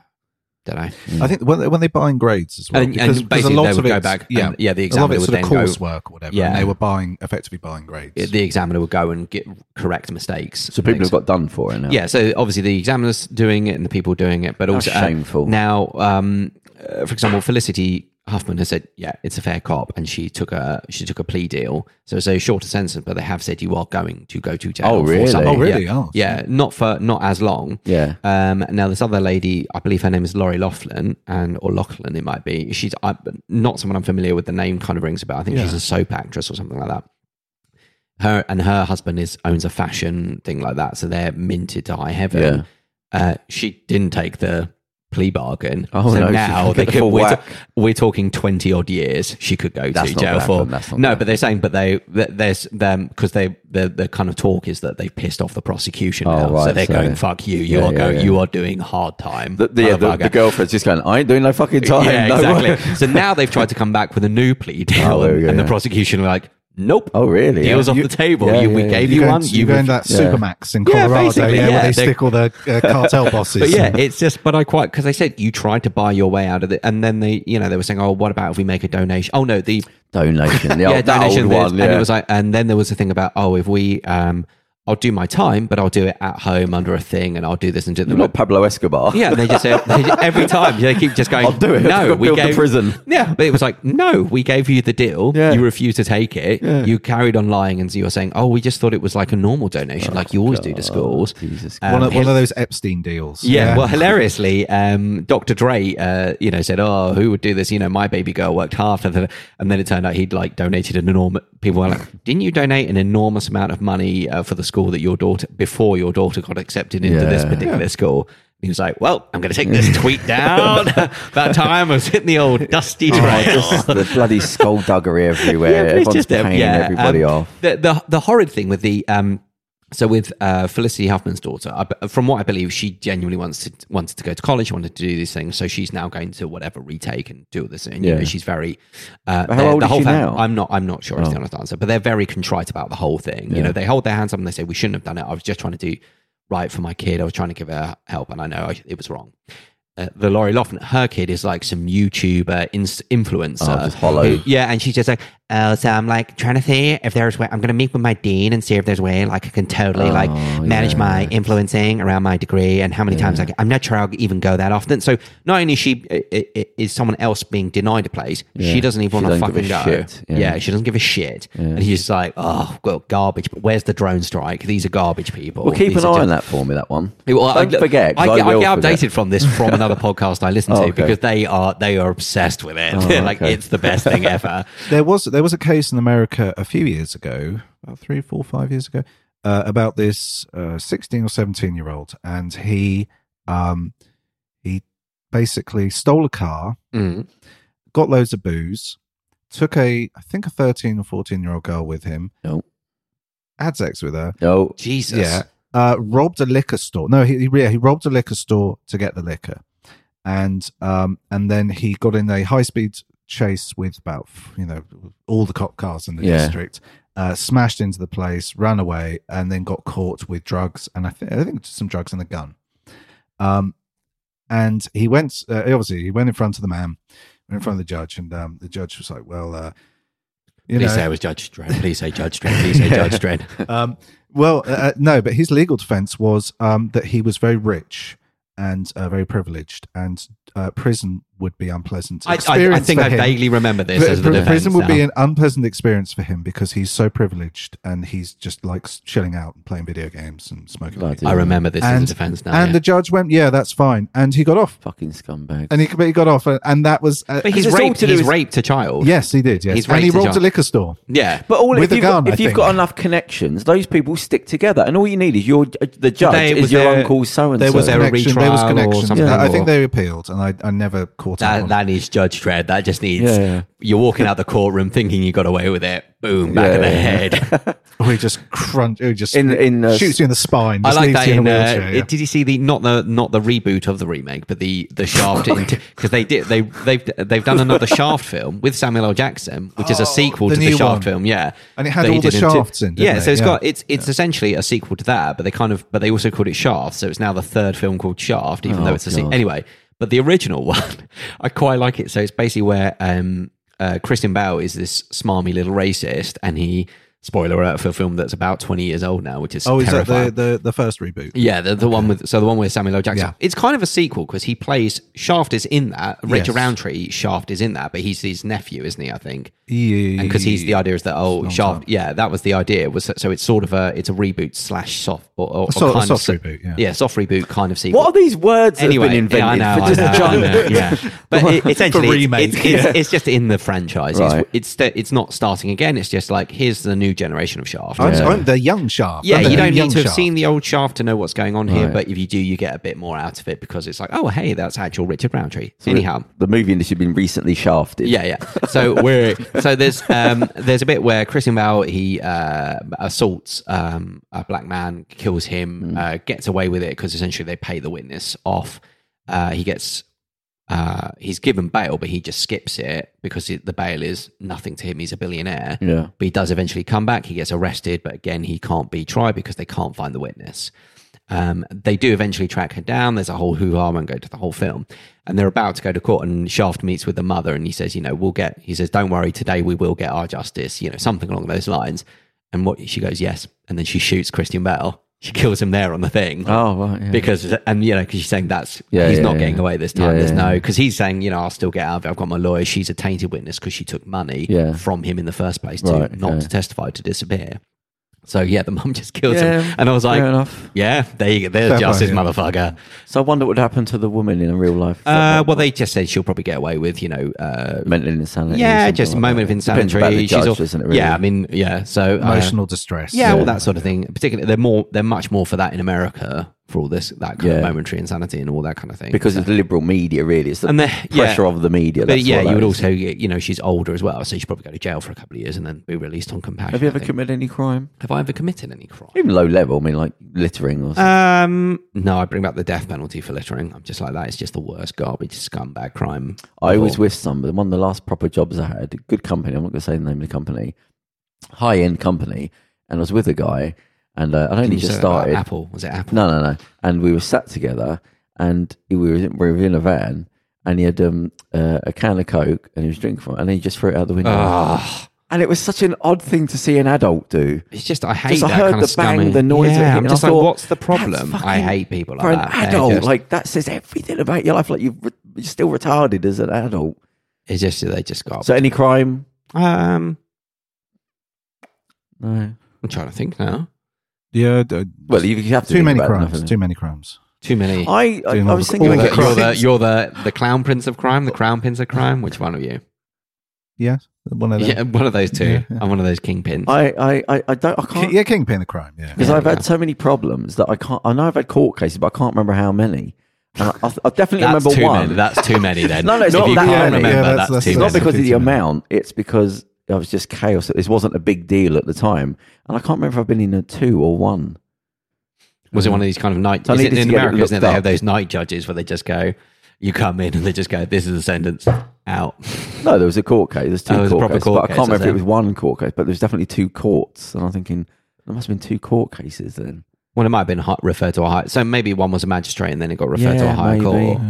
[SPEAKER 3] don't know.
[SPEAKER 4] I think when they, when they buy in grades as well,
[SPEAKER 3] And- and basically they would go
[SPEAKER 4] it's-
[SPEAKER 3] back and-
[SPEAKER 4] yeah,
[SPEAKER 3] yeah, the
[SPEAKER 4] a lot of
[SPEAKER 3] examiner
[SPEAKER 4] it's
[SPEAKER 3] would
[SPEAKER 4] sort of
[SPEAKER 3] then go-
[SPEAKER 4] coursework or whatever.
[SPEAKER 3] Yeah.
[SPEAKER 4] and they were buying effectively buying grades.
[SPEAKER 3] The examiner would go and get correct mistakes.
[SPEAKER 2] So people have got done for it now.
[SPEAKER 3] yeah so obviously the examiners doing it and the people doing it but also uh,
[SPEAKER 2] shameful.
[SPEAKER 3] now um, uh, for example felicity huffman has said yeah it's a fair cop and she took a she took a plea deal so it's a shorter sentence but they have said you are going to go to jail
[SPEAKER 2] Oh,
[SPEAKER 3] for
[SPEAKER 2] really?
[SPEAKER 3] something.
[SPEAKER 2] Oh,
[SPEAKER 4] really?
[SPEAKER 3] yeah.
[SPEAKER 4] Oh,
[SPEAKER 3] yeah not for not as long
[SPEAKER 2] Yeah.
[SPEAKER 3] um, now this other lady i believe her name is laurie laughlin and or laughlin it might be she's I, not someone i'm familiar with the name kind of rings about i think she's a soap actress or something like that her and her husband is owns a fashion thing like that, so they're minted to high heaven. Uh, she didn't take the plea bargain.
[SPEAKER 2] Oh,
[SPEAKER 3] so
[SPEAKER 2] no, she
[SPEAKER 3] now
[SPEAKER 2] could
[SPEAKER 3] they
[SPEAKER 2] get
[SPEAKER 3] could,
[SPEAKER 2] full
[SPEAKER 3] we're, ta-
[SPEAKER 2] whack.
[SPEAKER 3] we're talking twenty odd years. She could go
[SPEAKER 2] That's
[SPEAKER 3] to
[SPEAKER 2] not
[SPEAKER 3] jail
[SPEAKER 2] gonna
[SPEAKER 3] for
[SPEAKER 2] happen, that's not
[SPEAKER 3] no,
[SPEAKER 2] gonna
[SPEAKER 3] but they're saying, but they th- there's them because they the the kind of talk is that they've pissed off the prosecution
[SPEAKER 2] Oh,
[SPEAKER 3] now, so
[SPEAKER 2] right,
[SPEAKER 3] they're
[SPEAKER 2] so-
[SPEAKER 3] going fuck you. You
[SPEAKER 2] Yeah,
[SPEAKER 3] are
[SPEAKER 2] yeah,
[SPEAKER 3] go,
[SPEAKER 2] yeah.
[SPEAKER 3] you are doing hard time.
[SPEAKER 2] The, the, yeah, the,
[SPEAKER 3] motherfucker.
[SPEAKER 2] the girlfriend's just going, I ain't doing no fucking time.
[SPEAKER 3] Yeah,
[SPEAKER 2] no
[SPEAKER 3] exactly.
[SPEAKER 2] way."
[SPEAKER 3] so now they've tried to come back with a new plea deal,
[SPEAKER 2] Oh, there we go,
[SPEAKER 3] and the
[SPEAKER 2] yeah.
[SPEAKER 3] prosecution are like, nope.
[SPEAKER 2] Oh, really?
[SPEAKER 3] Deals
[SPEAKER 2] Yeah.
[SPEAKER 3] off
[SPEAKER 2] You-
[SPEAKER 3] the table.
[SPEAKER 2] yeah,
[SPEAKER 3] You- we
[SPEAKER 2] yeah,
[SPEAKER 3] gave
[SPEAKER 4] You
[SPEAKER 3] you
[SPEAKER 4] go,
[SPEAKER 3] one.
[SPEAKER 4] in, you go in that
[SPEAKER 2] yeah.
[SPEAKER 4] Supermax in
[SPEAKER 3] Yeah,
[SPEAKER 4] Colorado, yeah,
[SPEAKER 3] basically, yeah,
[SPEAKER 4] where they
[SPEAKER 3] they-
[SPEAKER 4] stick all the uh, cartel bosses.
[SPEAKER 3] But yeah, it's just. But I quite because they said you tried to buy your way out of it, and then they, you know, they were saying, "Oh, what about if we make a donation?" Oh no, the
[SPEAKER 2] Donation. The old,
[SPEAKER 3] yeah
[SPEAKER 2] that
[SPEAKER 3] donation.
[SPEAKER 2] old
[SPEAKER 3] there's-
[SPEAKER 2] one.
[SPEAKER 3] And
[SPEAKER 2] yeah.
[SPEAKER 3] it was like, and then there was a thing about, "Oh, if we, um, I'll do my time, but I'll do it at home under a thing, and I'll do this and do that."
[SPEAKER 2] You're not Pablo Escobar.
[SPEAKER 3] yeah, and they just said they, every time they keep just going.
[SPEAKER 2] I'll do it. I've
[SPEAKER 3] No,
[SPEAKER 2] got
[SPEAKER 3] we
[SPEAKER 2] built the
[SPEAKER 3] gave
[SPEAKER 2] prison.
[SPEAKER 3] Yeah, but it was like, no, we gave you the deal.
[SPEAKER 2] Yeah.
[SPEAKER 3] You refused to take it. You carried on lying, and you were saying, "Oh, we just thought it was like a normal donation,
[SPEAKER 2] Oh,
[SPEAKER 3] like you always do to schools."
[SPEAKER 2] Jesus
[SPEAKER 3] Um,
[SPEAKER 4] one, of,
[SPEAKER 3] here-
[SPEAKER 4] one of those Epstein deals.
[SPEAKER 3] yeah, well, hilariously, um, Dr. Dre, uh, you know, said, "Oh, who would do this?" You know, my baby girl worked half, and then, and then it turned out he'd like donated an enormous. People were like, "Didn't you donate an enormous amount of money uh, for the school that your daughter before your daughter got accepted into this
[SPEAKER 2] Yeah.
[SPEAKER 3] particular school?" And He was like, "Well, I'm going to take this tweet down." that time I was hitting the old dusty trail.
[SPEAKER 2] Oh, just the bloody skullduggery everywhere.
[SPEAKER 3] Yeah, it's
[SPEAKER 2] Everyone's
[SPEAKER 3] just them,
[SPEAKER 2] paying
[SPEAKER 3] yeah,
[SPEAKER 2] everybody
[SPEAKER 3] um,
[SPEAKER 2] off.
[SPEAKER 3] The, the the horrid thing with the um, so with uh, Felicity Huffman's daughter, I, be- from what I believe, she genuinely wants to, wanted to go to college, wanted to do these things, so she's now going to whatever retake and do all this. And you know,
[SPEAKER 2] Yeah.
[SPEAKER 3] she's very. Uh,
[SPEAKER 2] But how
[SPEAKER 3] they're-
[SPEAKER 2] old
[SPEAKER 3] the
[SPEAKER 2] is
[SPEAKER 3] whole
[SPEAKER 2] she
[SPEAKER 3] fam-
[SPEAKER 2] now?
[SPEAKER 3] I'm not. I'm not sure. It's
[SPEAKER 2] Oh.
[SPEAKER 3] the honest answer, but they're very contrite about the whole thing. You know, they hold their hands up and they say, "We shouldn't have done it. I was just trying to do right for my kid. I was trying to give her help, and I know I, it was wrong." Uh, the Laurie Loughlin, her kid is like some YouTuber ins- influencer.
[SPEAKER 2] Oh, just hollow.
[SPEAKER 3] Yeah, and she's just like, oh, so I'm like trying to see if there's way. I'm gonna meet with my dean and see if there's a way like I can totally like
[SPEAKER 2] Oh,
[SPEAKER 3] manage
[SPEAKER 2] yeah.
[SPEAKER 3] my influencing around my degree and how many times I. Can. I'm not sure I'll even go that often. So not only is she i- i- i- is someone else being denied a place, she doesn't even
[SPEAKER 2] She
[SPEAKER 3] want to
[SPEAKER 2] doesn't
[SPEAKER 3] fucking
[SPEAKER 2] give
[SPEAKER 3] go.
[SPEAKER 2] a shit,
[SPEAKER 3] Yeah.
[SPEAKER 2] yeah.
[SPEAKER 3] she doesn't give a shit, and he's just like, oh, well, garbage. But where's the drone strike? These are garbage people.
[SPEAKER 2] Well, keep
[SPEAKER 3] These
[SPEAKER 2] an
[SPEAKER 3] are
[SPEAKER 2] eye
[SPEAKER 3] just-
[SPEAKER 2] on that for me. That one.
[SPEAKER 3] well, I,
[SPEAKER 2] Don't forget. 'cause
[SPEAKER 3] I, get, I
[SPEAKER 2] will
[SPEAKER 3] get updated
[SPEAKER 2] forget.
[SPEAKER 3] from this from another podcast I listen to
[SPEAKER 2] Oh, okay. Oh,
[SPEAKER 3] because they are they are obsessed with it. They're like
[SPEAKER 2] okay.
[SPEAKER 3] it's the best thing ever.
[SPEAKER 4] There was there was a case in America a few years ago, about three, four, five years ago, uh, about this uh, sixteen or seventeen year old, and he um, he basically stole a car,
[SPEAKER 3] Mm.
[SPEAKER 4] got loads of booze, took a I think a thirteen or fourteen year old girl with him,
[SPEAKER 2] No.
[SPEAKER 4] had sex with her,
[SPEAKER 2] No.
[SPEAKER 3] Jesus.
[SPEAKER 4] yeah, uh, robbed a liquor store. No, he he, yeah, he robbed a liquor store to get the liquor, and um, and then he got in a high speed chase with about you know all the cop cars in the
[SPEAKER 2] Yeah.
[SPEAKER 4] district. Uh, smashed into the place, ran away, and then got caught with drugs and I, th- I think some drugs and a gun. Um, and he went uh, obviously he went in front of the man, went in front of the judge, and um, the judge was like, "Well, uh, you
[SPEAKER 3] Please
[SPEAKER 4] know,
[SPEAKER 3] say I was Judge Dredd. Please say Judge Dredd. Please say Judge Dredd.
[SPEAKER 4] um, well, uh, no, but his legal defense was um, that he was very rich and uh, very privileged, and uh, prison would be unpleasant.
[SPEAKER 3] I, I, I
[SPEAKER 4] experience
[SPEAKER 3] think
[SPEAKER 4] for
[SPEAKER 3] I
[SPEAKER 4] him.
[SPEAKER 3] vaguely remember this
[SPEAKER 4] Pri-
[SPEAKER 3] as the
[SPEAKER 4] pri-
[SPEAKER 3] defense
[SPEAKER 4] prison
[SPEAKER 3] now.
[SPEAKER 4] would be an unpleasant experience for him because he's so privileged and he's just like s- chilling out and playing video games and smoking.
[SPEAKER 2] Bloody
[SPEAKER 4] weed.
[SPEAKER 3] I remember this as
[SPEAKER 4] And-
[SPEAKER 3] a defense now.
[SPEAKER 4] and
[SPEAKER 3] yeah.
[SPEAKER 4] the judge went, "Yeah, that's fine," and he got off.
[SPEAKER 2] Fucking scumbag.
[SPEAKER 4] And he, but he got off, uh, and that was uh,
[SPEAKER 3] but he's
[SPEAKER 2] it's all
[SPEAKER 3] raped.
[SPEAKER 2] to do
[SPEAKER 3] He's
[SPEAKER 2] is-
[SPEAKER 3] raped a child.
[SPEAKER 4] yes, he did. Yes,
[SPEAKER 3] He's
[SPEAKER 4] and he
[SPEAKER 3] raped a
[SPEAKER 4] robbed a
[SPEAKER 3] judge.
[SPEAKER 4] liquor store.
[SPEAKER 3] Yeah.
[SPEAKER 2] But all
[SPEAKER 4] With
[SPEAKER 2] if,
[SPEAKER 4] a
[SPEAKER 2] you've,
[SPEAKER 4] gun,
[SPEAKER 2] if
[SPEAKER 4] I
[SPEAKER 2] you've
[SPEAKER 4] think.
[SPEAKER 2] got enough connections, those people stick together, and all you need is your uh, the judge
[SPEAKER 3] They- was
[SPEAKER 2] is your
[SPEAKER 3] there-
[SPEAKER 2] uncle so and so.
[SPEAKER 3] there was a
[SPEAKER 4] connection. There was
[SPEAKER 3] retrial or
[SPEAKER 4] connection.
[SPEAKER 3] something,
[SPEAKER 4] I
[SPEAKER 3] or-
[SPEAKER 4] think they appealed, and I, I never caught up.
[SPEAKER 3] That,
[SPEAKER 4] on
[SPEAKER 3] that needs Judge Dredd. That just needs.
[SPEAKER 2] Yeah, yeah.
[SPEAKER 3] You're walking out the courtroom thinking you got away with it. Boom, back
[SPEAKER 2] Yeah,
[SPEAKER 3] of the
[SPEAKER 2] yeah.
[SPEAKER 3] head.
[SPEAKER 4] Or he just crunch. Or he just
[SPEAKER 2] In- in, uh,
[SPEAKER 4] shoots you in the spine.
[SPEAKER 3] I
[SPEAKER 4] just
[SPEAKER 3] like
[SPEAKER 4] leaves
[SPEAKER 3] that.
[SPEAKER 4] you
[SPEAKER 3] In,
[SPEAKER 4] a
[SPEAKER 3] uh,
[SPEAKER 4] wheelchair, yeah.
[SPEAKER 3] Did you see the not the not the reboot of the remake, but the the Shaft? Because they did they they've they've done another Shaft film with Samuel L. Jackson, which is a sequel
[SPEAKER 4] Oh, the
[SPEAKER 3] to the
[SPEAKER 4] new
[SPEAKER 3] Shaft
[SPEAKER 4] one.
[SPEAKER 3] film. Yeah,
[SPEAKER 4] And it had
[SPEAKER 3] That he
[SPEAKER 4] all the
[SPEAKER 3] did in two-
[SPEAKER 4] Shafts in, didn't
[SPEAKER 3] Yeah,
[SPEAKER 4] it?
[SPEAKER 3] so it's
[SPEAKER 4] Yeah.
[SPEAKER 3] got it's it's essentially a sequel to that, but they kind of but they also called it Shaft, so it's now the third film called Shaft, even though
[SPEAKER 4] Oh,
[SPEAKER 3] it's a se-
[SPEAKER 2] God.
[SPEAKER 3] anyway. But the original one, I quite like it. So it's basically where um, uh, Christian Bale is this smarmy little racist, and he spoiler alert for a film that's about twenty years old now, which is
[SPEAKER 4] oh, is
[SPEAKER 3] terrifying.
[SPEAKER 4] that the, the the first reboot?
[SPEAKER 3] Yeah, the, the one with so the one with Samuel L. Jackson.
[SPEAKER 4] Yeah.
[SPEAKER 3] It's kind of a sequel because he plays Shaft is in that. Richard
[SPEAKER 4] Yes.
[SPEAKER 3] Roundtree Shaft is in that, but he's his nephew, isn't he? I think.
[SPEAKER 4] Yeah,
[SPEAKER 3] And because he's the idea is that oh
[SPEAKER 4] long
[SPEAKER 3] Shaft,
[SPEAKER 4] time.
[SPEAKER 3] yeah, that was the idea. Was so it's sort of a it's a reboot slash soft or, or, or
[SPEAKER 4] sort of
[SPEAKER 3] kind
[SPEAKER 4] soft
[SPEAKER 3] se-
[SPEAKER 4] reboot, yeah.
[SPEAKER 3] soft reboot kind of sequel.
[SPEAKER 2] what are these words that
[SPEAKER 3] Anyway,
[SPEAKER 2] have been invented
[SPEAKER 3] yeah, I know,
[SPEAKER 2] for just
[SPEAKER 3] I know, I
[SPEAKER 2] junk?
[SPEAKER 3] know, yeah. But it, essentially, it's-
[SPEAKER 4] remake,
[SPEAKER 3] it's, it's, it's just in the franchise.
[SPEAKER 2] Right.
[SPEAKER 3] It's, it's sta- it's not starting again. It's just like here's the new generation of Shaft.
[SPEAKER 4] I'm,
[SPEAKER 3] And-
[SPEAKER 4] I'm the young Shaft.
[SPEAKER 3] yeah,
[SPEAKER 4] I'm
[SPEAKER 3] you
[SPEAKER 4] the
[SPEAKER 3] don't
[SPEAKER 4] young
[SPEAKER 3] need to have
[SPEAKER 4] Shaft.
[SPEAKER 3] seen the old shaft to know what's going on here,
[SPEAKER 2] Right.
[SPEAKER 3] but if you do, you get a bit more out of it because it's like, oh, hey, that's actual Richard Roundtree. Anyhow,
[SPEAKER 2] the movie industry has been recently shafted.
[SPEAKER 3] yeah, yeah. So we're so there's um there's a bit where Christian Bale he uh, assaults um a black man, kills him,
[SPEAKER 4] Hmm.
[SPEAKER 3] uh, gets away with it because essentially they pay the witness off. Uh, he gets uh he's given bail, but he just skips it because it, the bail is nothing to him. He's a billionaire.
[SPEAKER 2] Yeah.
[SPEAKER 3] But he does eventually come back. He gets arrested, but again, he can't be tried because they can't find the witness. Um, they do eventually track her down. There's a whole hoo ha and go to the whole film. And they're about to go to court, and Shaft meets with the mother, and he says, You know, we'll get, he says, Don't worry, today we will get our justice, you know, something along those lines. And what she goes, Yes. And then she shoots Christian Bale. She kills him there on the thing
[SPEAKER 2] Oh right. Yeah.
[SPEAKER 3] because and you know because she's saying that's
[SPEAKER 2] Yeah,
[SPEAKER 3] he's
[SPEAKER 2] yeah,
[SPEAKER 3] not
[SPEAKER 2] yeah.
[SPEAKER 3] getting away this time.
[SPEAKER 2] Yeah,
[SPEAKER 3] There's
[SPEAKER 2] yeah,
[SPEAKER 3] no
[SPEAKER 2] yeah.
[SPEAKER 3] because he's saying you know I'll still get out of it. I've got my lawyer. She's a tainted witness because she took money
[SPEAKER 2] Yeah.
[SPEAKER 3] from him in the first place to
[SPEAKER 2] Right,
[SPEAKER 3] not
[SPEAKER 2] okay.
[SPEAKER 3] to testify to disappear. So yeah, the mum just kills
[SPEAKER 2] Yeah,
[SPEAKER 3] him, and I was
[SPEAKER 2] fair
[SPEAKER 3] like,
[SPEAKER 2] enough.
[SPEAKER 3] yeah, there you go. There's
[SPEAKER 4] Fair
[SPEAKER 3] justice,
[SPEAKER 4] play, yeah.
[SPEAKER 3] motherfucker.
[SPEAKER 2] So I wonder what would happen to the woman in real life.
[SPEAKER 3] Uh, well, they just said she'll probably get away with you know. Uh,
[SPEAKER 2] mental insanity. or
[SPEAKER 3] yeah,
[SPEAKER 2] something
[SPEAKER 3] just a
[SPEAKER 2] like
[SPEAKER 3] moment
[SPEAKER 2] that.
[SPEAKER 3] of
[SPEAKER 2] Depends
[SPEAKER 3] insanity.
[SPEAKER 2] about the judge,
[SPEAKER 3] off-
[SPEAKER 2] doesn't it? Really?
[SPEAKER 3] Yeah, I mean, yeah. So uh,
[SPEAKER 4] emotional distress.
[SPEAKER 3] yeah, all that sort of thing. Particularly, they're more, they're much more for that in America. for all this that kind
[SPEAKER 2] Yeah.
[SPEAKER 3] of momentary insanity and all that kind of thing.
[SPEAKER 2] because it's the liberal media, really. It's the
[SPEAKER 3] and the
[SPEAKER 2] pressure
[SPEAKER 3] yeah.
[SPEAKER 2] of the media.
[SPEAKER 3] But
[SPEAKER 2] that's
[SPEAKER 3] yeah,
[SPEAKER 2] what
[SPEAKER 3] you
[SPEAKER 2] that
[SPEAKER 3] would
[SPEAKER 2] is.
[SPEAKER 3] also, you know, she's older as well, so she'd probably go to jail for a couple of years and then be released on compassion.
[SPEAKER 2] Have you
[SPEAKER 3] I
[SPEAKER 2] ever
[SPEAKER 3] think.
[SPEAKER 2] committed any crime?
[SPEAKER 3] Have I ever committed any crime?
[SPEAKER 2] Even low level, I mean, like littering or something.
[SPEAKER 3] Um, no, I bring back the death penalty for littering. I'm just like that. It's just the worst garbage scumbag crime.
[SPEAKER 2] I
[SPEAKER 3] of
[SPEAKER 2] was
[SPEAKER 3] all.
[SPEAKER 2] with somebody, one of the last proper jobs I had, good company, I'm not going to say the name of the company, high end company. And I was with a guy, and uh, I'd
[SPEAKER 3] Didn't
[SPEAKER 2] only
[SPEAKER 3] you
[SPEAKER 2] just
[SPEAKER 3] say that about
[SPEAKER 2] started.
[SPEAKER 3] Apple was it Apple?
[SPEAKER 2] No, no, no. And we were sat together, and we were in, we were in a van, and he had um, uh, a can of Coke, and he was drinking from it, and he just threw it out the window.
[SPEAKER 3] Ugh.
[SPEAKER 2] And it was such an odd thing to see an adult do.
[SPEAKER 3] it's just I hate
[SPEAKER 2] Just I
[SPEAKER 3] that
[SPEAKER 2] heard
[SPEAKER 3] kind of
[SPEAKER 2] the bang,
[SPEAKER 3] scummy-
[SPEAKER 2] the noise of it,
[SPEAKER 3] Yeah, I'm
[SPEAKER 2] and I
[SPEAKER 3] just like,
[SPEAKER 2] thought,
[SPEAKER 3] what's the problem?
[SPEAKER 2] That's
[SPEAKER 3] I
[SPEAKER 2] fucking-
[SPEAKER 3] hate people like
[SPEAKER 2] for an
[SPEAKER 3] that. They're
[SPEAKER 2] adult.
[SPEAKER 3] just-
[SPEAKER 2] Like that says everything about your life. Like you, re- you're still retarded as an adult.
[SPEAKER 3] it's just they just got.
[SPEAKER 2] So any crime?
[SPEAKER 3] um,
[SPEAKER 2] No.
[SPEAKER 3] I'm trying to think now.
[SPEAKER 4] Yeah, uh, d-
[SPEAKER 2] Well, you, you have to
[SPEAKER 4] too
[SPEAKER 2] think
[SPEAKER 4] many
[SPEAKER 2] about
[SPEAKER 4] crimes.
[SPEAKER 2] nothing.
[SPEAKER 4] Too many crimes.
[SPEAKER 3] Too many.
[SPEAKER 2] I, I,
[SPEAKER 4] Doing
[SPEAKER 2] I
[SPEAKER 4] all
[SPEAKER 2] was
[SPEAKER 4] the-
[SPEAKER 2] thinking
[SPEAKER 4] all
[SPEAKER 3] you're,
[SPEAKER 2] about
[SPEAKER 3] the,
[SPEAKER 4] the
[SPEAKER 3] you're, the,
[SPEAKER 2] crimes.
[SPEAKER 3] you're the the clown prince of crime. The crown prince of crime. Which one are you?
[SPEAKER 4] Yeah, one of them.
[SPEAKER 3] Yeah, one of those two.
[SPEAKER 4] Yeah, yeah.
[SPEAKER 3] I'm one of those kingpins.
[SPEAKER 2] I, I, I, I don't. I
[SPEAKER 4] Ki-
[SPEAKER 2] can't
[SPEAKER 4] yeah, kingpin of crime. Yeah,
[SPEAKER 2] because
[SPEAKER 3] Yeah,
[SPEAKER 2] I've
[SPEAKER 3] yeah.
[SPEAKER 2] had so many problems that I can't. I know I've had court cases, but I can't remember how many. And I, I, I definitely
[SPEAKER 3] that's
[SPEAKER 2] remember
[SPEAKER 3] too
[SPEAKER 2] one.
[SPEAKER 3] many. That's too many. Then
[SPEAKER 2] No, no, it's
[SPEAKER 3] If
[SPEAKER 2] not
[SPEAKER 3] you
[SPEAKER 2] that
[SPEAKER 3] can't
[SPEAKER 2] many.
[SPEAKER 3] remember,
[SPEAKER 4] Yeah,
[SPEAKER 3] that's,
[SPEAKER 4] that's- that's-
[SPEAKER 3] too
[SPEAKER 2] it's
[SPEAKER 4] It's
[SPEAKER 2] not
[SPEAKER 4] not
[SPEAKER 3] many.
[SPEAKER 2] because of the
[SPEAKER 4] fifty minutes.
[SPEAKER 2] amount. It's because it was just chaos. This wasn't a big deal at the time, and I can't remember if I've been in a two or one.
[SPEAKER 3] Was it one of these kind of night?
[SPEAKER 2] So I
[SPEAKER 3] is
[SPEAKER 2] need
[SPEAKER 3] it
[SPEAKER 2] this
[SPEAKER 3] in
[SPEAKER 2] to get it
[SPEAKER 3] America? Isn't it?
[SPEAKER 2] looked
[SPEAKER 3] They
[SPEAKER 2] up.
[SPEAKER 3] have those night judges where they just go, you come in and they just go, this is the sentence out.
[SPEAKER 2] No, there was a court case. There's two
[SPEAKER 3] Oh, it was a
[SPEAKER 2] court
[SPEAKER 3] proper
[SPEAKER 2] cases,
[SPEAKER 3] court
[SPEAKER 2] but I
[SPEAKER 3] case,
[SPEAKER 2] can't remember if
[SPEAKER 3] okay.
[SPEAKER 2] it was one court case. But there was definitely two courts, and I'm thinking there must have been two court cases then.
[SPEAKER 3] Well, it might have been hi- referred to a high. So maybe one was a magistrate and then it got referred to a
[SPEAKER 2] Yeah,
[SPEAKER 3] high
[SPEAKER 2] maybe.
[SPEAKER 3] court.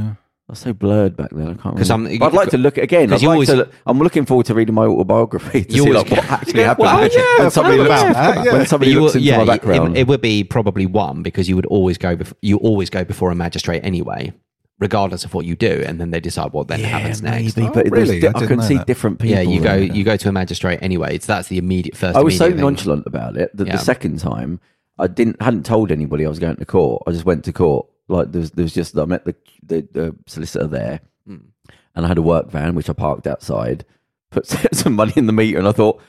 [SPEAKER 2] I was so blurred back then. I can't remember.
[SPEAKER 3] 'Cause I'm-
[SPEAKER 2] But I'd like to look again. I'd
[SPEAKER 3] 'Cause you
[SPEAKER 2] like
[SPEAKER 3] always-
[SPEAKER 2] to look- I'm looking forward to reading my autobiography to
[SPEAKER 3] You
[SPEAKER 2] see
[SPEAKER 3] always-
[SPEAKER 2] like, what actually
[SPEAKER 3] Yeah,
[SPEAKER 2] happened
[SPEAKER 3] well,
[SPEAKER 2] when
[SPEAKER 3] yeah,
[SPEAKER 2] somebody
[SPEAKER 3] well,
[SPEAKER 2] looks,
[SPEAKER 3] yeah.
[SPEAKER 4] About that,
[SPEAKER 2] when
[SPEAKER 4] yeah.
[SPEAKER 2] somebody
[SPEAKER 3] You
[SPEAKER 2] looks
[SPEAKER 3] would-
[SPEAKER 2] into my
[SPEAKER 3] it-
[SPEAKER 2] background.
[SPEAKER 3] It, it would be probably one because you would always go. Before, you always go before a magistrate anyway, regardless of what you do, and then they decide what then happens next.
[SPEAKER 2] maybe,
[SPEAKER 4] Oh,
[SPEAKER 2] but there's
[SPEAKER 4] really?
[SPEAKER 2] di-
[SPEAKER 4] I
[SPEAKER 2] I,
[SPEAKER 4] didn't
[SPEAKER 2] can
[SPEAKER 4] know
[SPEAKER 2] see
[SPEAKER 4] that.
[SPEAKER 2] different people.
[SPEAKER 3] Yeah, you go.
[SPEAKER 2] there.
[SPEAKER 3] You go to a magistrate anyway. It's that's the immediate first.
[SPEAKER 2] I was so
[SPEAKER 3] immediate thing.
[SPEAKER 2] nonchalant about it that
[SPEAKER 3] Yeah.
[SPEAKER 2] the second time I didn't hadn't told anybody I was going to court. I just went to court. Like there was, there was just I met the the, the solicitor there,
[SPEAKER 3] Hmm.
[SPEAKER 2] and I had a work van which I parked outside, put some money in the meter, and I thought,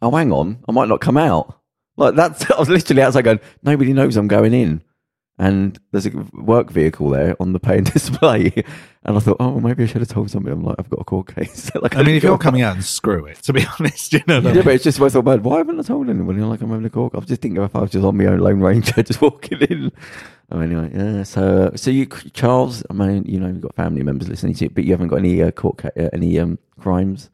[SPEAKER 2] oh hang on, I might not come out. Like that's I was literally outside going, nobody knows I'm going in. And there's a work vehicle there on the pay and display, and I thought, oh, well, maybe I should have told somebody. I'm like, I've got a court case. like,
[SPEAKER 4] I mean, if
[SPEAKER 2] got-
[SPEAKER 4] you're coming out and screw it, to be honest, you know.
[SPEAKER 2] yeah, but it's just I thought, man, why haven't I told anyone? You know, like I'm having a cork. I was just thinking if I was just on my own Lone Ranger, just walking in. Oh, anyway, yeah. So, so you, Charles, I mean, you know, you've got family members listening to it, but you haven't got any uh, court, ca- uh, any um, crimes,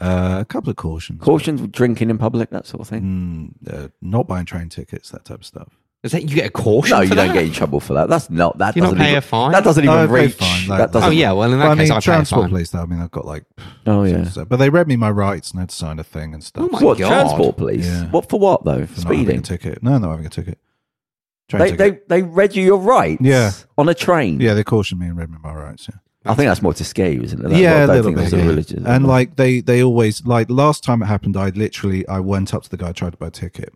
[SPEAKER 4] Uh, a couple of cautions.
[SPEAKER 2] cautions, with drinking in public, that sort of thing.
[SPEAKER 4] Mm, uh, not buying train tickets, that type of stuff.
[SPEAKER 3] Is that you get a caution?
[SPEAKER 2] No,
[SPEAKER 3] for
[SPEAKER 2] you
[SPEAKER 3] that?
[SPEAKER 2] don't get in trouble for that. That's not that.
[SPEAKER 3] Do you not
[SPEAKER 2] doesn't
[SPEAKER 3] pay
[SPEAKER 2] even,
[SPEAKER 3] a fine?
[SPEAKER 2] That doesn't
[SPEAKER 4] No,
[SPEAKER 2] even
[SPEAKER 4] I pay
[SPEAKER 2] reach.
[SPEAKER 4] Uh, fine, like
[SPEAKER 2] that
[SPEAKER 4] that.
[SPEAKER 2] doesn't.
[SPEAKER 3] Oh yeah, well in that
[SPEAKER 4] Well, I
[SPEAKER 3] case
[SPEAKER 4] mean,
[SPEAKER 3] I pay a
[SPEAKER 4] transport
[SPEAKER 3] fine.
[SPEAKER 4] police. Though I mean, I've got like,
[SPEAKER 2] Oh yeah.
[SPEAKER 4] so- but they read me my rights and I had to sign a thing and stuff.
[SPEAKER 3] Oh, my
[SPEAKER 4] so
[SPEAKER 2] What
[SPEAKER 3] God.
[SPEAKER 2] transport police?
[SPEAKER 4] Yeah.
[SPEAKER 2] What for? What though? For
[SPEAKER 4] for not having a
[SPEAKER 2] speeding.
[SPEAKER 4] ticket. No, not having a ticket. Train
[SPEAKER 2] They,
[SPEAKER 4] ticket.
[SPEAKER 2] they they read you your rights.
[SPEAKER 4] Yeah.
[SPEAKER 2] On a train.
[SPEAKER 4] yeah, they cautioned me and read me my rights. Yeah.
[SPEAKER 2] I think that's more to scare you, isn't it? That-
[SPEAKER 4] yeah,
[SPEAKER 2] I
[SPEAKER 4] a
[SPEAKER 2] don't
[SPEAKER 4] little
[SPEAKER 2] think
[SPEAKER 4] bit.
[SPEAKER 2] that's a
[SPEAKER 4] yeah.
[SPEAKER 2] religious.
[SPEAKER 4] And like they, they always like last time it happened, I literally I went up to the guy tried to buy a ticket.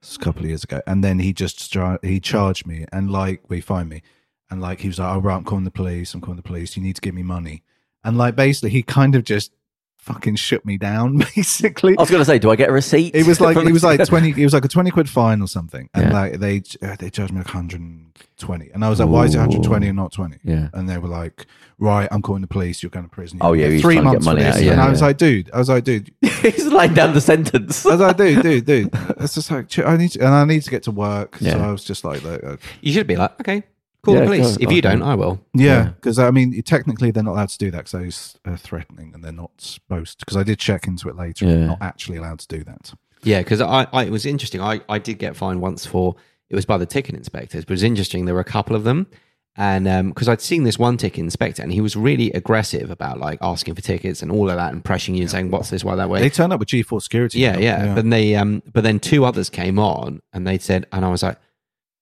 [SPEAKER 4] It's a couple of years ago, and then he just char- he charged me, and like we find me, and like he was like, "All right, I'm calling the police. I'm calling the police. You need to give me money." And like basically, he kind of just fucking shook me down, basically.
[SPEAKER 2] I was going to say, do I get a receipt?
[SPEAKER 4] It was like
[SPEAKER 2] From-
[SPEAKER 4] it was like twenty. It was like a twenty quid fine or something, and
[SPEAKER 2] Yeah.
[SPEAKER 4] like they uh, they charged me like hundred and twenty, and I was like, "Why is it hundred twenty and not 20?
[SPEAKER 2] Yeah.
[SPEAKER 4] and they were like, "Right, I'm calling the police. You're going to prison.
[SPEAKER 2] Oh,
[SPEAKER 4] You're
[SPEAKER 2] yeah,
[SPEAKER 4] gonna
[SPEAKER 2] he's
[SPEAKER 4] get three
[SPEAKER 2] trying to get
[SPEAKER 4] months
[SPEAKER 2] money
[SPEAKER 4] for
[SPEAKER 2] out
[SPEAKER 4] this."
[SPEAKER 2] of you.
[SPEAKER 4] and I
[SPEAKER 2] Yeah.
[SPEAKER 4] was like, "Dude, I was like, dude,
[SPEAKER 2] He's laying down the sentence.
[SPEAKER 4] I was like, dude, dude, dude." That's just like, "Ch- I need to, and I need to get to work. So
[SPEAKER 2] Yeah.
[SPEAKER 4] I was just like, "Look, uh,
[SPEAKER 3] You should be like, okay, call
[SPEAKER 2] Yeah,
[SPEAKER 3] the police.
[SPEAKER 2] go-
[SPEAKER 3] If you
[SPEAKER 2] okay.
[SPEAKER 3] don't, I will.
[SPEAKER 4] yeah, because I mean, technically they're not allowed to do that because it's uh, threatening, and they're not supposed. Because I did check into it later, and
[SPEAKER 2] Yeah.
[SPEAKER 4] they're not actually allowed to do that.
[SPEAKER 3] Yeah, because I, I, it was interesting. I, I did get fined once for it was by the ticket inspectors, but it was interesting. There were a couple of them, and because I'd seen this one ticket inspector, and he was really aggressive about like asking for tickets and all of that, and pressing you and saying, "What's this? Why that way?"
[SPEAKER 4] They turn up with G4 security.
[SPEAKER 3] yeah,
[SPEAKER 4] now.
[SPEAKER 3] yeah. But they, um, but then two others came on, and they said, and I was like,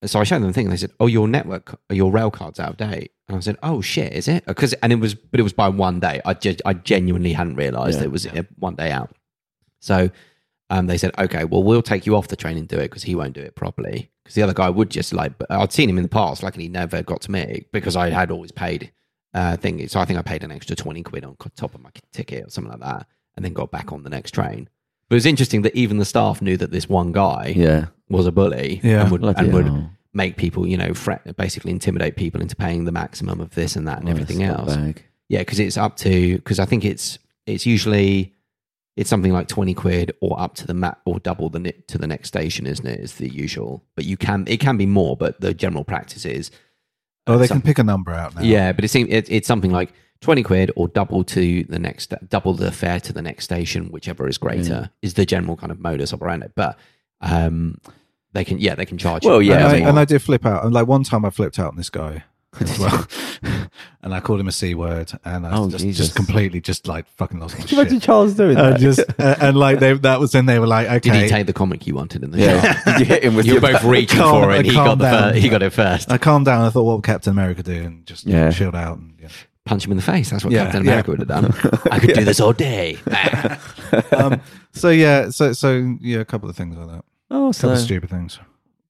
[SPEAKER 3] so I showed them the thing. And they said, "Oh, your network, your rail card's out of date." And I said, "Oh shit, is it?" Because and it was, but it was by one day. I ge- I genuinely hadn't realised
[SPEAKER 2] Yeah.
[SPEAKER 3] it was uh, one day out. So um, they said, "Okay, well, we'll take you off the train and do it because he won't do it properly." Because the other guy would just like, but I'd seen him in the past, like, and he never got to me because I had always paid uh, thing. So I think I paid an extra twenty quid on co- top of my ticket or something like that, and then got back on the next train. But it was interesting that even the staff knew that this one guy
[SPEAKER 2] yeah.
[SPEAKER 3] was a bully
[SPEAKER 4] Yeah.
[SPEAKER 3] and would,
[SPEAKER 2] Bloody
[SPEAKER 3] and would
[SPEAKER 2] hell.
[SPEAKER 3] make people, you know, threat, basically intimidate people into paying the maximum of this and that and everything else. Yeah, because it's up to because I think it's it's usually it's something like twenty quid or up to the map or double the ni- to the next station, isn't it? Is the usual, but you can it can be more, but the general practice is
[SPEAKER 4] Oh, they
[SPEAKER 3] some-
[SPEAKER 4] can pick a number out now.
[SPEAKER 3] yeah, but it seems it, it's something like twenty quid or double to the next double the fare to the next station, whichever is greater, is the general kind of modus operandi. But um, they can yeah they can charge.
[SPEAKER 2] Well, yeah,
[SPEAKER 4] and,
[SPEAKER 2] I
[SPEAKER 4] I,
[SPEAKER 2] mean-
[SPEAKER 4] and I did flip out. And like one time I flipped out on this guy as well. and I called him a C word and I
[SPEAKER 2] Oh,
[SPEAKER 4] just,
[SPEAKER 2] Jesus.
[SPEAKER 4] just completely just like fucking lost my
[SPEAKER 2] Can you imagine
[SPEAKER 4] shit.
[SPEAKER 2] Charles doing
[SPEAKER 3] Uh,
[SPEAKER 2] that?
[SPEAKER 4] And just and, and, like they, that was then they were like,
[SPEAKER 3] did
[SPEAKER 4] okay,
[SPEAKER 3] he take the comic you wanted in the shop?
[SPEAKER 2] yeah. Did you hit him with
[SPEAKER 3] You
[SPEAKER 2] your
[SPEAKER 3] were both reaching
[SPEAKER 4] Calm-
[SPEAKER 3] for it. and He
[SPEAKER 4] calm
[SPEAKER 3] got the
[SPEAKER 4] down.
[SPEAKER 3] fir- he got it first.
[SPEAKER 4] I calmed down. I thought, what would Captain America do? And just
[SPEAKER 2] Yeah.
[SPEAKER 4] chilled out. And, yeah.
[SPEAKER 3] Punch him in the face. That's what
[SPEAKER 4] Yeah,
[SPEAKER 3] Captain
[SPEAKER 4] yeah.
[SPEAKER 3] America would have done. I could do this all day.
[SPEAKER 4] um, so yeah, so so yeah, a couple of things like that.
[SPEAKER 2] Oh,
[SPEAKER 4] A couple
[SPEAKER 2] so,
[SPEAKER 4] of stupid things.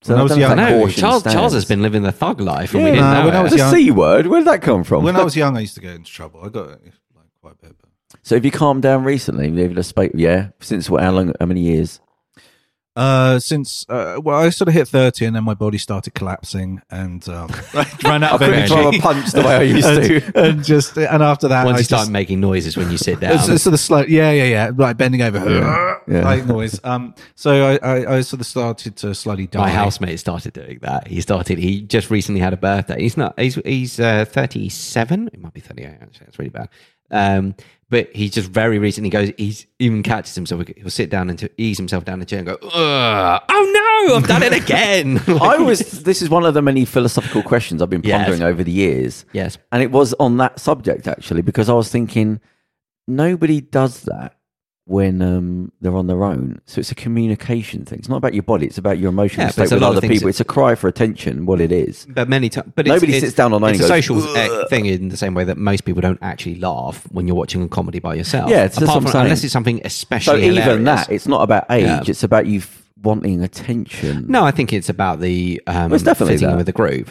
[SPEAKER 2] so
[SPEAKER 4] when I
[SPEAKER 2] that
[SPEAKER 4] was
[SPEAKER 2] doesn't
[SPEAKER 3] I
[SPEAKER 4] young-
[SPEAKER 2] have
[SPEAKER 3] know.
[SPEAKER 2] proportion
[SPEAKER 3] Charles,
[SPEAKER 2] stands.
[SPEAKER 3] Charles has been living the thug life, and we
[SPEAKER 2] Yeah.
[SPEAKER 3] didn't
[SPEAKER 4] Nah,
[SPEAKER 3] know.
[SPEAKER 4] when I
[SPEAKER 3] it.
[SPEAKER 4] was
[SPEAKER 2] The
[SPEAKER 4] young-
[SPEAKER 2] C word. Where did that come from?
[SPEAKER 4] When I was young, I used to get into trouble. I got like quite a bit. But,
[SPEAKER 2] so have you calmed down recently? Have you lived a space? Yeah. Since what? How long? How many years?
[SPEAKER 4] uh, since uh, well, I sort of hit thirty, and then my body started collapsing, and um, ran out
[SPEAKER 2] I
[SPEAKER 4] of
[SPEAKER 2] couldn't throw
[SPEAKER 4] energy.
[SPEAKER 2] a punch the way I used to.
[SPEAKER 4] and, and just and after that,
[SPEAKER 3] Once
[SPEAKER 4] I
[SPEAKER 3] you
[SPEAKER 4] just,
[SPEAKER 3] start making noises when you sit down,
[SPEAKER 4] It's, it's sort of slow, yeah, yeah, yeah, like bending over,
[SPEAKER 2] Yeah.
[SPEAKER 4] like noise. Um, so I, I, I sort of started to slowly die.
[SPEAKER 3] My housemate started doing that. He started. He just recently had a birthday. He's not. He's he's uh, thirty seven. It might be thirty eight. Actually, that's really bad. Um, but he just very recently goes. He's even catches himself. He'll sit down and to ease himself down the chair and go. "Ugh, Oh no! I've done it again.
[SPEAKER 2] I
[SPEAKER 3] Like-
[SPEAKER 2] was. This is one of the many philosophical questions I've been
[SPEAKER 3] Yes.
[SPEAKER 2] pondering over the years.
[SPEAKER 3] Yes.
[SPEAKER 2] and it was on that subject actually because I was thinking nobody does that when um, they're on their own. So it's a communication thing. It's not about your body. It's about your emotional
[SPEAKER 3] Yeah, but
[SPEAKER 2] state
[SPEAKER 3] it's a
[SPEAKER 2] with
[SPEAKER 3] lot of
[SPEAKER 2] other
[SPEAKER 3] things
[SPEAKER 2] people.
[SPEAKER 3] that-
[SPEAKER 2] It's a cry for attention. What it is.
[SPEAKER 3] But many times, but
[SPEAKER 2] Nobody
[SPEAKER 3] it's,
[SPEAKER 2] sits down on
[SPEAKER 3] It's
[SPEAKER 2] and
[SPEAKER 3] a
[SPEAKER 2] goes,
[SPEAKER 3] social uh,
[SPEAKER 2] "Ugh."
[SPEAKER 3] thing in the same way that most people don't actually laugh when you're watching a comedy by yourself.
[SPEAKER 2] Yeah, it's- that's
[SPEAKER 3] Apart
[SPEAKER 2] what I'm
[SPEAKER 3] from- unless
[SPEAKER 2] saying.
[SPEAKER 3] it's something
[SPEAKER 2] So
[SPEAKER 3] especially
[SPEAKER 2] even
[SPEAKER 3] hilarious.
[SPEAKER 2] that, it's not about age.
[SPEAKER 3] Yeah.
[SPEAKER 2] It's about you f- wanting attention.
[SPEAKER 3] No, I think it's about the um,
[SPEAKER 2] Well, it's definitely
[SPEAKER 3] fitting in
[SPEAKER 2] that.
[SPEAKER 3] with the group.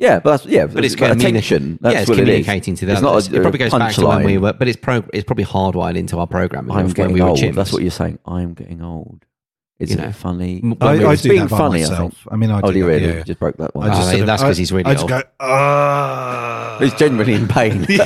[SPEAKER 2] Yeah, but that's yeah,
[SPEAKER 3] but it's
[SPEAKER 2] about
[SPEAKER 3] communi-
[SPEAKER 2] attention. That's
[SPEAKER 3] yeah, it's
[SPEAKER 2] what it is.
[SPEAKER 3] communicating to them.
[SPEAKER 2] It's not. A,
[SPEAKER 3] it probably goes
[SPEAKER 2] a
[SPEAKER 3] back to when we
[SPEAKER 2] punchline.
[SPEAKER 3] were, but it's pro- it's probably hardwired into our program.
[SPEAKER 2] I'm
[SPEAKER 3] when
[SPEAKER 2] getting
[SPEAKER 3] we were
[SPEAKER 2] old.
[SPEAKER 3] chimps.
[SPEAKER 2] That's what you're saying. I'm getting old. Isn't
[SPEAKER 3] know.
[SPEAKER 2] it funny?
[SPEAKER 3] M-
[SPEAKER 4] I,
[SPEAKER 3] when we
[SPEAKER 4] I
[SPEAKER 3] were-
[SPEAKER 2] it's
[SPEAKER 4] do
[SPEAKER 2] being
[SPEAKER 4] that by
[SPEAKER 2] funny, I
[SPEAKER 4] myself. I, mean, I
[SPEAKER 2] oh,
[SPEAKER 4] do
[SPEAKER 2] do you
[SPEAKER 4] that,
[SPEAKER 2] really?
[SPEAKER 4] yeah, yeah.
[SPEAKER 2] Just broke that one.
[SPEAKER 4] I just
[SPEAKER 3] Oh,
[SPEAKER 4] sort of-
[SPEAKER 3] that's 'cause he's really
[SPEAKER 4] I just
[SPEAKER 3] old.
[SPEAKER 4] go, ah.
[SPEAKER 2] He's Uh, genuinely in pain.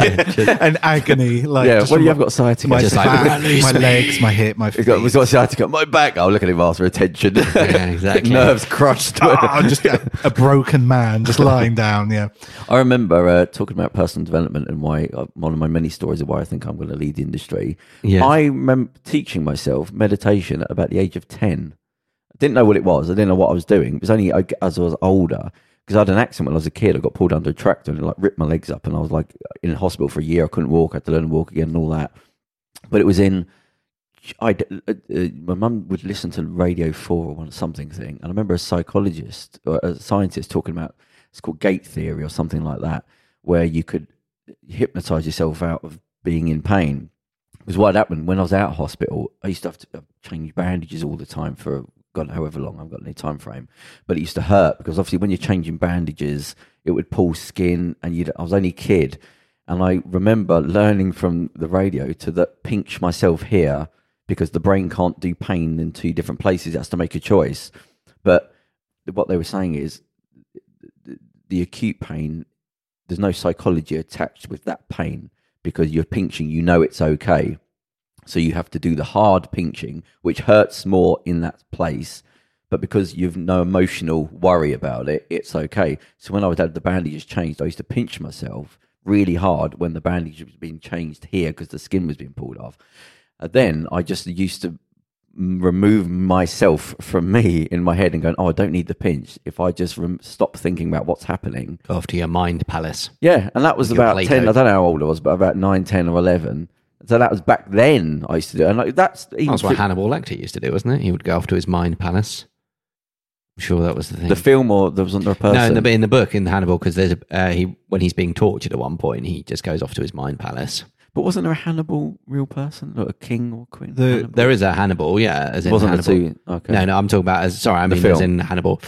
[SPEAKER 4] an agony. Like,
[SPEAKER 2] yeah,
[SPEAKER 4] just
[SPEAKER 2] when you have
[SPEAKER 4] from
[SPEAKER 2] got sciatica,
[SPEAKER 4] my
[SPEAKER 2] just like
[SPEAKER 4] back, my legs, my hip, my
[SPEAKER 2] he's
[SPEAKER 4] feet.
[SPEAKER 2] got, he's got sciatica. My back. Oh, look at him after attention.
[SPEAKER 3] exactly.
[SPEAKER 2] Nerves crushed.
[SPEAKER 4] Ah, just a, a broken man, just lying down. Yeah,
[SPEAKER 2] I remember uh, talking about personal development and why uh, one of my many stories of why I think I'm going to lead the industry.
[SPEAKER 3] Yes.
[SPEAKER 2] I remember teaching myself meditation at about the age of 10. I didn't know what it was. I didn't know what I was doing. It was only I g- as I was older because I had an accident when I was a kid. I got pulled under a tractor and it like ripped my legs up and I was like in hospital for a year. I couldn't walk. I had to learn to walk again and all that. But it was in I uh, uh, my mum would listen to Radio Four or one something thing, and I remember a psychologist or a scientist talking about it's called gate theory or something like that, where you could hypnotize yourself out of being in pain. Because what had happened when I was out of hospital, I used to have to uh, change bandages all the time for God however long. I've got no time frame, but it used to hurt because obviously when you're changing bandages, it would pull skin, and you. I was only a kid. And I remember learning from the radio to that pinch myself here because the brain can't do pain in two different places. It has to make a choice. But what they were saying is the, the acute pain, there's no psychology attached with that pain because you're pinching, you know it's okay. So you have to do the hard pinching, which hurts more in that place. But because you've no emotional worry about it, it's okay. So when I would have the bandages changed, I used to pinch myself really hard when the bandage was being changed here because the skin was being pulled off. And then I just used to m- remove myself from me in my head and going, oh, I don't need the pinch. If I just rem- stop thinking about what's happening,
[SPEAKER 3] Go off to your mind palace.
[SPEAKER 2] yeah, and that was
[SPEAKER 3] Your
[SPEAKER 2] about
[SPEAKER 3] Play-Doh.
[SPEAKER 2] 10. I don't know how old I was, but about 9, 10 or 11. So that was back then I used to do it. And like, that's even
[SPEAKER 3] That's what
[SPEAKER 2] fi-
[SPEAKER 3] Hannibal Lecter used to do, wasn't it? He would go off to his mind palace. I'm sure that was the thing.
[SPEAKER 2] the film or there wasn't a person.
[SPEAKER 3] no, in the in the book in Hannibal, because there's a uh, he when he's being tortured at one point, he just goes off to his mind palace.
[SPEAKER 2] but wasn't there a Hannibal real person? Or a king or queen?
[SPEAKER 4] The-
[SPEAKER 2] Hannibal?
[SPEAKER 3] There is a Hannibal, yeah, as in
[SPEAKER 2] Wasn't the
[SPEAKER 3] Hannibal.
[SPEAKER 2] two- okay.
[SPEAKER 3] No, no, I'm talking about as sorry, I mean as
[SPEAKER 2] film.
[SPEAKER 3] in Hannibal.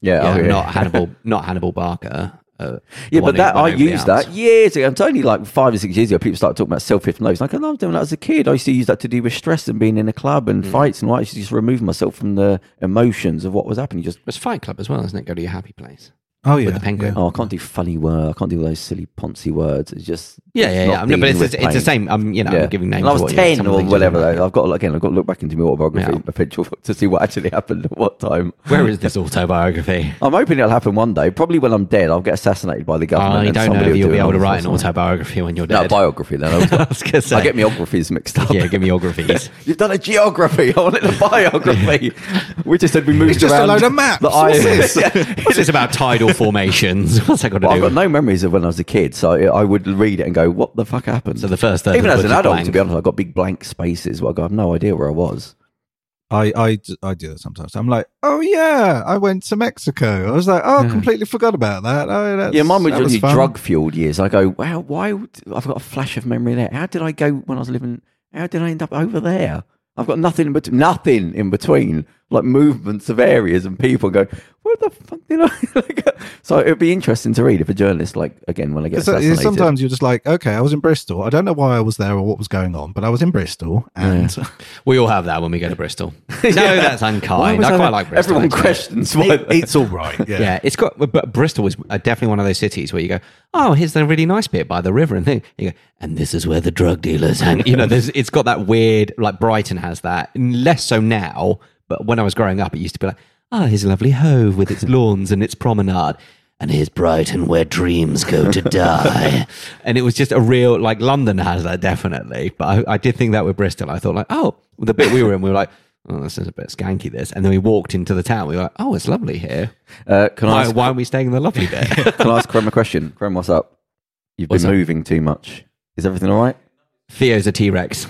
[SPEAKER 2] Yeah, oh, yeah.
[SPEAKER 3] not Hannibal, not Hannibal Barker. uh,
[SPEAKER 2] Yeah,
[SPEAKER 3] wanting-
[SPEAKER 2] but that I
[SPEAKER 3] wanting the
[SPEAKER 2] used
[SPEAKER 3] out.
[SPEAKER 2] that years ago. It's only like five or six years ago. People started talking about self-hypnosis. Like I loved doing that as a kid. I used to use that to deal with stress and being in a club
[SPEAKER 3] Mm.
[SPEAKER 2] and fights and what. I used to just remove myself from the emotions of what was happening. Just
[SPEAKER 3] It's Fight Club as well, isn't it? Go to your happy place.
[SPEAKER 4] Oh yeah,
[SPEAKER 3] the penguin.
[SPEAKER 4] yeah.
[SPEAKER 2] oh, I can't do funny words. I can't do those silly poncy words. It's just
[SPEAKER 3] Yeah, yeah,
[SPEAKER 2] not
[SPEAKER 3] yeah. No, but
[SPEAKER 2] dealing
[SPEAKER 3] it's,
[SPEAKER 2] with
[SPEAKER 3] it's the
[SPEAKER 2] pain.
[SPEAKER 3] same. I'm, you know,
[SPEAKER 2] Yeah.
[SPEAKER 3] I'm giving names.
[SPEAKER 2] And I
[SPEAKER 3] to
[SPEAKER 2] was
[SPEAKER 3] what you-
[SPEAKER 2] ten
[SPEAKER 3] some of the
[SPEAKER 2] or
[SPEAKER 3] things
[SPEAKER 2] whatever.
[SPEAKER 3] are.
[SPEAKER 2] Though. I've got like, again, I've got to look back into my autobiography,
[SPEAKER 3] Yeah.
[SPEAKER 2] my picture to see what actually happened at what time.
[SPEAKER 3] Where is this autobiography?
[SPEAKER 2] I'm hoping it'll happen one day. Probably when I'm dead, I'll get assassinated by the government.
[SPEAKER 3] I
[SPEAKER 2] and
[SPEAKER 3] Ah, Oh, don't know
[SPEAKER 2] somebody
[SPEAKER 3] if
[SPEAKER 2] will
[SPEAKER 3] you'll
[SPEAKER 2] do
[SPEAKER 3] be able to
[SPEAKER 2] another
[SPEAKER 3] write an
[SPEAKER 2] song.
[SPEAKER 3] autobiography when you're
[SPEAKER 2] No
[SPEAKER 3] dead.
[SPEAKER 2] biography. Then
[SPEAKER 3] I
[SPEAKER 2] I'll,
[SPEAKER 3] was gonna say.
[SPEAKER 2] I get geographies mixed up.
[SPEAKER 3] yeah, give me geographies.
[SPEAKER 2] You've done a geography. I wanted a biography. we just said we moved
[SPEAKER 4] It's just a
[SPEAKER 2] around
[SPEAKER 4] load of maps.
[SPEAKER 2] The
[SPEAKER 4] What's
[SPEAKER 2] islands. Yeah.
[SPEAKER 3] What's this about tidal formations? What's that got to
[SPEAKER 2] Well,
[SPEAKER 3] do?
[SPEAKER 2] I've got
[SPEAKER 3] with-
[SPEAKER 2] no memories of when I was a kid, so I I would read it and go, "What the fuck happened?"
[SPEAKER 3] So the first third
[SPEAKER 2] even
[SPEAKER 3] of
[SPEAKER 2] as
[SPEAKER 3] the book
[SPEAKER 2] an
[SPEAKER 3] is
[SPEAKER 2] adult,
[SPEAKER 3] blank.
[SPEAKER 2] to be honest, I've got big blank spaces. Where I go, I have no idea where I was.
[SPEAKER 4] I, I d- I do that sometimes. I'm like, oh yeah, I went to Mexico. I was like, oh, completely forgot about that. Oh, that's,
[SPEAKER 2] yeah, mine was
[SPEAKER 4] that
[SPEAKER 2] only
[SPEAKER 4] fun.
[SPEAKER 2] drug fueled years. I go, wow, why? Would, I've got a flash of memory there. How did I go when I was living? How did I end up over there? I've got nothing in between. Nothing in between, like movements of areas and people. Go, where the fuck did I? like, so it'd be interesting to read if a journalist, like again, when I get
[SPEAKER 4] It's like-
[SPEAKER 2] assassinated.
[SPEAKER 4] sometimes you're just like, okay, I was in Bristol. I don't know why I was there or what was going on, but I was in Bristol, and
[SPEAKER 3] We all have that when we go to Bristol. No, that's
[SPEAKER 2] Why
[SPEAKER 3] unkind.
[SPEAKER 2] was
[SPEAKER 3] I quite
[SPEAKER 2] there-
[SPEAKER 3] like Bristol.
[SPEAKER 2] Everyone
[SPEAKER 3] actually.
[SPEAKER 2] questions why.
[SPEAKER 4] it- it's all right. Yeah.
[SPEAKER 3] Yeah, it's got. But Bristol is uh, definitely one of those cities where you go, oh, here's the really nice bit by the river, and thing. You go, and this is where the drug dealers hang. You know, there's, it's got that weird. Like Brighton has that, and less so now. But when I was growing up, it used to be like, oh, here's a lovely Hove with its lawns and its promenade. And here's Brighton, where dreams go to die. and it was just a real, like, London has that definitely. But I, I did think that with Bristol. I thought, like, oh, the bit we were in, we were like, oh, this is a bit skanky, this. And then we walked into the town. We were like, oh, it's lovely here.
[SPEAKER 2] Uh, can I
[SPEAKER 3] Why,
[SPEAKER 2] ask,
[SPEAKER 3] why are we staying in the lobby there?
[SPEAKER 2] can I ask Krem a question? Krem, what's up? You've
[SPEAKER 3] What's
[SPEAKER 2] been
[SPEAKER 3] up?
[SPEAKER 2] moving too much. Is everything all right?
[SPEAKER 3] Theo's a T Rex.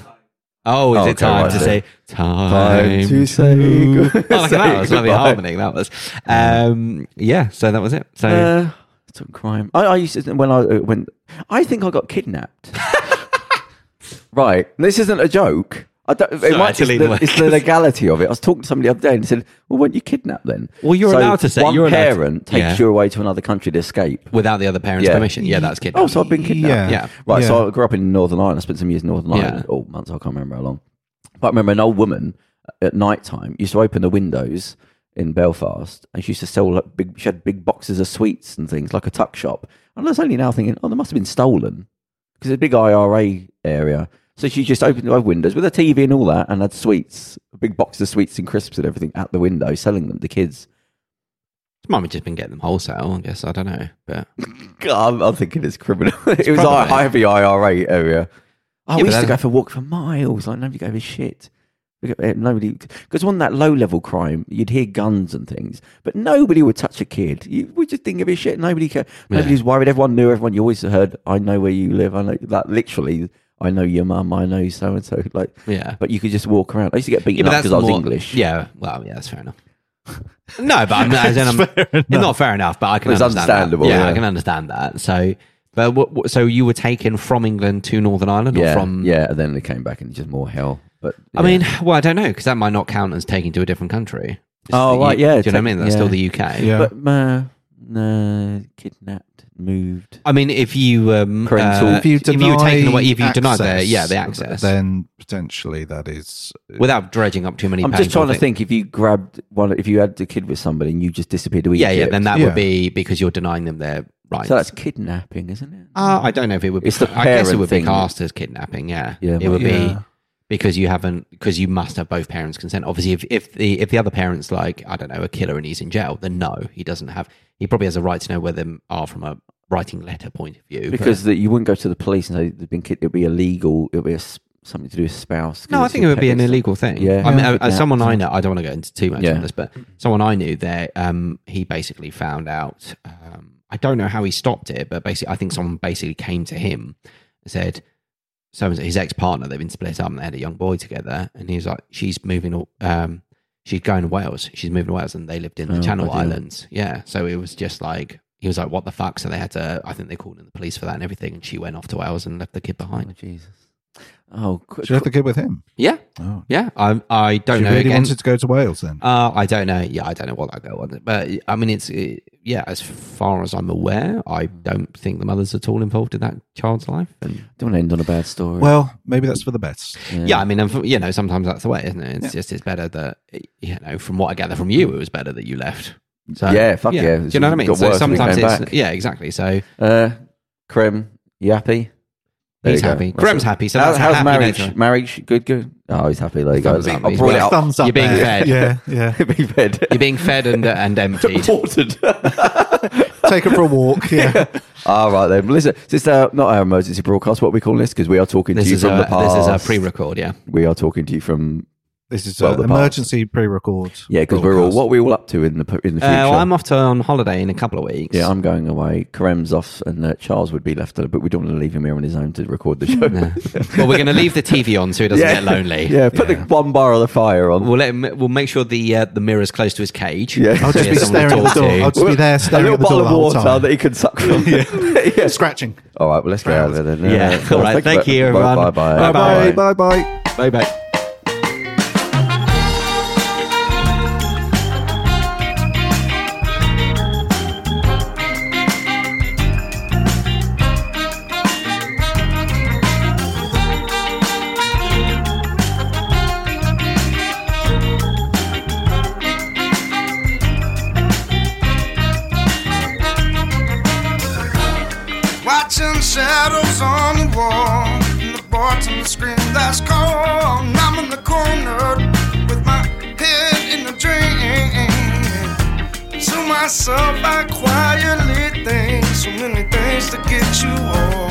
[SPEAKER 3] Oh, is
[SPEAKER 2] Oh,
[SPEAKER 3] it
[SPEAKER 2] okay,
[SPEAKER 3] time
[SPEAKER 2] right.
[SPEAKER 3] to say time,
[SPEAKER 2] Time to say
[SPEAKER 3] to-
[SPEAKER 2] good-
[SPEAKER 3] Oh, look at that.
[SPEAKER 2] say
[SPEAKER 3] That was lovely
[SPEAKER 2] goodbye.
[SPEAKER 3] harmony. That was. Um, yeah, so that was it. So
[SPEAKER 2] Uh, it's a crime. I, I used to, when I uh, when I think I got kidnapped. right, this isn't a joke. I don't, it
[SPEAKER 3] Sorry,
[SPEAKER 2] might-
[SPEAKER 3] to
[SPEAKER 2] it's,
[SPEAKER 3] lead
[SPEAKER 2] the,
[SPEAKER 3] the way.
[SPEAKER 2] it's the legality of it. I was talking to somebody the other day and said, "Well, weren't you kidnapped then?"
[SPEAKER 3] Well, you're
[SPEAKER 2] So
[SPEAKER 3] allowed to say-
[SPEAKER 2] one
[SPEAKER 3] you're allowed to-
[SPEAKER 2] parent
[SPEAKER 3] Yeah.
[SPEAKER 2] takes you away to another country to escape.
[SPEAKER 3] without the other parents'
[SPEAKER 2] Yeah.
[SPEAKER 3] permission. Yeah, that's kidnapping.
[SPEAKER 2] Oh, so I've been kidnapped.
[SPEAKER 3] Yeah.
[SPEAKER 2] Right.
[SPEAKER 4] Yeah.
[SPEAKER 2] So I grew up in Northern Ireland. I spent some years in Northern
[SPEAKER 3] Yeah.
[SPEAKER 2] Ireland, or months. I can't remember how long. But I remember an old woman at night time used to open the windows in Belfast, and she used to sell like big. She had big boxes of sweets and things, like a tuck shop. And I was only now thinking, oh, they must have been stolen because it's a big IRA area. So she just opened the windows with a TV and all that, and had sweets, a big box of sweets and crisps and everything at the window, selling them to kids.
[SPEAKER 3] Mum had just been getting them wholesale, I guess. I don't know. But
[SPEAKER 2] God, I'm, I'm thinking it's criminal. it was
[SPEAKER 3] probably-
[SPEAKER 2] I, Ivy IRA area. Oh,
[SPEAKER 3] Yeah,
[SPEAKER 2] we
[SPEAKER 3] but
[SPEAKER 2] used to
[SPEAKER 3] that-
[SPEAKER 2] go for a walk for miles. Like nobody gave a shit. We got- eh, Nobody, because on that low level crime, you'd hear guns and things, but nobody would touch a kid. You would just think of his shit. Nobody cared.
[SPEAKER 3] Yeah.
[SPEAKER 2] Nobody's worried. Everyone knew everyone. You always heard, "I know where you live." I know that literally. I know your mum. I know so and so. Like,
[SPEAKER 3] yeah.
[SPEAKER 2] but you could just walk around. I used to get
[SPEAKER 3] Yeah,
[SPEAKER 2] beaten up
[SPEAKER 3] but that's
[SPEAKER 2] because I was
[SPEAKER 3] more-
[SPEAKER 2] English.
[SPEAKER 3] Yeah, well, yeah, that's fair enough. no, but I'm, as in, I'm it's not fair enough. But I can
[SPEAKER 2] It's
[SPEAKER 3] understand
[SPEAKER 2] understandable,
[SPEAKER 3] That. Yeah, I
[SPEAKER 2] yeah.
[SPEAKER 3] can understand that. So, but what, what- so you were taken from England to Northern Ireland,
[SPEAKER 2] yeah,
[SPEAKER 3] or from
[SPEAKER 2] yeah. And then they came back and just more hell. But
[SPEAKER 3] I
[SPEAKER 2] yeah.
[SPEAKER 3] mean, well, I don't know because that might not count as taking to a different country. It's
[SPEAKER 2] Oh,
[SPEAKER 3] the U-
[SPEAKER 2] right, yeah,
[SPEAKER 3] Do you know what I
[SPEAKER 2] take-
[SPEAKER 3] mean? That's
[SPEAKER 2] yeah.
[SPEAKER 3] still the UK.
[SPEAKER 4] Yeah.
[SPEAKER 2] but uh, nah, kidnapped, moved.
[SPEAKER 3] I mean, if you um,
[SPEAKER 2] Parental-
[SPEAKER 3] uh,
[SPEAKER 4] if you
[SPEAKER 3] if you
[SPEAKER 4] deny,
[SPEAKER 3] were taken away, if you deny the
[SPEAKER 4] access,
[SPEAKER 3] yeah the access
[SPEAKER 4] then potentially that is
[SPEAKER 3] without dredging up too many.
[SPEAKER 2] I'm just
[SPEAKER 3] painful
[SPEAKER 2] trying to
[SPEAKER 3] things.
[SPEAKER 2] think if you grabbed one, if you had a kid with somebody and you just disappeared to
[SPEAKER 3] Yeah,
[SPEAKER 2] Egypt.
[SPEAKER 3] yeah. Then that
[SPEAKER 4] Yeah.
[SPEAKER 3] would be because you're denying them their rights.
[SPEAKER 2] So that's kidnapping, isn't it?
[SPEAKER 3] Uh, I don't know if it would. Be,
[SPEAKER 2] Mm. It's the
[SPEAKER 3] I guess it
[SPEAKER 2] parent
[SPEAKER 3] would
[SPEAKER 2] thing.
[SPEAKER 3] be classed as kidnapping. Yeah,
[SPEAKER 2] Yeah,
[SPEAKER 3] it would be
[SPEAKER 4] yeah.
[SPEAKER 3] because you haven't because you must have both parents' consent. Obviously, if, if the if the other parent's like I don't know a killer and he's in jail, then no, he doesn't have. He probably has a right to know where them are from a writing letter point of view. but-
[SPEAKER 2] because that you wouldn't go to the police and say they've been kid. It'd be illegal. It'd be a s something to do with spouse. 'cause
[SPEAKER 3] No, I
[SPEAKER 2] it's
[SPEAKER 3] think it
[SPEAKER 2] your
[SPEAKER 3] would be an
[SPEAKER 2] parents.
[SPEAKER 3] illegal thing.
[SPEAKER 2] Yeah.
[SPEAKER 3] I mean,
[SPEAKER 2] Yeah.
[SPEAKER 3] uh, uh, someone I know. I don't want to go into too much
[SPEAKER 2] Yeah.
[SPEAKER 3] on this, but someone I knew that um, he basically found out. Um, I don't know how he stopped it, but basically, I think someone basically came to him and said, "So his ex partner, they've been split up, and they had a young boy together." And he was like, "She's moving. al- Um, she's going to Wales. She's moving to Wales, and they lived in the
[SPEAKER 2] Oh,
[SPEAKER 3] Channel
[SPEAKER 2] bloody hell.
[SPEAKER 3] Islands. Yeah. So it was just like." He was like, "What the fuck?" So they had to. I think they called in the police for that and everything. And she went off to Wales and left the kid
[SPEAKER 2] Oh,
[SPEAKER 3] behind.
[SPEAKER 2] Jesus. Oh, qu-
[SPEAKER 4] She left the kid with him.
[SPEAKER 3] Yeah,
[SPEAKER 4] Oh.
[SPEAKER 3] yeah. I I don't
[SPEAKER 4] she
[SPEAKER 3] know.
[SPEAKER 4] really
[SPEAKER 3] again.
[SPEAKER 4] wanted to go to Wales then.
[SPEAKER 3] Uh, I don't know. Yeah, I don't know what that girl wanted. But I mean, it's uh, yeah. As far as I'm aware, I don't think the mother's at all involved in that child's life. And
[SPEAKER 2] don't want to end on a bad story.
[SPEAKER 4] well, maybe that's for the best.
[SPEAKER 3] yeah, I mean, and, you know, sometimes that's the way, isn't it? It's just it's better that you know. From what I gather from you, it was better that you left. So
[SPEAKER 2] Yeah, fuck yeah.
[SPEAKER 3] Do you know what I mean?
[SPEAKER 2] Got
[SPEAKER 3] So
[SPEAKER 2] worse and it
[SPEAKER 3] sometimes
[SPEAKER 2] came
[SPEAKER 3] it's
[SPEAKER 2] back.
[SPEAKER 3] yeah, exactly. So
[SPEAKER 2] uh, Krem, you happy? There
[SPEAKER 3] he's
[SPEAKER 2] you go.
[SPEAKER 3] happy.
[SPEAKER 2] That's
[SPEAKER 3] Graham's
[SPEAKER 2] it.
[SPEAKER 3] happy. So
[SPEAKER 2] How-
[SPEAKER 3] that's a
[SPEAKER 2] how's
[SPEAKER 3] happy
[SPEAKER 2] marriage?
[SPEAKER 3] note.
[SPEAKER 2] Marriage, good, good. Oh, he's happy. There you go.
[SPEAKER 3] Thumbs up.
[SPEAKER 2] I
[SPEAKER 3] He's
[SPEAKER 2] brought it
[SPEAKER 3] well-
[SPEAKER 2] up.
[SPEAKER 4] Thumbs up.
[SPEAKER 3] You're being
[SPEAKER 4] there.
[SPEAKER 3] fed.
[SPEAKER 4] Yeah, yeah.
[SPEAKER 2] Big bed.
[SPEAKER 3] You're being fed and and emptied.
[SPEAKER 2] Watered.
[SPEAKER 4] Take her for a walk. Yeah.
[SPEAKER 2] All Ah, right then. Listen, this is uh, not our emergency broadcast. What are we calling this because we are talking
[SPEAKER 3] This
[SPEAKER 2] to you
[SPEAKER 3] is
[SPEAKER 2] from
[SPEAKER 3] a
[SPEAKER 2] the past.
[SPEAKER 3] this is a pre-record. Yeah.
[SPEAKER 2] we are talking to you from
[SPEAKER 4] this is
[SPEAKER 2] Well,
[SPEAKER 4] an
[SPEAKER 2] the past.
[SPEAKER 4] emergency pre-record.
[SPEAKER 2] yeah because we're all
[SPEAKER 4] broadcast.
[SPEAKER 2] what are we all up to in the p- in the
[SPEAKER 3] Uh,
[SPEAKER 2] future.
[SPEAKER 3] well, I'm off to on holiday in a couple of weeks.
[SPEAKER 2] yeah, I'm going away. Karem's off, and uh, Charles would be left, but we don't want to leave him here on his own to record the show.
[SPEAKER 3] No. well, we're going to leave the TV on so he doesn't
[SPEAKER 2] Yeah.
[SPEAKER 3] get lonely.
[SPEAKER 2] yeah, put the one bar of the fire on.
[SPEAKER 3] We'll let him. We'll make sure the uh, the mirror's close to his cage.
[SPEAKER 2] Yeah.
[SPEAKER 4] I'll
[SPEAKER 3] So
[SPEAKER 4] just
[SPEAKER 3] he
[SPEAKER 4] be
[SPEAKER 3] has someone
[SPEAKER 4] staring
[SPEAKER 3] to
[SPEAKER 4] at the
[SPEAKER 3] talk
[SPEAKER 4] door.
[SPEAKER 3] to.
[SPEAKER 4] I'll just be there
[SPEAKER 2] a
[SPEAKER 4] staring
[SPEAKER 2] little
[SPEAKER 4] at the
[SPEAKER 2] bottle
[SPEAKER 4] door
[SPEAKER 2] of
[SPEAKER 4] the whole
[SPEAKER 2] water
[SPEAKER 4] time.
[SPEAKER 2] that he can suck from. Yeah.
[SPEAKER 4] Scratching.
[SPEAKER 2] All right, well, let's get out of there then. Uh,
[SPEAKER 3] Yeah. All right,
[SPEAKER 2] think
[SPEAKER 3] thank
[SPEAKER 2] about-
[SPEAKER 3] you, everyone.
[SPEAKER 2] Bye bye.
[SPEAKER 3] Bye-bye.
[SPEAKER 4] Bye bye bye.
[SPEAKER 3] Bye bye.
[SPEAKER 7] Watching shadows on the wall, and the boards on the screen that's cold. I'm in the corner with my head in a dream. To myself, I quietly think so many things to get you off.